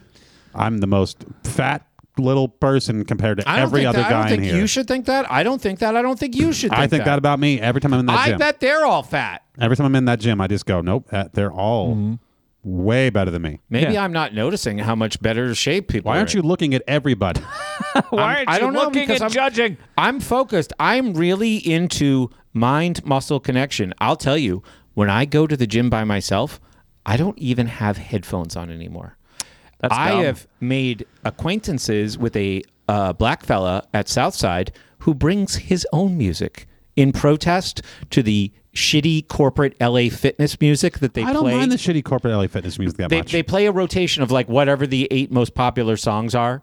B: I'm the most fat little person compared to
C: I don't
B: every
C: think
B: other
C: that,
B: guy
C: I don't
B: in
C: think
B: here.
C: you should think that. I don't think that. I don't think you should. Think
B: I think that. about me every time I'm in that
C: I
B: gym.
C: bet they're all fat.
B: Every time I'm in that gym, I just go, nope, that, they're all
C: Mm-hmm.
B: way better than me.
C: Maybe I'm not noticing how much better shape people.
B: Why
C: are
B: aren't you looking at everybody?
D: Why
C: I don't know because I'm
D: judging.
C: I'm focused. I'm really into mind muscle connection. I'll tell you, when I go to the gym by myself, I don't even have headphones on anymore.
D: That's
C: I
D: dumb.
C: have made acquaintances with a uh, black fella at Southside who brings his own music in protest to the shitty corporate LA fitness music that they
B: I don't
C: play
B: mind the shitty corporate LA fitness music that
C: they,
B: much.
C: they play a rotation of like whatever the eight most popular songs are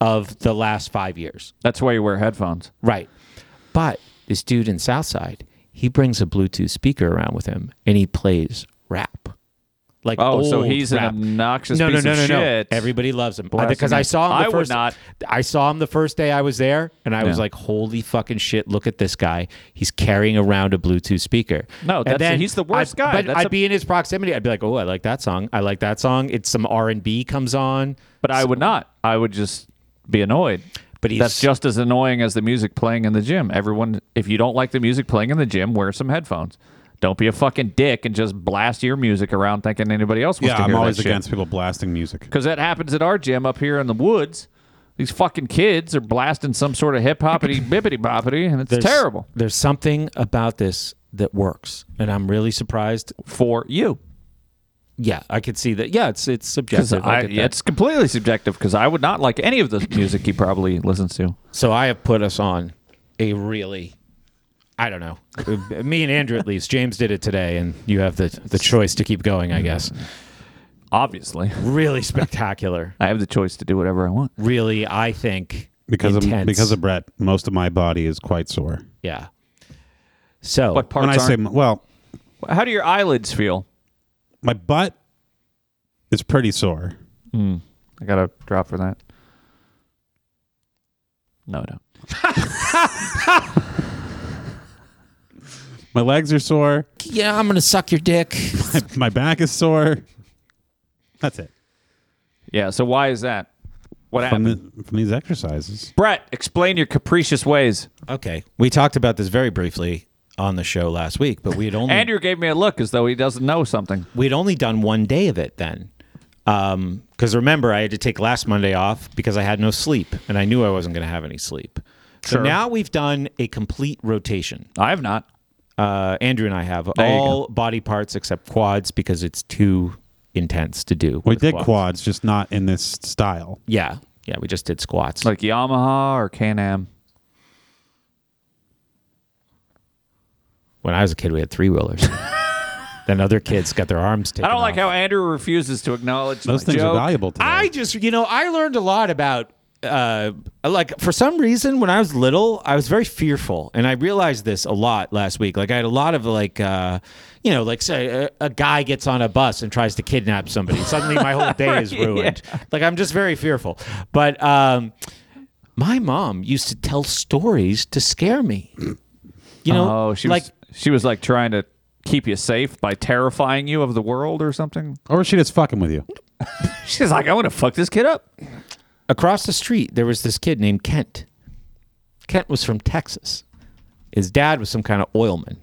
C: of the last five years.
D: That's why you wear headphones.
C: Right. But this dude in Southside, he brings a Bluetooth speaker around with him and he plays rap. Like
D: Oh, so
C: old
D: he's an
C: rap.
D: obnoxious
C: no,
D: piece
C: no,
D: of
C: no, no,
D: shit.
C: No. Everybody loves him
D: Bless
C: because
D: him.
C: I saw him.
D: I
C: The
D: would
C: first,
D: not.
C: I saw him the first day I was there, and I was
D: Yeah.
C: like, "Holy fucking shit! Look at this guy. He's carrying around a Bluetooth speaker."
D: No,
C: And
D: that's-
C: then
D: he's the worst
C: I'd-
D: guy.
C: But
D: That's
C: I'd
D: a-
C: be in his proximity. I'd be like, "Oh, I like that song. I like that song." It's some R and B comes on,
D: But I would not. I would just be annoyed.
C: But he's-
D: that's just as annoying as the music playing in the gym. Everyone, if you don't like the music playing in the gym, wear some headphones. Don't be a fucking dick and just blast your music around thinking anybody else wants
B: yeah,
D: to hear
B: I'm always
D: that
B: against people blasting music.
D: Because that happens at our gym up here in the woods. These fucking kids are blasting some sort of hip [laughs] hoppity bibbity boppity, and it's
C: There's-
D: terrible
C: There's something about this that works, and I'm really surprised.
D: for you.
C: Yeah, I could see that. Yeah, it's it's
D: Because
C: subjective. I get that.
D: it's completely subjective. Because I would not like any of the music he probably listens to.
C: So I have put us on a really, I don't know. [laughs] Me and Andrew at least. James did it today, and you have the the choice to keep going. I guess.
D: Obviously,
C: Really spectacular.
D: I have the choice to do whatever I want.
C: Really, I think
B: Because
C: intense.
B: of because of Brett, most of my body is quite sore.
C: yeah. So
D: What parts
B: when I say
D: aren't-
B: m- well,
D: How do your eyelids feel?
B: my butt is pretty sore.
D: I got a drop for that. No, I don't.
B: My legs are sore. [laughs]
A: Yeah, I'm gonna suck your dick.
B: My, my back is sore. That's it.
D: Yeah. So why is that? What
B: From,
D: happened,
B: the, from these exercises.
D: Brett? Explain your capricious ways.
C: okay, we talked about this very briefly on the show last week, but we had only
D: Andrew gave me a look as though he doesn't know something.
C: we'd only done one day of it then. Because remember, I had to take last Monday off because I had no sleep and I knew I wasn't going to have any sleep. So
D: Sure.
C: now we've done a complete rotation.
D: I have not.
C: Uh, Andrew and I have
D: There you
C: all body parts except quads because it's too intense to do.
B: We
C: with
B: did quads, just not in this style.
C: Yeah. Yeah. We just did squats.
D: Like Yamaha or Can Am.
C: When I was a kid, we had three wheelers. [laughs] then other kids got their arms
D: I
C: taken.
D: don't like how Andrew refuses to acknowledge
C: Those
D: my
C: things are
D: joke.
C: valuable to I just, you know, I learned a lot about, uh, like, for some reason, when I was little, I was very fearful. And I realized this a lot last week. Like, I had a lot of, like, uh, you know, like, say, a, a guy gets on a bus and tries to kidnap somebody. Suddenly, my whole
D: [laughs]
C: day is
D: Right, yeah.
C: ruined. Like, I'm just very fearful. But um, my mom used to tell stories to scare me. You know,
D: oh, she
C: like,
D: was, she was like trying to keep you safe by terrifying you of the world or something.
B: Or is she just fucking with you?
D: She's like, I want to fuck this kid up.
C: across the street there was this kid named Kent. Kent was from Texas. His dad was some kind of oilman.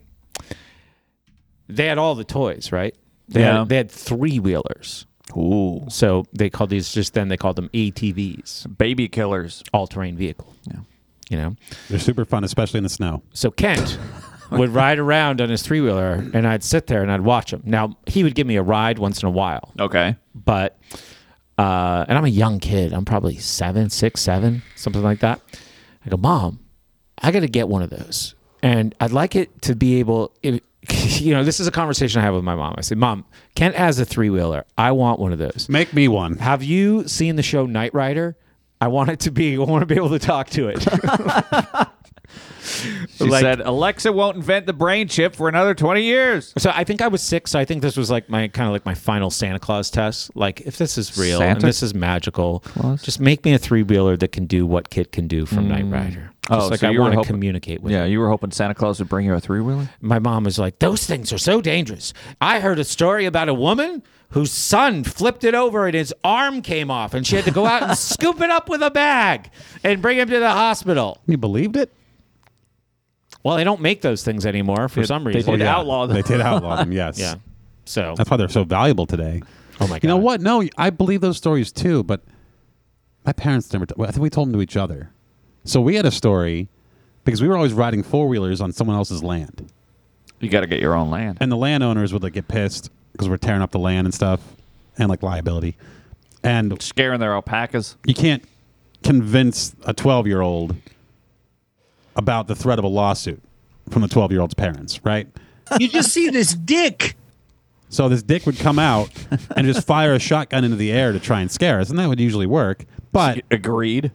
C: They had all the toys, right? They
D: Yeah.
C: had, they had three wheelers. Ooh. So they called these just then they called them ATVs,
D: baby killers,
C: all terrain vehicle. Yeah. You know.
B: They're super fun, especially in the snow.
C: So Kent would ride around on his three wheeler, and I'd sit there and I'd watch him. Now he would give me a ride once in a while.
D: Okay,
C: but uh, and I'm a young kid. I'm probably seven, six, seven, something like that. I go, Mom, I got to get one of those, and I'd like it to be able. If, [laughs] you know, this is a conversation I have with my mom. I say, Mom, Kent has a three wheeler. I want one of those.
B: Make me one.
C: Have you seen the show Knight Rider? I want it to be. I want to be able to talk to it.
D: She said, Alexa won't invent the brain chip for another 20 years.
C: So I think I was six. So I think this was like my kind of like my final Santa Claus test. Like if this is real and
D: Santa
C: this is magical, just make me a three wheeler that can do what Kit can do from Knight
D: Mm.
C: Rider.
D: Oh,
C: Just like
D: so
C: I
D: you were
C: want to
D: hoping-
C: communicate with.
D: Yeah, you were hoping Santa Claus would bring you a three wheeler?
C: My mom was like, those things are so dangerous. I heard a story about a woman whose son flipped it over and his arm came off, and she had to go out and
D: [laughs]
C: scoop it up with a bag and bring him to the hospital.
B: You believed it?
C: Well, they don't make those things anymore for
B: They-
C: some
B: they
C: reason.
B: did Yeah, outlaw them. they did outlaw
C: [laughs]
B: them, yes.
C: yeah. So
B: That's why they're so valuable today.
C: Oh my god!
B: You know what? No, I believe those stories too, but my parents never. T- I think we told them to each other. So we had a story because we were always riding four wheelers on someone else's land,
D: You got to get your own land.
B: and the landowners would like get pissed because we're tearing up the land and stuff, and like liability. And
D: Scaring their alpacas.
B: you can't convince a twelve-year-old about the threat of a lawsuit from the twelve-year-old's parents, right?
O: You just see this dick.
B: So this dick would come out and just fire a shotgun into the air to try and scare us, and that would usually work. But
D: agreed,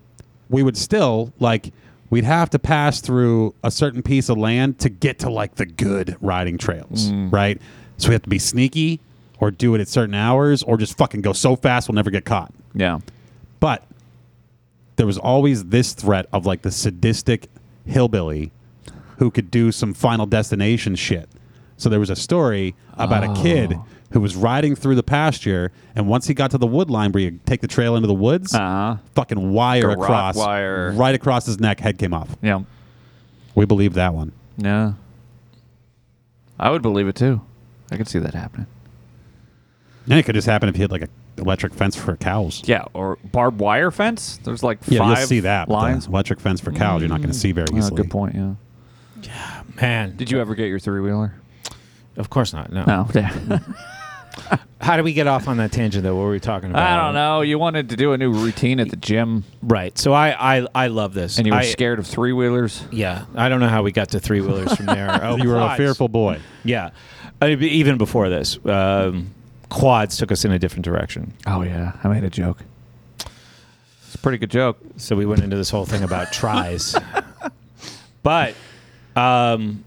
B: we would still like we'd have to pass through a certain piece of land to get to like the good riding trails,
O: Mm.
B: right? So we have to be sneaky or do it at certain hours or just fucking go so fast we'll never get caught.
D: Yeah.
B: But there was always this threat of like the sadistic hillbilly who could do some final destination shit. So there was a story about
D: Oh.
B: a kid who was riding through the pasture, and once he got to the wood line where you take the trail into the woods, uh-huh. fucking wire
D: Like a Uh, rock
B: across,
D: wire.
B: right across his neck, head came off.
D: Yeah.
B: We believe that one.
D: Yeah. I would believe it too. I could see that happening.
B: And it could just happen if he had like an electric fence for cows.
D: Yeah, or barbed wire fence. There's like
B: Yeah,
D: five
B: you'll see that. but the
D: lines.
B: electric fence for cows, you're not going to see very
D: Mm. Yeah,
B: easily.
D: good point. Yeah.
C: Man,
D: Did you ever get your three wheeler?
C: Of course not. No.
D: No. [laughs]
C: How do we get off on that tangent though? What were we talking about?
D: I don't know. You wanted to do a new routine at the gym,
C: right? So I I, I love this.
D: and you were
C: I-
D: scared of three wheelers.
C: Yeah, I don't know how we got to three wheelers from
B: [laughs]
C: there. Oh,
B: you were a
C: quads.
B: fearful boy.
C: Yeah, I mean, even before this, um, quads took us in a different direction.
D: Oh yeah, I made a joke. It's a pretty good joke.
C: So we went into this whole thing about
B: [laughs]
C: tries, but um,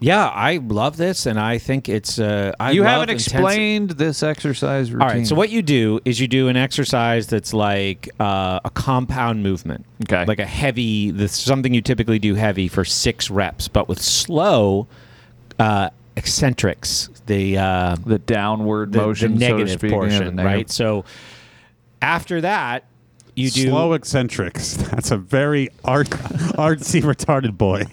C: yeah, I love this, and I think it's. Uh, I
D: you
C: love
D: haven't
C: intense-
D: explained this exercise routine.
C: All right. So what you do is you do an exercise that's like uh, a compound movement. Okay. Like a heavy, this something you typically do heavy for six reps, but with slow uh, eccentrics. The uh,
D: the downward motion, so
C: the
D: to
C: negative
D: speak. Yeah, the
C: portion,
D: negative.
C: right? So after that, you do
B: slow eccentrics. [laughs] That's a very art, [laughs] artsy retarded boy.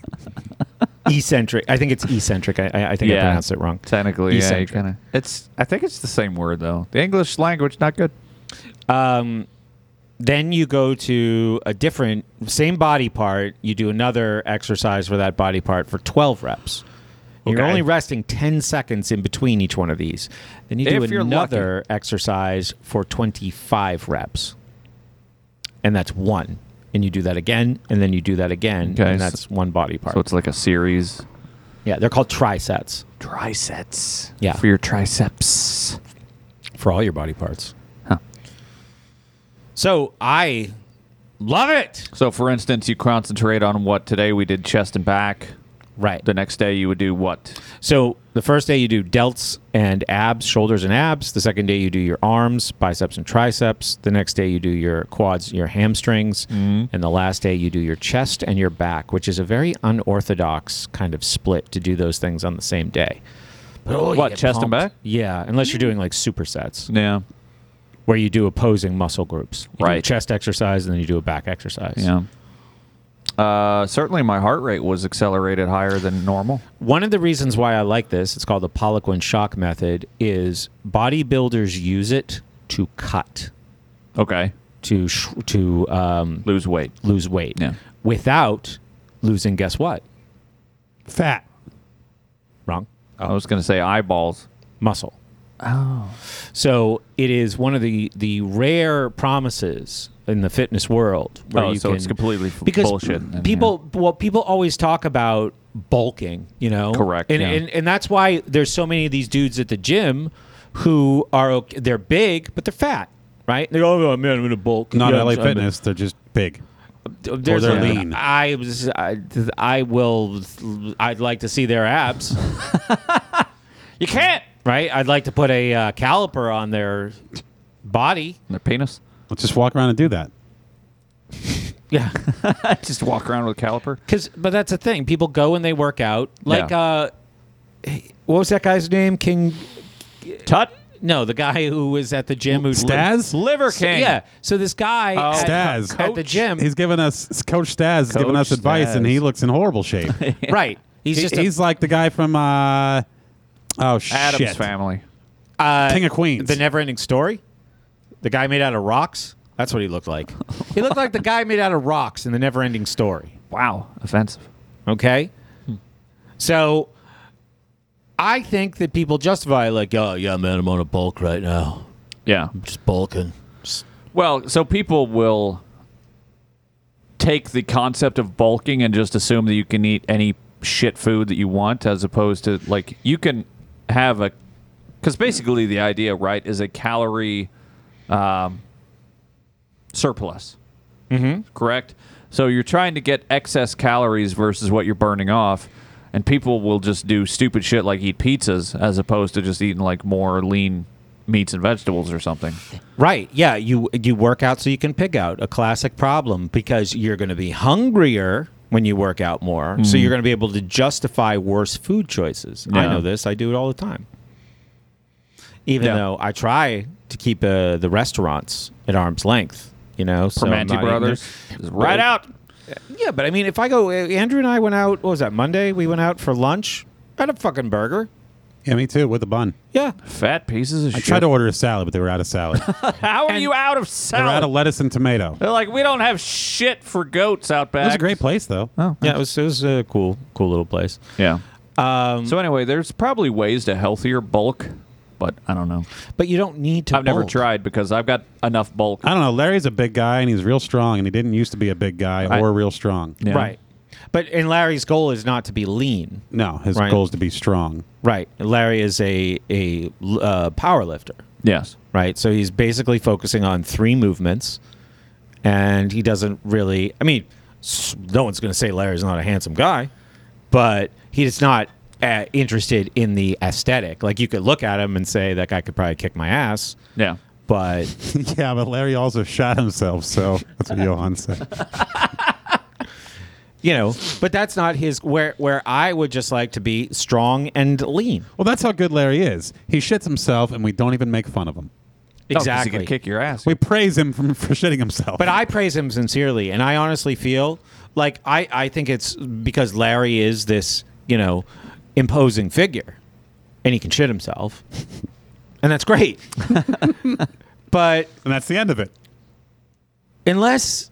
C: eccentric. I think it's eccentric. I, I, I think I pronounced it wrong.
D: Technically,
C: Eccentric.
D: yeah, you kinda, it's. I think it's the same word though. The English language not good.
C: Um, then you go to a different, same body part. You do another exercise for that body part for 12 reps. You're
D: Okay.
C: only resting 10 seconds in between each one of these. Then you do
D: If you're
C: another exercise for 25 reps. And that's one. And you do that again, and then you do that again,
D: Okay,
C: and
D: so-
C: that's one body part.
D: So it's like a series.
C: Yeah, they're called trisets.
D: Trisets.
C: Yeah.
D: For your triceps.
C: For all your body parts. So I love it.
D: So, for instance, you concentrate on what today we did chest and back.
C: Right.
D: The next day you would do what?
C: So the first day you do delts and abs, shoulders and abs. The second day you do your arms, biceps and triceps. The next day you do your quads, your hamstrings,
D: Mm-hmm.
C: and the last day you do your chest and your back, which is a very unorthodox kind of split to do those things on the same day.
D: Oh, you What, get chest and pumped. back?
C: Yeah, unless you're doing like supersets.
D: Yeah.
C: Where you do opposing muscle groups. You do a
D: Right.
C: chest exercise and then you do a back exercise.
D: Yeah. Uh, certainly, my heart rate was accelerated higher than normal.
C: One of the reasons why I like this, it's called the Poliquin shock method, is bodybuilders use it to cut.
D: Okay.
C: To sh- to um,
D: lose weight.
C: Lose weight.
D: Yeah.
C: Without losing, guess what?
B: Fat.
C: Wrong.
D: I was going to say eyeballs.
C: Muscle.
D: Oh.
C: So it is one of the the rare promises in the fitness world where
D: Oh,
C: you
D: so
C: can
D: it's completely f-
C: because
D: bullshit then,
C: People, well, people always talk about bulking, you know,
D: Correct,
C: and,
D: yeah.
C: and and that's why there's so many of these dudes at the gym who are okay, they're big but they're fat, right? They're oh man, I'm gonna bulk.
B: Not
C: Yeah,
B: LA
C: I'm- I'm-
B: Fitness. They're just big.
C: There's
B: they're
C: a-
B: lean.
C: I was, I, I will. I'd like to see their abs. [laughs] you can't, right? I'd like to put a uh, caliper on their body.
D: Their penis.
B: Let's just walk around and do that.
C: Yeah.
D: [laughs] Just walk around with a caliper.
C: Cause, but that's the thing. People go and they work out. Like, uh, what was that guy's name? King
D: Tut.
C: No, the guy who was at the gym who
B: Staz?
D: Liver
C: So- yeah. So this guy
D: Oh,
C: at,
B: Staz
C: at the gym.
B: He's giving us Coach Staz is giving
C: Coach
B: us advice, and
C: Staz.
B: he looks in horrible shape.
C: [laughs] Right. [laughs] He's
B: He-
C: just a-
B: he's like the guy from uh, oh shit,
D: Adam's family.
C: Uh,
B: King of Queens.
C: The Never Ending Story. The guy made out of rocks. That's what he looked like. he looked like the guy made out of rocks in The Never Ending Story.
D: Wow. Offensive.
C: Okay. So I think that people justify, like, oh, yeah, man, I'm on a bulk right now.
D: Yeah.
C: I'm just bulking.
D: Well, so people will take the concept of bulking and just assume that you can eat any shit food that you want, as opposed to like you can have a because basically the idea, right, is a calorie um, surplus.
C: Mm-hmm.
D: Correct. So you're trying to get excess calories versus what you're burning off, and people will just do stupid shit like eat pizzas as opposed to just eating like more lean meats and vegetables or something.
C: Right. Yeah. You you work out so you can pig out. A classic problem because you're going to be hungrier when you work out more. So
D: Mhm.
C: you're going to be able to justify worse food choices. I
D: Yeah.
C: know this. I do it all the time. Even
D: Yeah.
C: though I try to keep uh, the restaurants at arm's length. You know, so I'm
D: Permanente
C: not eating
D: Brothers
C: there.
D: is right
C: But-
D: out.
C: Yeah, but I mean, if I go, uh, Andrew and I went out. What was that Monday? We went out for lunch. I had a fucking burger.
B: Yeah, me too, with a bun.
C: Yeah.
D: Fat pieces of
B: I
D: shit.
B: tried to order a salad, but they were out
C: [laughs]
B: of salad.
D: How are you out of
B: they were out
D: salad?
B: of lettuce and tomato.
C: Oh.
D: They're like, we don't have shit for goats out back.
B: It was a great place though.
D: Oh,
C: Yeah, it was it was a cool cool little place.
D: Yeah.
C: Um,
D: so anyway, there's probably ways to healthier bulk, but I don't know.
C: But you don't need to.
D: I've never
C: bulk.
D: tried because I've got enough bulk.
B: I don't know. Larry's a big guy, and he's real strong, and he didn't used to be a big guy or real strong.
C: Right. But and Larry's goal is not to be lean.
B: No, his
C: Right.
B: goal is to be strong.
C: Right. Larry is a a uh, power lifter.
D: Yes.
C: Right. So he's basically focusing on three movements, and he doesn't really. I mean, s- no one's going to say Larry's not a handsome guy, but he's not uh, interested in the aesthetic. Like you could look at him and say that guy could probably kick my ass.
D: Yeah.
C: But
B: [laughs] yeah, but Larry also shot himself, so [laughs] that's what Johan said.
C: you know, but that's not his. Where where I would just like to be strong and lean.
B: Well, that's how good Larry is. He shits himself, and we don't even make fun of him.
C: Exactly.
D: can kick your ass.
B: We praise him for, for shitting himself.
C: But I praise him sincerely, and I honestly feel like I, I think it's because Larry is this, you know, imposing figure, and he can shit himself, and that's great. but
B: and that's the end of it. [laughs]
C: Unless,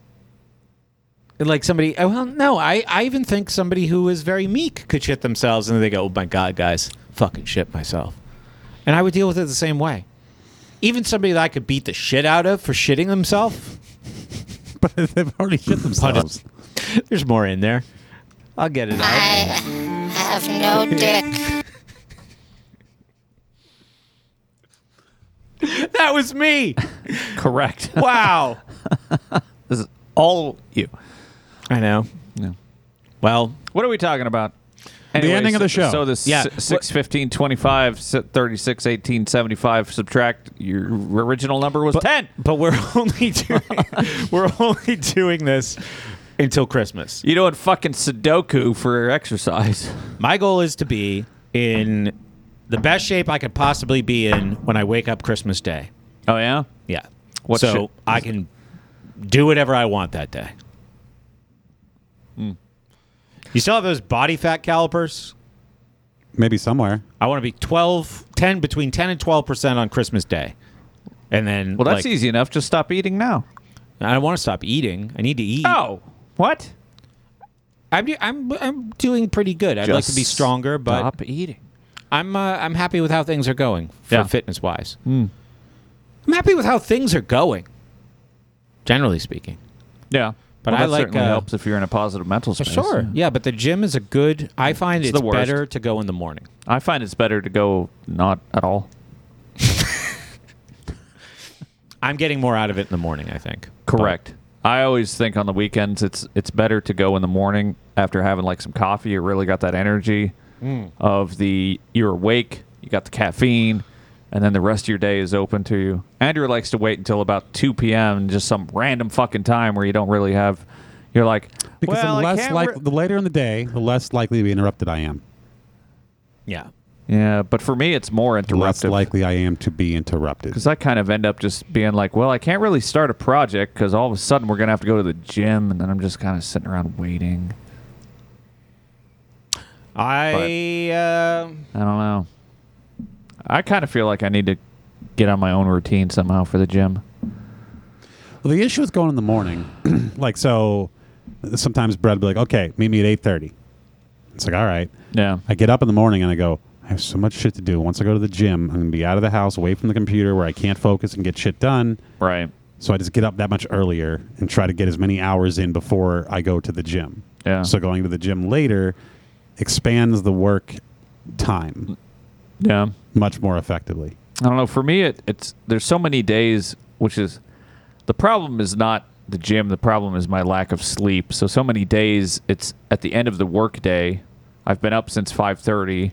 C: like somebody, oh, well, no, I, I even think somebody who is very meek could shit themselves, and they go, "Oh my god, guys, fucking shit myself," and I would deal with it the same way. Even somebody that I could beat the shit out of for shitting themselves.
B: but they've already shit themselves.
C: There's more in there. I'll get it out.
P: have no dick.
A: that was me.
D: Correct.
A: Wow.
D: this is all you.
K: I know.
D: No.
A: Well,
D: what are we talking about?
K: The ending of the show.
D: So this
K: Yeah.
D: yeah. 6, 15, 25, s- 36, 18, 75, subtract your original number was 10.
A: But we're [laughs] only doing we're only doing this until Christmas.
D: You doing fucking Sudoku for exercise.
A: My goal is to be in the best shape I could possibly be in when I wake up Christmas Day.
D: Oh yeah?
A: Yeah.
D: What
A: so
D: shape-
A: I can do whatever I want that day.
D: Hmm.
A: You still have those body fat calipers?
B: Maybe somewhere.
A: I want to be 12, 10, between 10 and 12% on Christmas Day. And then.
D: Well, that's
A: like, E-
D: easy enough. Just stop eating now.
A: I don't want to stop eating. I need to eat.
D: Oh, what?
A: I'm, do- I'm, I'm doing pretty good. I'd like to be
D: Just
A: stronger, but.
D: stop eating.
A: I'm uh, I'm happy with how things are going for
D: Yeah. Hmm.
A: fitness wise. I'm happy with how things are going, generally speaking.
D: Yeah.
A: But
D: Well,
A: I
D: that
A: like,
D: certainly
A: uh,
D: helps if you're in a positive mental space.
A: Sure, yeah. but the gym is a good. I find
D: Hmm. It's
A: it's,
D: the worst.
A: better to go in the morning.
D: I find it's better to go not at all.
A: I'm getting more out of it in the morning. I think.
D: Correct. I always think on the weekends it's it's better to go in the morning after having like some coffee. You really got that energy
A: Mm.
D: of the you're awake, you got the caffeine, and then the rest of your day is open to you. Andrew likes to wait until about two p.m. just some random fucking time where you don't really have. You're like,
B: Because
D: well,
B: the
D: I
B: less
D: can't
B: like
D: re-
B: the later in the day, the less likely to be interrupted I am.
A: Yeah.
D: yeah, but for me it's more
B: The less
D: interruptive.
B: likely I am to be interrupted.
D: because I kind of end up just being like, well, I can't really start a project because all of a sudden we're gonna have to go to the gym, and then I'm just kind of sitting around waiting.
A: I uh,
D: I don't know. I kind of feel like I need to get on my own routine somehow for the gym.
B: Well, the issue is going in the morning. [clears throat] like so, sometimes Brad will be like, "Okay, meet me at 8.30. It's like, "All right."
D: Yeah.
B: I get up in the morning and I go, "I have so much shit to do. Once I go to the gym, I'm gonna be out of the house, away from the computer, where I can't focus and get shit done."
D: Right.
B: So I just get up that much earlier and try to get as many hours in before I go to the gym.
D: Yeah.
B: So going to the gym later expands the work time
D: Yeah.
B: much more effectively.
D: I don't know. For me, it, it's there's so many days, which is the problem is not the gym. The problem is my lack of sleep. So so many days, it's at the end of the workday. I've been up since five thirty,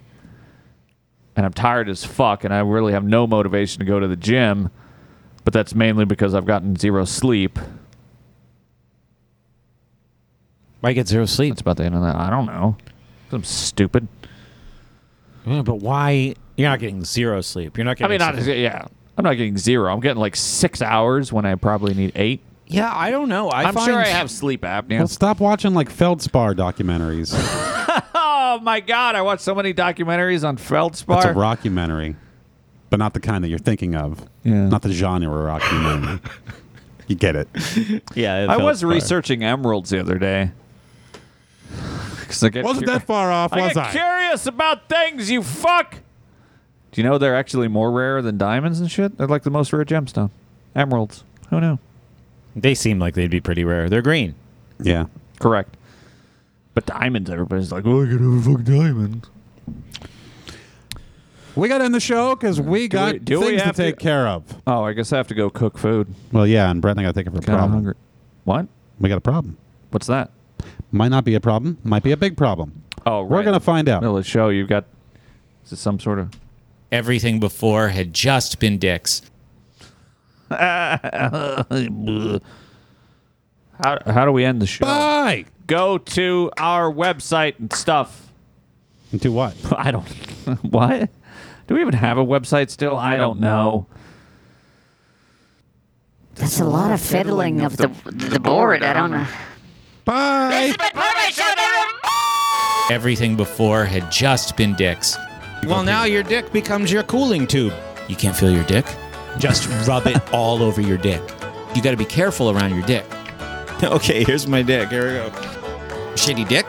D: and I'm tired as fuck, and I really have no motivation to go to the gym. But that's mainly because I've gotten zero sleep.
J: Why get zero sleep?
D: That's about the end of that. I don't know. 'Cause I'm stupid.
A: Yeah, but why? You're not getting zero sleep. You're not
D: I mean,
A: getting.
D: not
A: sleep.
D: yeah. I'm not getting zero. I'm getting like six hours when I probably need eight.
A: Yeah, I don't know. I
D: I'm sure
A: find-
D: I have sleep apnea.
B: Well, stop watching like Feldspar
D: [laughs]
B: documentaries.
D: oh my god! I watched so many documentaries on feldspar.
B: That's a rockumentary, but not the kind that you're thinking of.
D: Yeah.
B: Not the genre
D: [laughs]
B: rockumentary. you get it.
A: Yeah,
D: I was researching emeralds the other day. [sighs] 'Cause I get
B: Wasn't
D: cur-
B: that far off,
D: I
B: was
D: get
B: I?
D: curious about things, you fuck. Do you know they're actually more rare than diamonds and shit? They're like the most rare gemstone, emeralds. Who knew?
A: They seem like they'd be pretty rare. They're green.
B: Yeah.
D: Correct. But diamonds, everybody's like, oh, I could have a fucking diamond.
B: We got to end the show because we
D: Do we-
B: got
D: do we
B: things to
D: have to-
B: take care of.
D: Oh, I guess I have to go cook food.
B: Well, yeah, and Brett and I got to take it for a
D: Kind of
B: problem.
D: hungry. What?
B: We got a problem.
D: What's that?
B: Might not be a problem. Might be a big problem.
D: Oh, right.
B: We're gonna find out.
D: Middle of the show, you've got is it some sort of
C: Everything before had just been dicks.
D: how, how do we end the show?
B: Bye.
D: [laughs] Go to our website and stuff.
B: Into what?
D: [laughs] I don't. [laughs] what? Do we even have a website still? I don't know.
P: That's a lot of fiddling of the, the board. I don't know.
B: Bye.
C: Everything before had just been dicks.
M: Well, now your dick becomes your cooling tube.
C: You can't feel your dick. Just rub it all over your dick. You got to be careful around your dick.
H: [laughs] Okay, here's my dick. Here we go. Uh,
C: Shitty dick.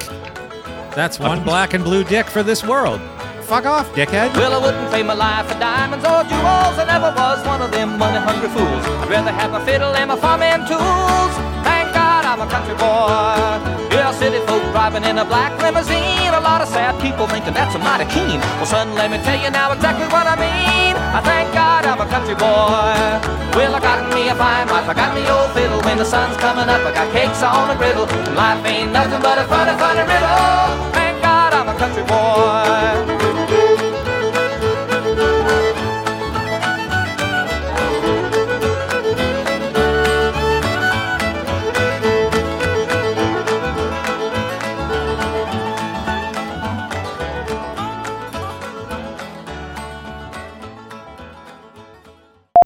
A: That's one black and blue dick for this world. Fuck off, dickhead.
Q: Well, I wouldn't pay my life for diamonds or jewels. I never was one of them money-hungry fools. I'd rather have my fiddle and my farming tools. Thank God I'm a country boy. Yeah, city folk driving in a black limousine. A lot of sad that people thinking that's a mighty keen. Well, son, let me tell you now exactly what I mean. I thank God I'm a country boy. Well, I got me a fine wife, I got me old fiddle. When the sun's coming up, I got cakes on the griddle. And life ain't nothing but a funny, funny riddle. Thank God I'm a country boy.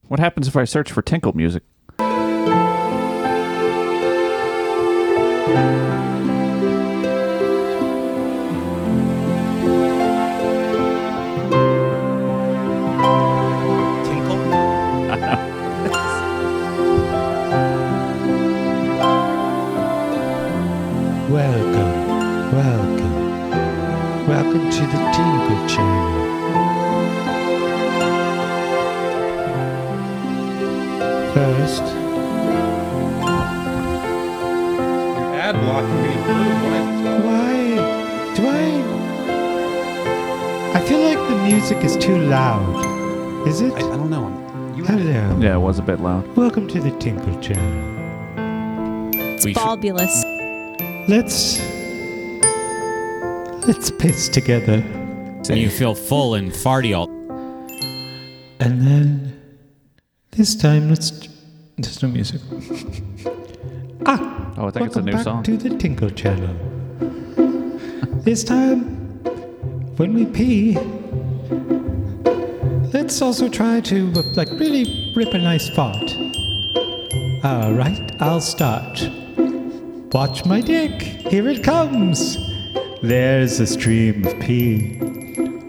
D: What happens if I search for tinkle music?
R: Welcome, welcome, welcome to the Tingle Channel. First,
B: Ad blocking me.
R: why do I? I feel like the music is too loud. Is it? I,
D: Oh,
R: don't know. Hello.
D: Yeah, it was a bit loud.
R: Welcome to the Tinkle Channel.
S: It's fabulous.
R: Let's let's piss together,
A: And you feel full and farty all.
R: and then this time let's. There's no music. [laughs] Ah!
D: Oh, I think it's a
R: Welcome
D: new
R: back
D: song.
R: to the Tinkle Channel. this time, when we pee, let's also try to uh, like really rip a nice fart. All right, I'll start. Watch my dick. Here it comes. There's a stream of pee.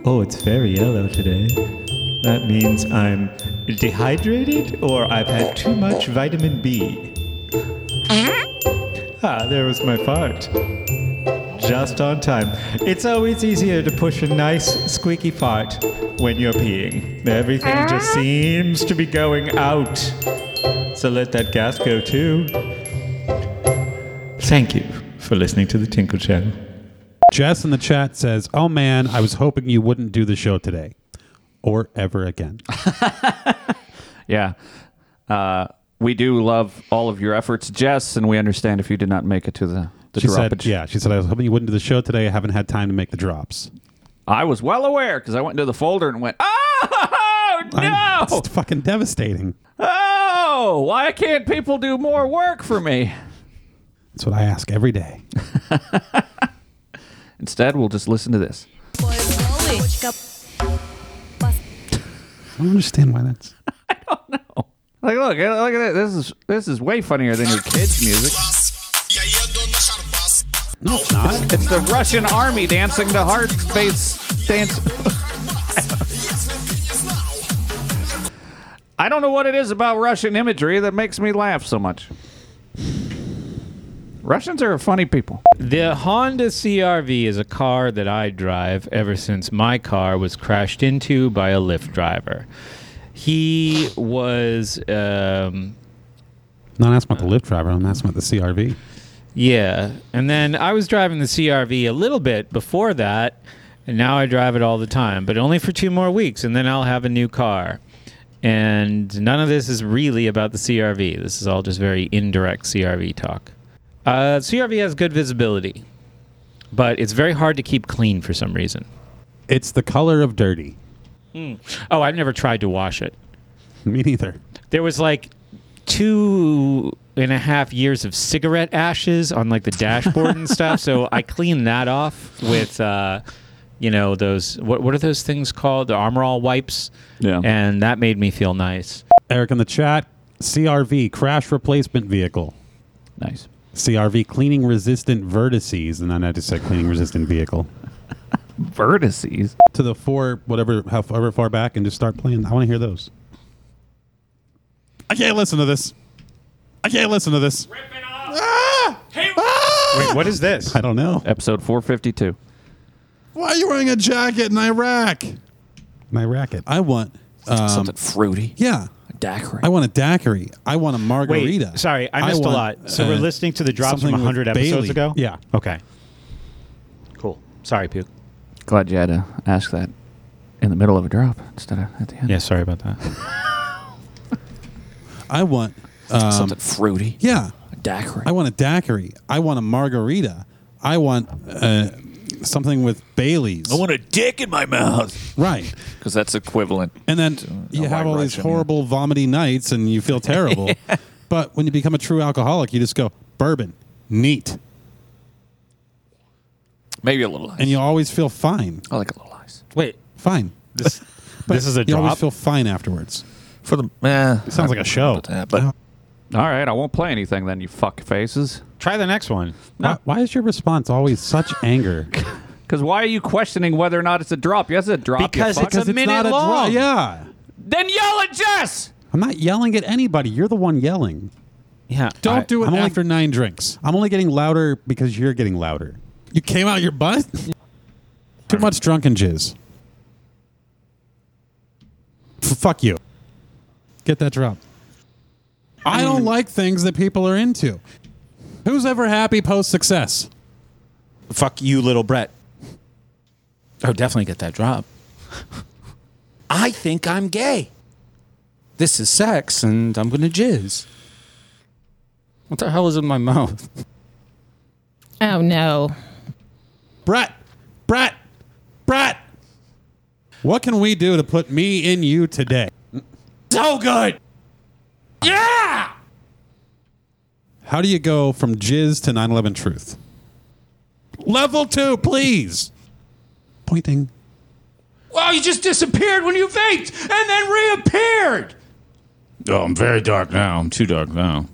R: Oh, it's very yellow today. That means I'm dehydrated or I've had too much vitamin B. Ah, there was my fart. Just on time. It's always easier to push a nice squeaky fart when you're peeing. Everything just seems to be going out. So let that gas go too. Thank you for listening to the Tinkle Channel.
B: Jess in the chat says, "Oh man, I was hoping you wouldn't do the show today, or ever
D: [laughs]
B: again."
D: Yeah. Uh, we do love all of your efforts, Jess, and we understand if you did not make it to the, the
B: she
D: droppage.
B: said, "Yeah." She said, "I was hoping you wouldn't do the show today. I haven't had time to make the drops."
D: I was well aware because I went into the folder and went, [laughs] oh, no!
B: [laughs] It's fucking devastating.
D: Oh, why can't people do more work for me?
B: That's what I ask every day.
D: Instead, we'll just listen to this.
B: I don't understand why that's.
D: Like, look, eh, look at this. This is this is way funnier than your kids' music.
B: No, it's not.
D: [laughs] It's the Russian army dancing to hard space dance. I don't know what it is about Russian imagery that makes me laugh so much. Russians are funny people.
C: The Honda CRV is a car that I drive ever since my car was crashed into by a Lyft driver. He was, um,
B: Not asking about the lift driver. I'm asking about the CRV.
C: yeah. And then I was driving the CRV a little bit before that, and now I drive it all the time, but only for two more weeks, and then I'll have a new car. And none of this is really about the CRV. This is all just very indirect CRV talk. Uh, CRV has good visibility, but it's very hard to keep clean for some reason.
B: It's the color of dirty.
C: Oh, I've never tried to wash it.
B: [laughs] Me neither.
C: There was like two and a half years of cigarette ashes on like the dashboard and stuff. So I cleaned that off with, uh, you know, those what what are those things called? The Armorall wipes.
D: Yeah.
C: And that made me feel nice.
B: Eric in the chat, CRV crash replacement vehicle.
D: Nice.
B: CRV cleaning resistant vertices, and then I just said cleaning resistant vehicle.
D: vertices
B: to the four whatever however far back and just start playing. I want to hear those. I can't listen to this. I can't listen to this.
D: Wait,
B: what is this? I don't know.
D: Episode 452.
B: Why are you wearing a jacket in Iraq? My racket. I want um,
A: Something
B: fruity. Yeah, a daiquiri. I want a daiquiri. I want a margarita.
A: Wait, sorry, I missed a
B: want,
A: lot. So we're
B: uh,
A: listening to the drops from
B: something with
A: 100 episodes
B: Bailey.
A: ago?
B: Yeah.
A: Okay. Cool. Sorry, Puke.
D: Glad you had to ask that in the middle of a drop instead of at the end.
C: Yeah, sorry about that.
B: I want um,
D: Something fruity.
B: Yeah,
D: A daiquiri.
B: I want a daiquiri. I want a margarita. I want uh, something with Bailey's.
D: I want a dick in my mouth.
B: Right,
D: because that's equivalent.
B: and
D: [laughs]
B: then you have all these horrible vomity nights, and you feel
D: [laughs]
B: terrible. But when you become a true alcoholic, you just go bourbon, neat,
D: Maybe a little.
B: and you always feel fine.
D: I like a little ice.
B: Wait, fine. This,
D: this is a
B: you always
D: drop?
B: feel fine afterwards.
D: For the eh. man,
B: It sounds like a show.
D: but all right, I won't play anything then. You fuck faces.
C: Try the next one.
B: Why, why is your response always such [laughs] anger?
D: Because why are you questioning whether or not it's a drop? Yes, it's a drop. you
C: Because
D: fuck.
C: it's a Because it's minute not a long. drop.
B: yeah,
D: Then yell at Jess.
B: I'm not yelling at anybody. You're the one yelling.
C: Yeah,
B: Don't
C: I-
B: do it
C: I'm only-
B: after nine drinks. I'm only getting louder because you're getting louder. You came out your butt. Too much drunken jizz. F- fuck you. Get that drop. I don't like things that people are into. Who's ever happy post success?
T: Fuck you, little Brett.
A: Oh, definitely get that drop. I think I'm gay. This is sex, and I'm gonna jizz. What the hell is in my mouth?
P: Oh no.
B: Brett, Brett, Brett. What can we do to put me in you today? So good. Yeah. How do you go from jizz to 9 11 truth? Level two, please. Pointing.
U: Wow, you just disappeared when you vaped and then reappeared.
T: Oh, I'm very dark now. I'm too dark
A: [laughs]
T: now.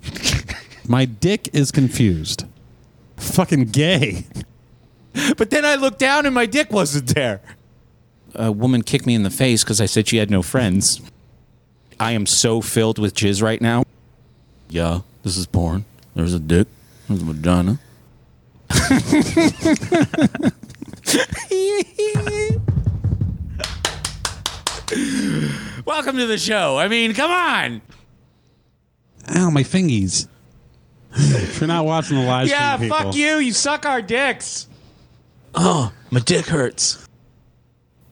B: My dick is confused. Fucking gay.
A: [laughs] But then I looked down and my dick wasn't there. A woman kicked me in the face because I said she had no friends. I am so filled with jizz right now. Yeah, this is porn. There's a dick. There's a vagina. [laughs] Welcome to the show. I mean, come on.
B: Ow, my fingies. [sighs] if you're not watching the live
U: yeah,
B: stream, people,
U: fuck you. You suck our dicks.
B: Oh, my dick hurts.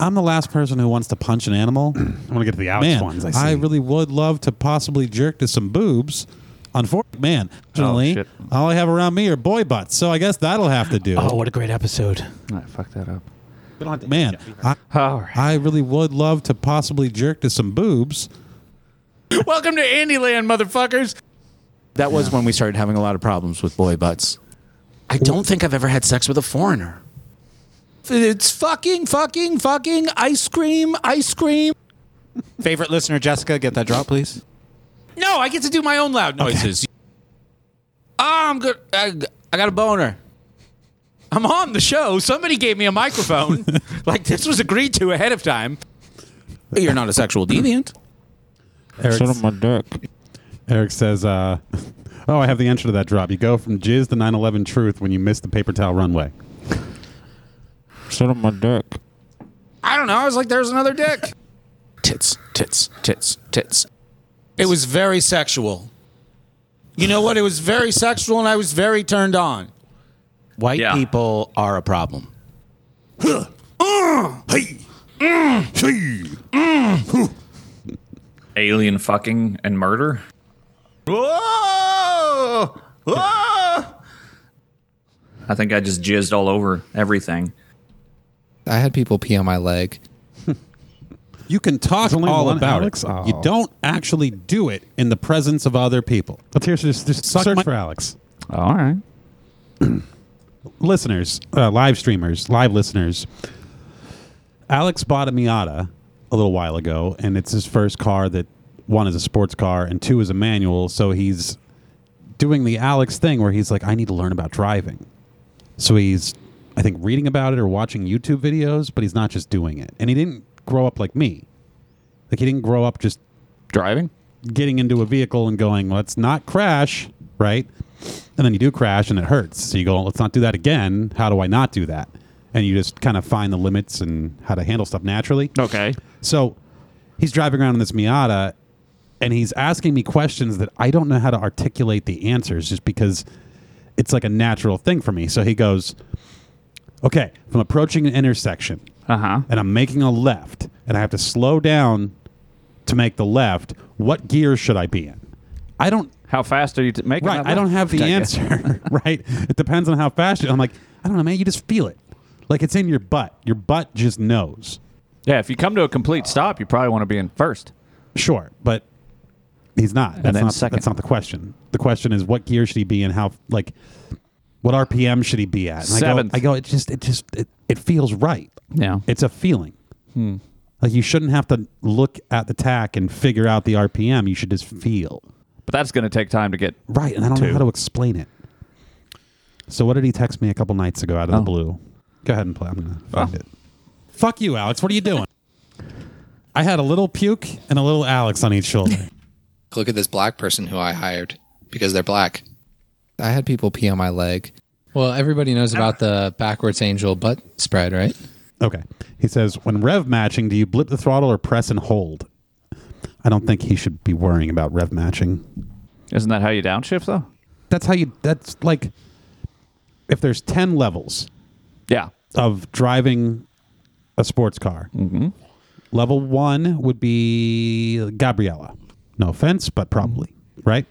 B: I'm the last person who wants to punch an animal. I want to get to the
A: Alex
B: man,
A: ones I
B: I,
A: see.
B: really would love to possibly jerk to some boobs. Unfortunately, man, unfortunately,
D: Oh, shit.
B: all I have around me are boy butts, so I guess that'll have to do.
D: Oh, what
B: a great episode!
D: I fucked that up.
B: Man, I, I really would love to possibly jerk to some boobs.
A: Welcome to Andyland, motherfuckers. That was when we started having a lot of problems with boy butts. I don't think I've ever had sex with a foreigner. It's fucking, fucking, fucking ice cream, ice cream.
T: Favorite listener, Jessica, get that drop, please.
A: No, I get to do my own loud noises. Ah, I'm good. I, I got a boner. I'm on the show. Somebody gave me a [laughs] microphone. like this was agreed to ahead of time. You're not a sexual deviant.
B: Eric,
A: Shut up
B: my dick. Eric says, uh, [laughs] "Oh, I have the answer to that drop. You go from jizz to 9/11 truth when you miss the paper towel runway." Shut up my dick.
A: I don't know. I was like, there's another dick. tits, tits, tits, tits. It was very sexual. You know what? It was very sexual, and I was very turned on. White people are a problem.
D: Alien fucking and murder.
V: Whoa! Whoa!
D: I think I just jizzed all over everything.
R: I had people pee on my leg.
B: You can talk
R: only
B: all
R: one
B: about
R: Alex?
B: it.
R: Oh.
B: You don't actually do it in the presence of other people. Let's hear just, just
R: search
B: for Alex.
D: All right.
B: listeners, uh, live streamers, live listeners. Alex bought a Miata a little while ago, and it's his first car that one is a sports car and two is a manual. So he's doing the Alex thing where he's like, I need to learn about driving. So he's, I think, reading about it or watching YouTube videos, but he's not just doing it. And he didn't grow up like me. Like, he didn't grow up just
D: driving,
B: getting into a vehicle and going, let's not crash, right? And then you do crash and it hurts. So you go, let's not do that again. How do I not do that? And you just kind of find the limits and how to handle stuff naturally.
D: Okay.
B: So he's driving around in this Miata and he's asking me questions that I don't know how to articulate the answers just because it's like a natural thing for me. So he goes, okay, if I'm approaching an intersection,
D: uh-huh.
B: and I'm making a left, and I have to slow down to make the left, what gear should I be in? I don't.
D: How fast are you t- making?
B: Right,
D: that
B: I don't have
D: left?
B: the
D: I guess.
B: answer. [laughs] right, it depends on how fast. You, I'm like, I don't know, man. You just feel it, like it's in your butt. Your butt just knows.
D: Yeah, if you come to a complete stop, you probably want to be in first.
B: Sure, but he's not. That's
D: then
B: not
D: second.
B: that's not the question. The question is what gear should he be in? How like what RPM should he be at? And
D: Seventh.
B: I go, I go. It just it just it, it feels right.
D: Yeah.
B: it's a feeling.
D: Hmm.
B: Like you shouldn't have to look at the tack and figure out the RPM. You should just feel
D: But that's going to take time to get
B: right. And I don't know how to explain it. So what did he text me a couple nights ago out of
D: Oh.
B: the blue? Go ahead and play. I'm gonna find
D: Oh.
B: it. Fuck you, Alex. What are you
D: [laughs]
B: doing? I had a little puke and a little Alex on each shoulder.
R: Look at this black person who I hired because they're black. I had people pee on my leg. Well, everybody knows about the backwards angel butt spread, right?
B: Okay. He says, when rev matching, do you blip the throttle or press and hold? I don't think he should be worrying about rev matching.
D: Isn't that how you downshift though?
B: That's how you, that's like, if there's 10 levels
D: yeah.
B: of driving a sports car,
W: Mm-hmm.
B: level one would be Gabriella. No offense, but probably,
W: Mm-hmm.
B: right?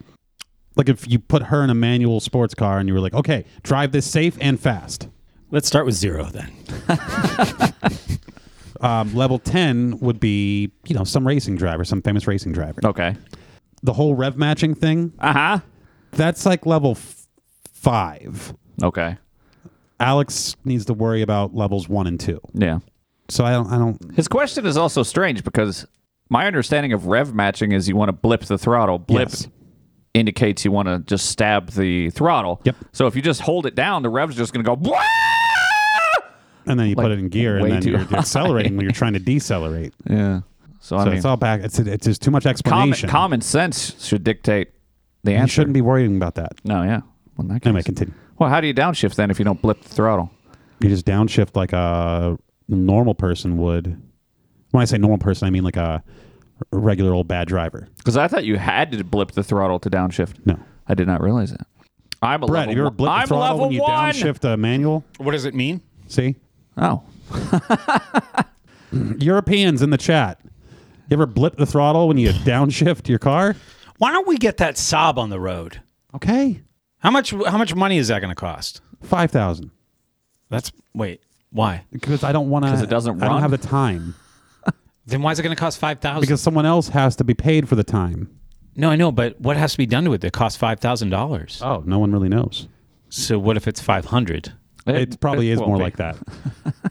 B: Like if you put her in a manual sports car and you were like, okay, drive this safe and fast.
W: Let's start with zero then.
B: [laughs] um, level 10 would be you know some racing driver some famous racing driver
D: okay
B: the whole rev matching thing
D: uh-huh
B: that's like level f- five
D: Okay.
B: alex needs to worry about levels one and two
D: Yeah.
B: so i don't i don't
D: His question is also strange because my understanding of rev matching is you want to blip the throttle. Blip indicates you want to just stab the throttle. Yep. So if you just hold it down, the rev's just going to go. "Bwah!"
B: and then you put it in gear and
D: way
B: then
D: too
B: you're
D: high.
B: accelerating when you're
D: [laughs]
B: trying to decelerate
D: yeah so, I mean-
B: it's all back it's it's just too much
D: Common,
B: explanation
D: common sense should dictate the
B: you
D: answer.
B: shouldn't be worrying about that
D: No, yeah. Well, in that
B: anyway continue
D: Well, how do you downshift then if you don't blip the throttle?
B: you just downshift like a normal person would when i say normal person i mean like a regular old bad driver
D: Because I thought you had to blip the throttle to downshift.
B: No,
D: I did not realize that. I'm a
B: Brett,
D: level
B: have you ever blipped
D: one-
B: the
D: I'm
B: throttle
D: level
B: when you
D: one!
B: downshift a manual?
A: What does it mean?
B: See?
D: Oh.
B: Europeans in the chat. You ever blip the throttle when you downshift your car?
C: Why don't we get that Saab on the road?
B: Okay.
C: How much? How much money is that going to cost?
B: 5,000.
C: That's wait. Why?
B: Because I don't want to.
C: 'Cause it doesn't
B: I don't
C: run?
B: have the time.
C: Then why is it going to cost five thousand?
B: Because someone else has to be paid for the time.
C: No, I know, but what has to be done to it? It costs five thousand dollars.
B: Oh, no one really knows.
C: So what if it's five hundred?
B: It, probably
C: it
B: is
C: won't
B: more
C: be.
B: like that.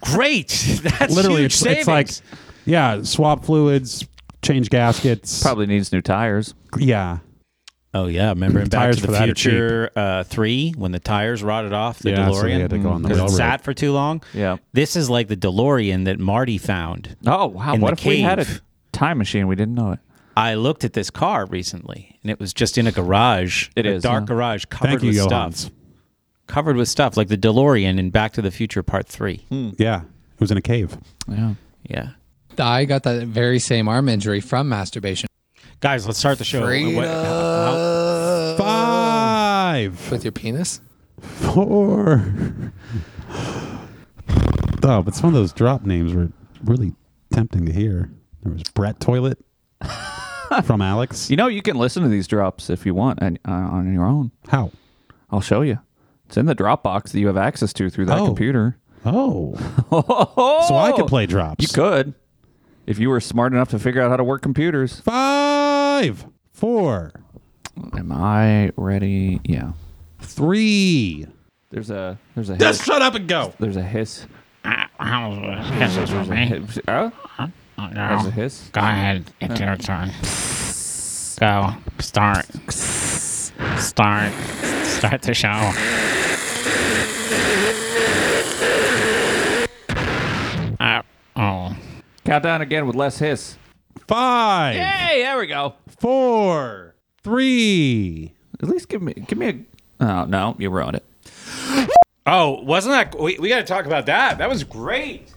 C: Great. [laughs] That's
B: Literally,
C: huge
B: it's, it's like,
C: savings.
B: yeah, swap fluids, change gaskets.
D: Probably needs new tires.
B: Yeah.
C: Oh yeah, remember in Back
B: Tires
C: to
B: for
C: the
B: that are cheap.
C: Future uh, Three when the tires rotted off the
B: Yeah,
C: DeLorean
B: so they had to go on the
C: 'cause
B: railroad.
C: it sat for too long.
D: Yeah.
C: This is like the DeLorean that Marty found.
D: Oh wow!
C: in
D: what
C: the
D: if we had a
C: cave.
D: time machine? We didn't know it.
C: I looked at this car recently, and it was just in a garage.
D: It
C: a
D: is,
C: dark
D: huh?
C: garage
D: Thank
C: covered
D: you,
C: with
D: Johannes.
C: stuff. Covered with stuff like the DeLorean in Back to the Future Part Three.
D: Hmm.
B: Yeah. It was in a cave.
D: Yeah.
C: Yeah.
R: I got that very same arm injury from masturbation.
C: Guys, let's start the show. What-
B: Uh,
C: how-
B: Five.
R: With your penis?
B: Four. [sighs] Oh, but some of those drop names were really tempting to hear. There was Brett Toilet from Alex.
D: You know, you can listen to these drops if you want and, uh, on your own.
B: How?
D: I'll show you. It's in the Dropbox that you have access to through that
B: Oh.
D: computer.
B: Oh.
D: so
B: I could play drops.
D: You could. If you were smart enough to figure out how to work computers.
B: Five, four,
D: Am I ready? Yeah.
B: Three.
D: There's a there's a
B: Just
D: hiss.
B: shut up and go.
D: There's a hiss.
X: Yes, it's
D: There's a
X: me.
D: hiss. Oh? There's a hiss.
X: Go ahead. It's your turn. Go. Start. Start. Start the show.
D: Uh, oh. Countdown again with less hiss.
B: Five.
D: Hey, there we go.
B: Four. Three.
D: At least give me give me a Oh no, you ruined it.
C: Oh, wasn't that? We, we got to talk about that. That was great.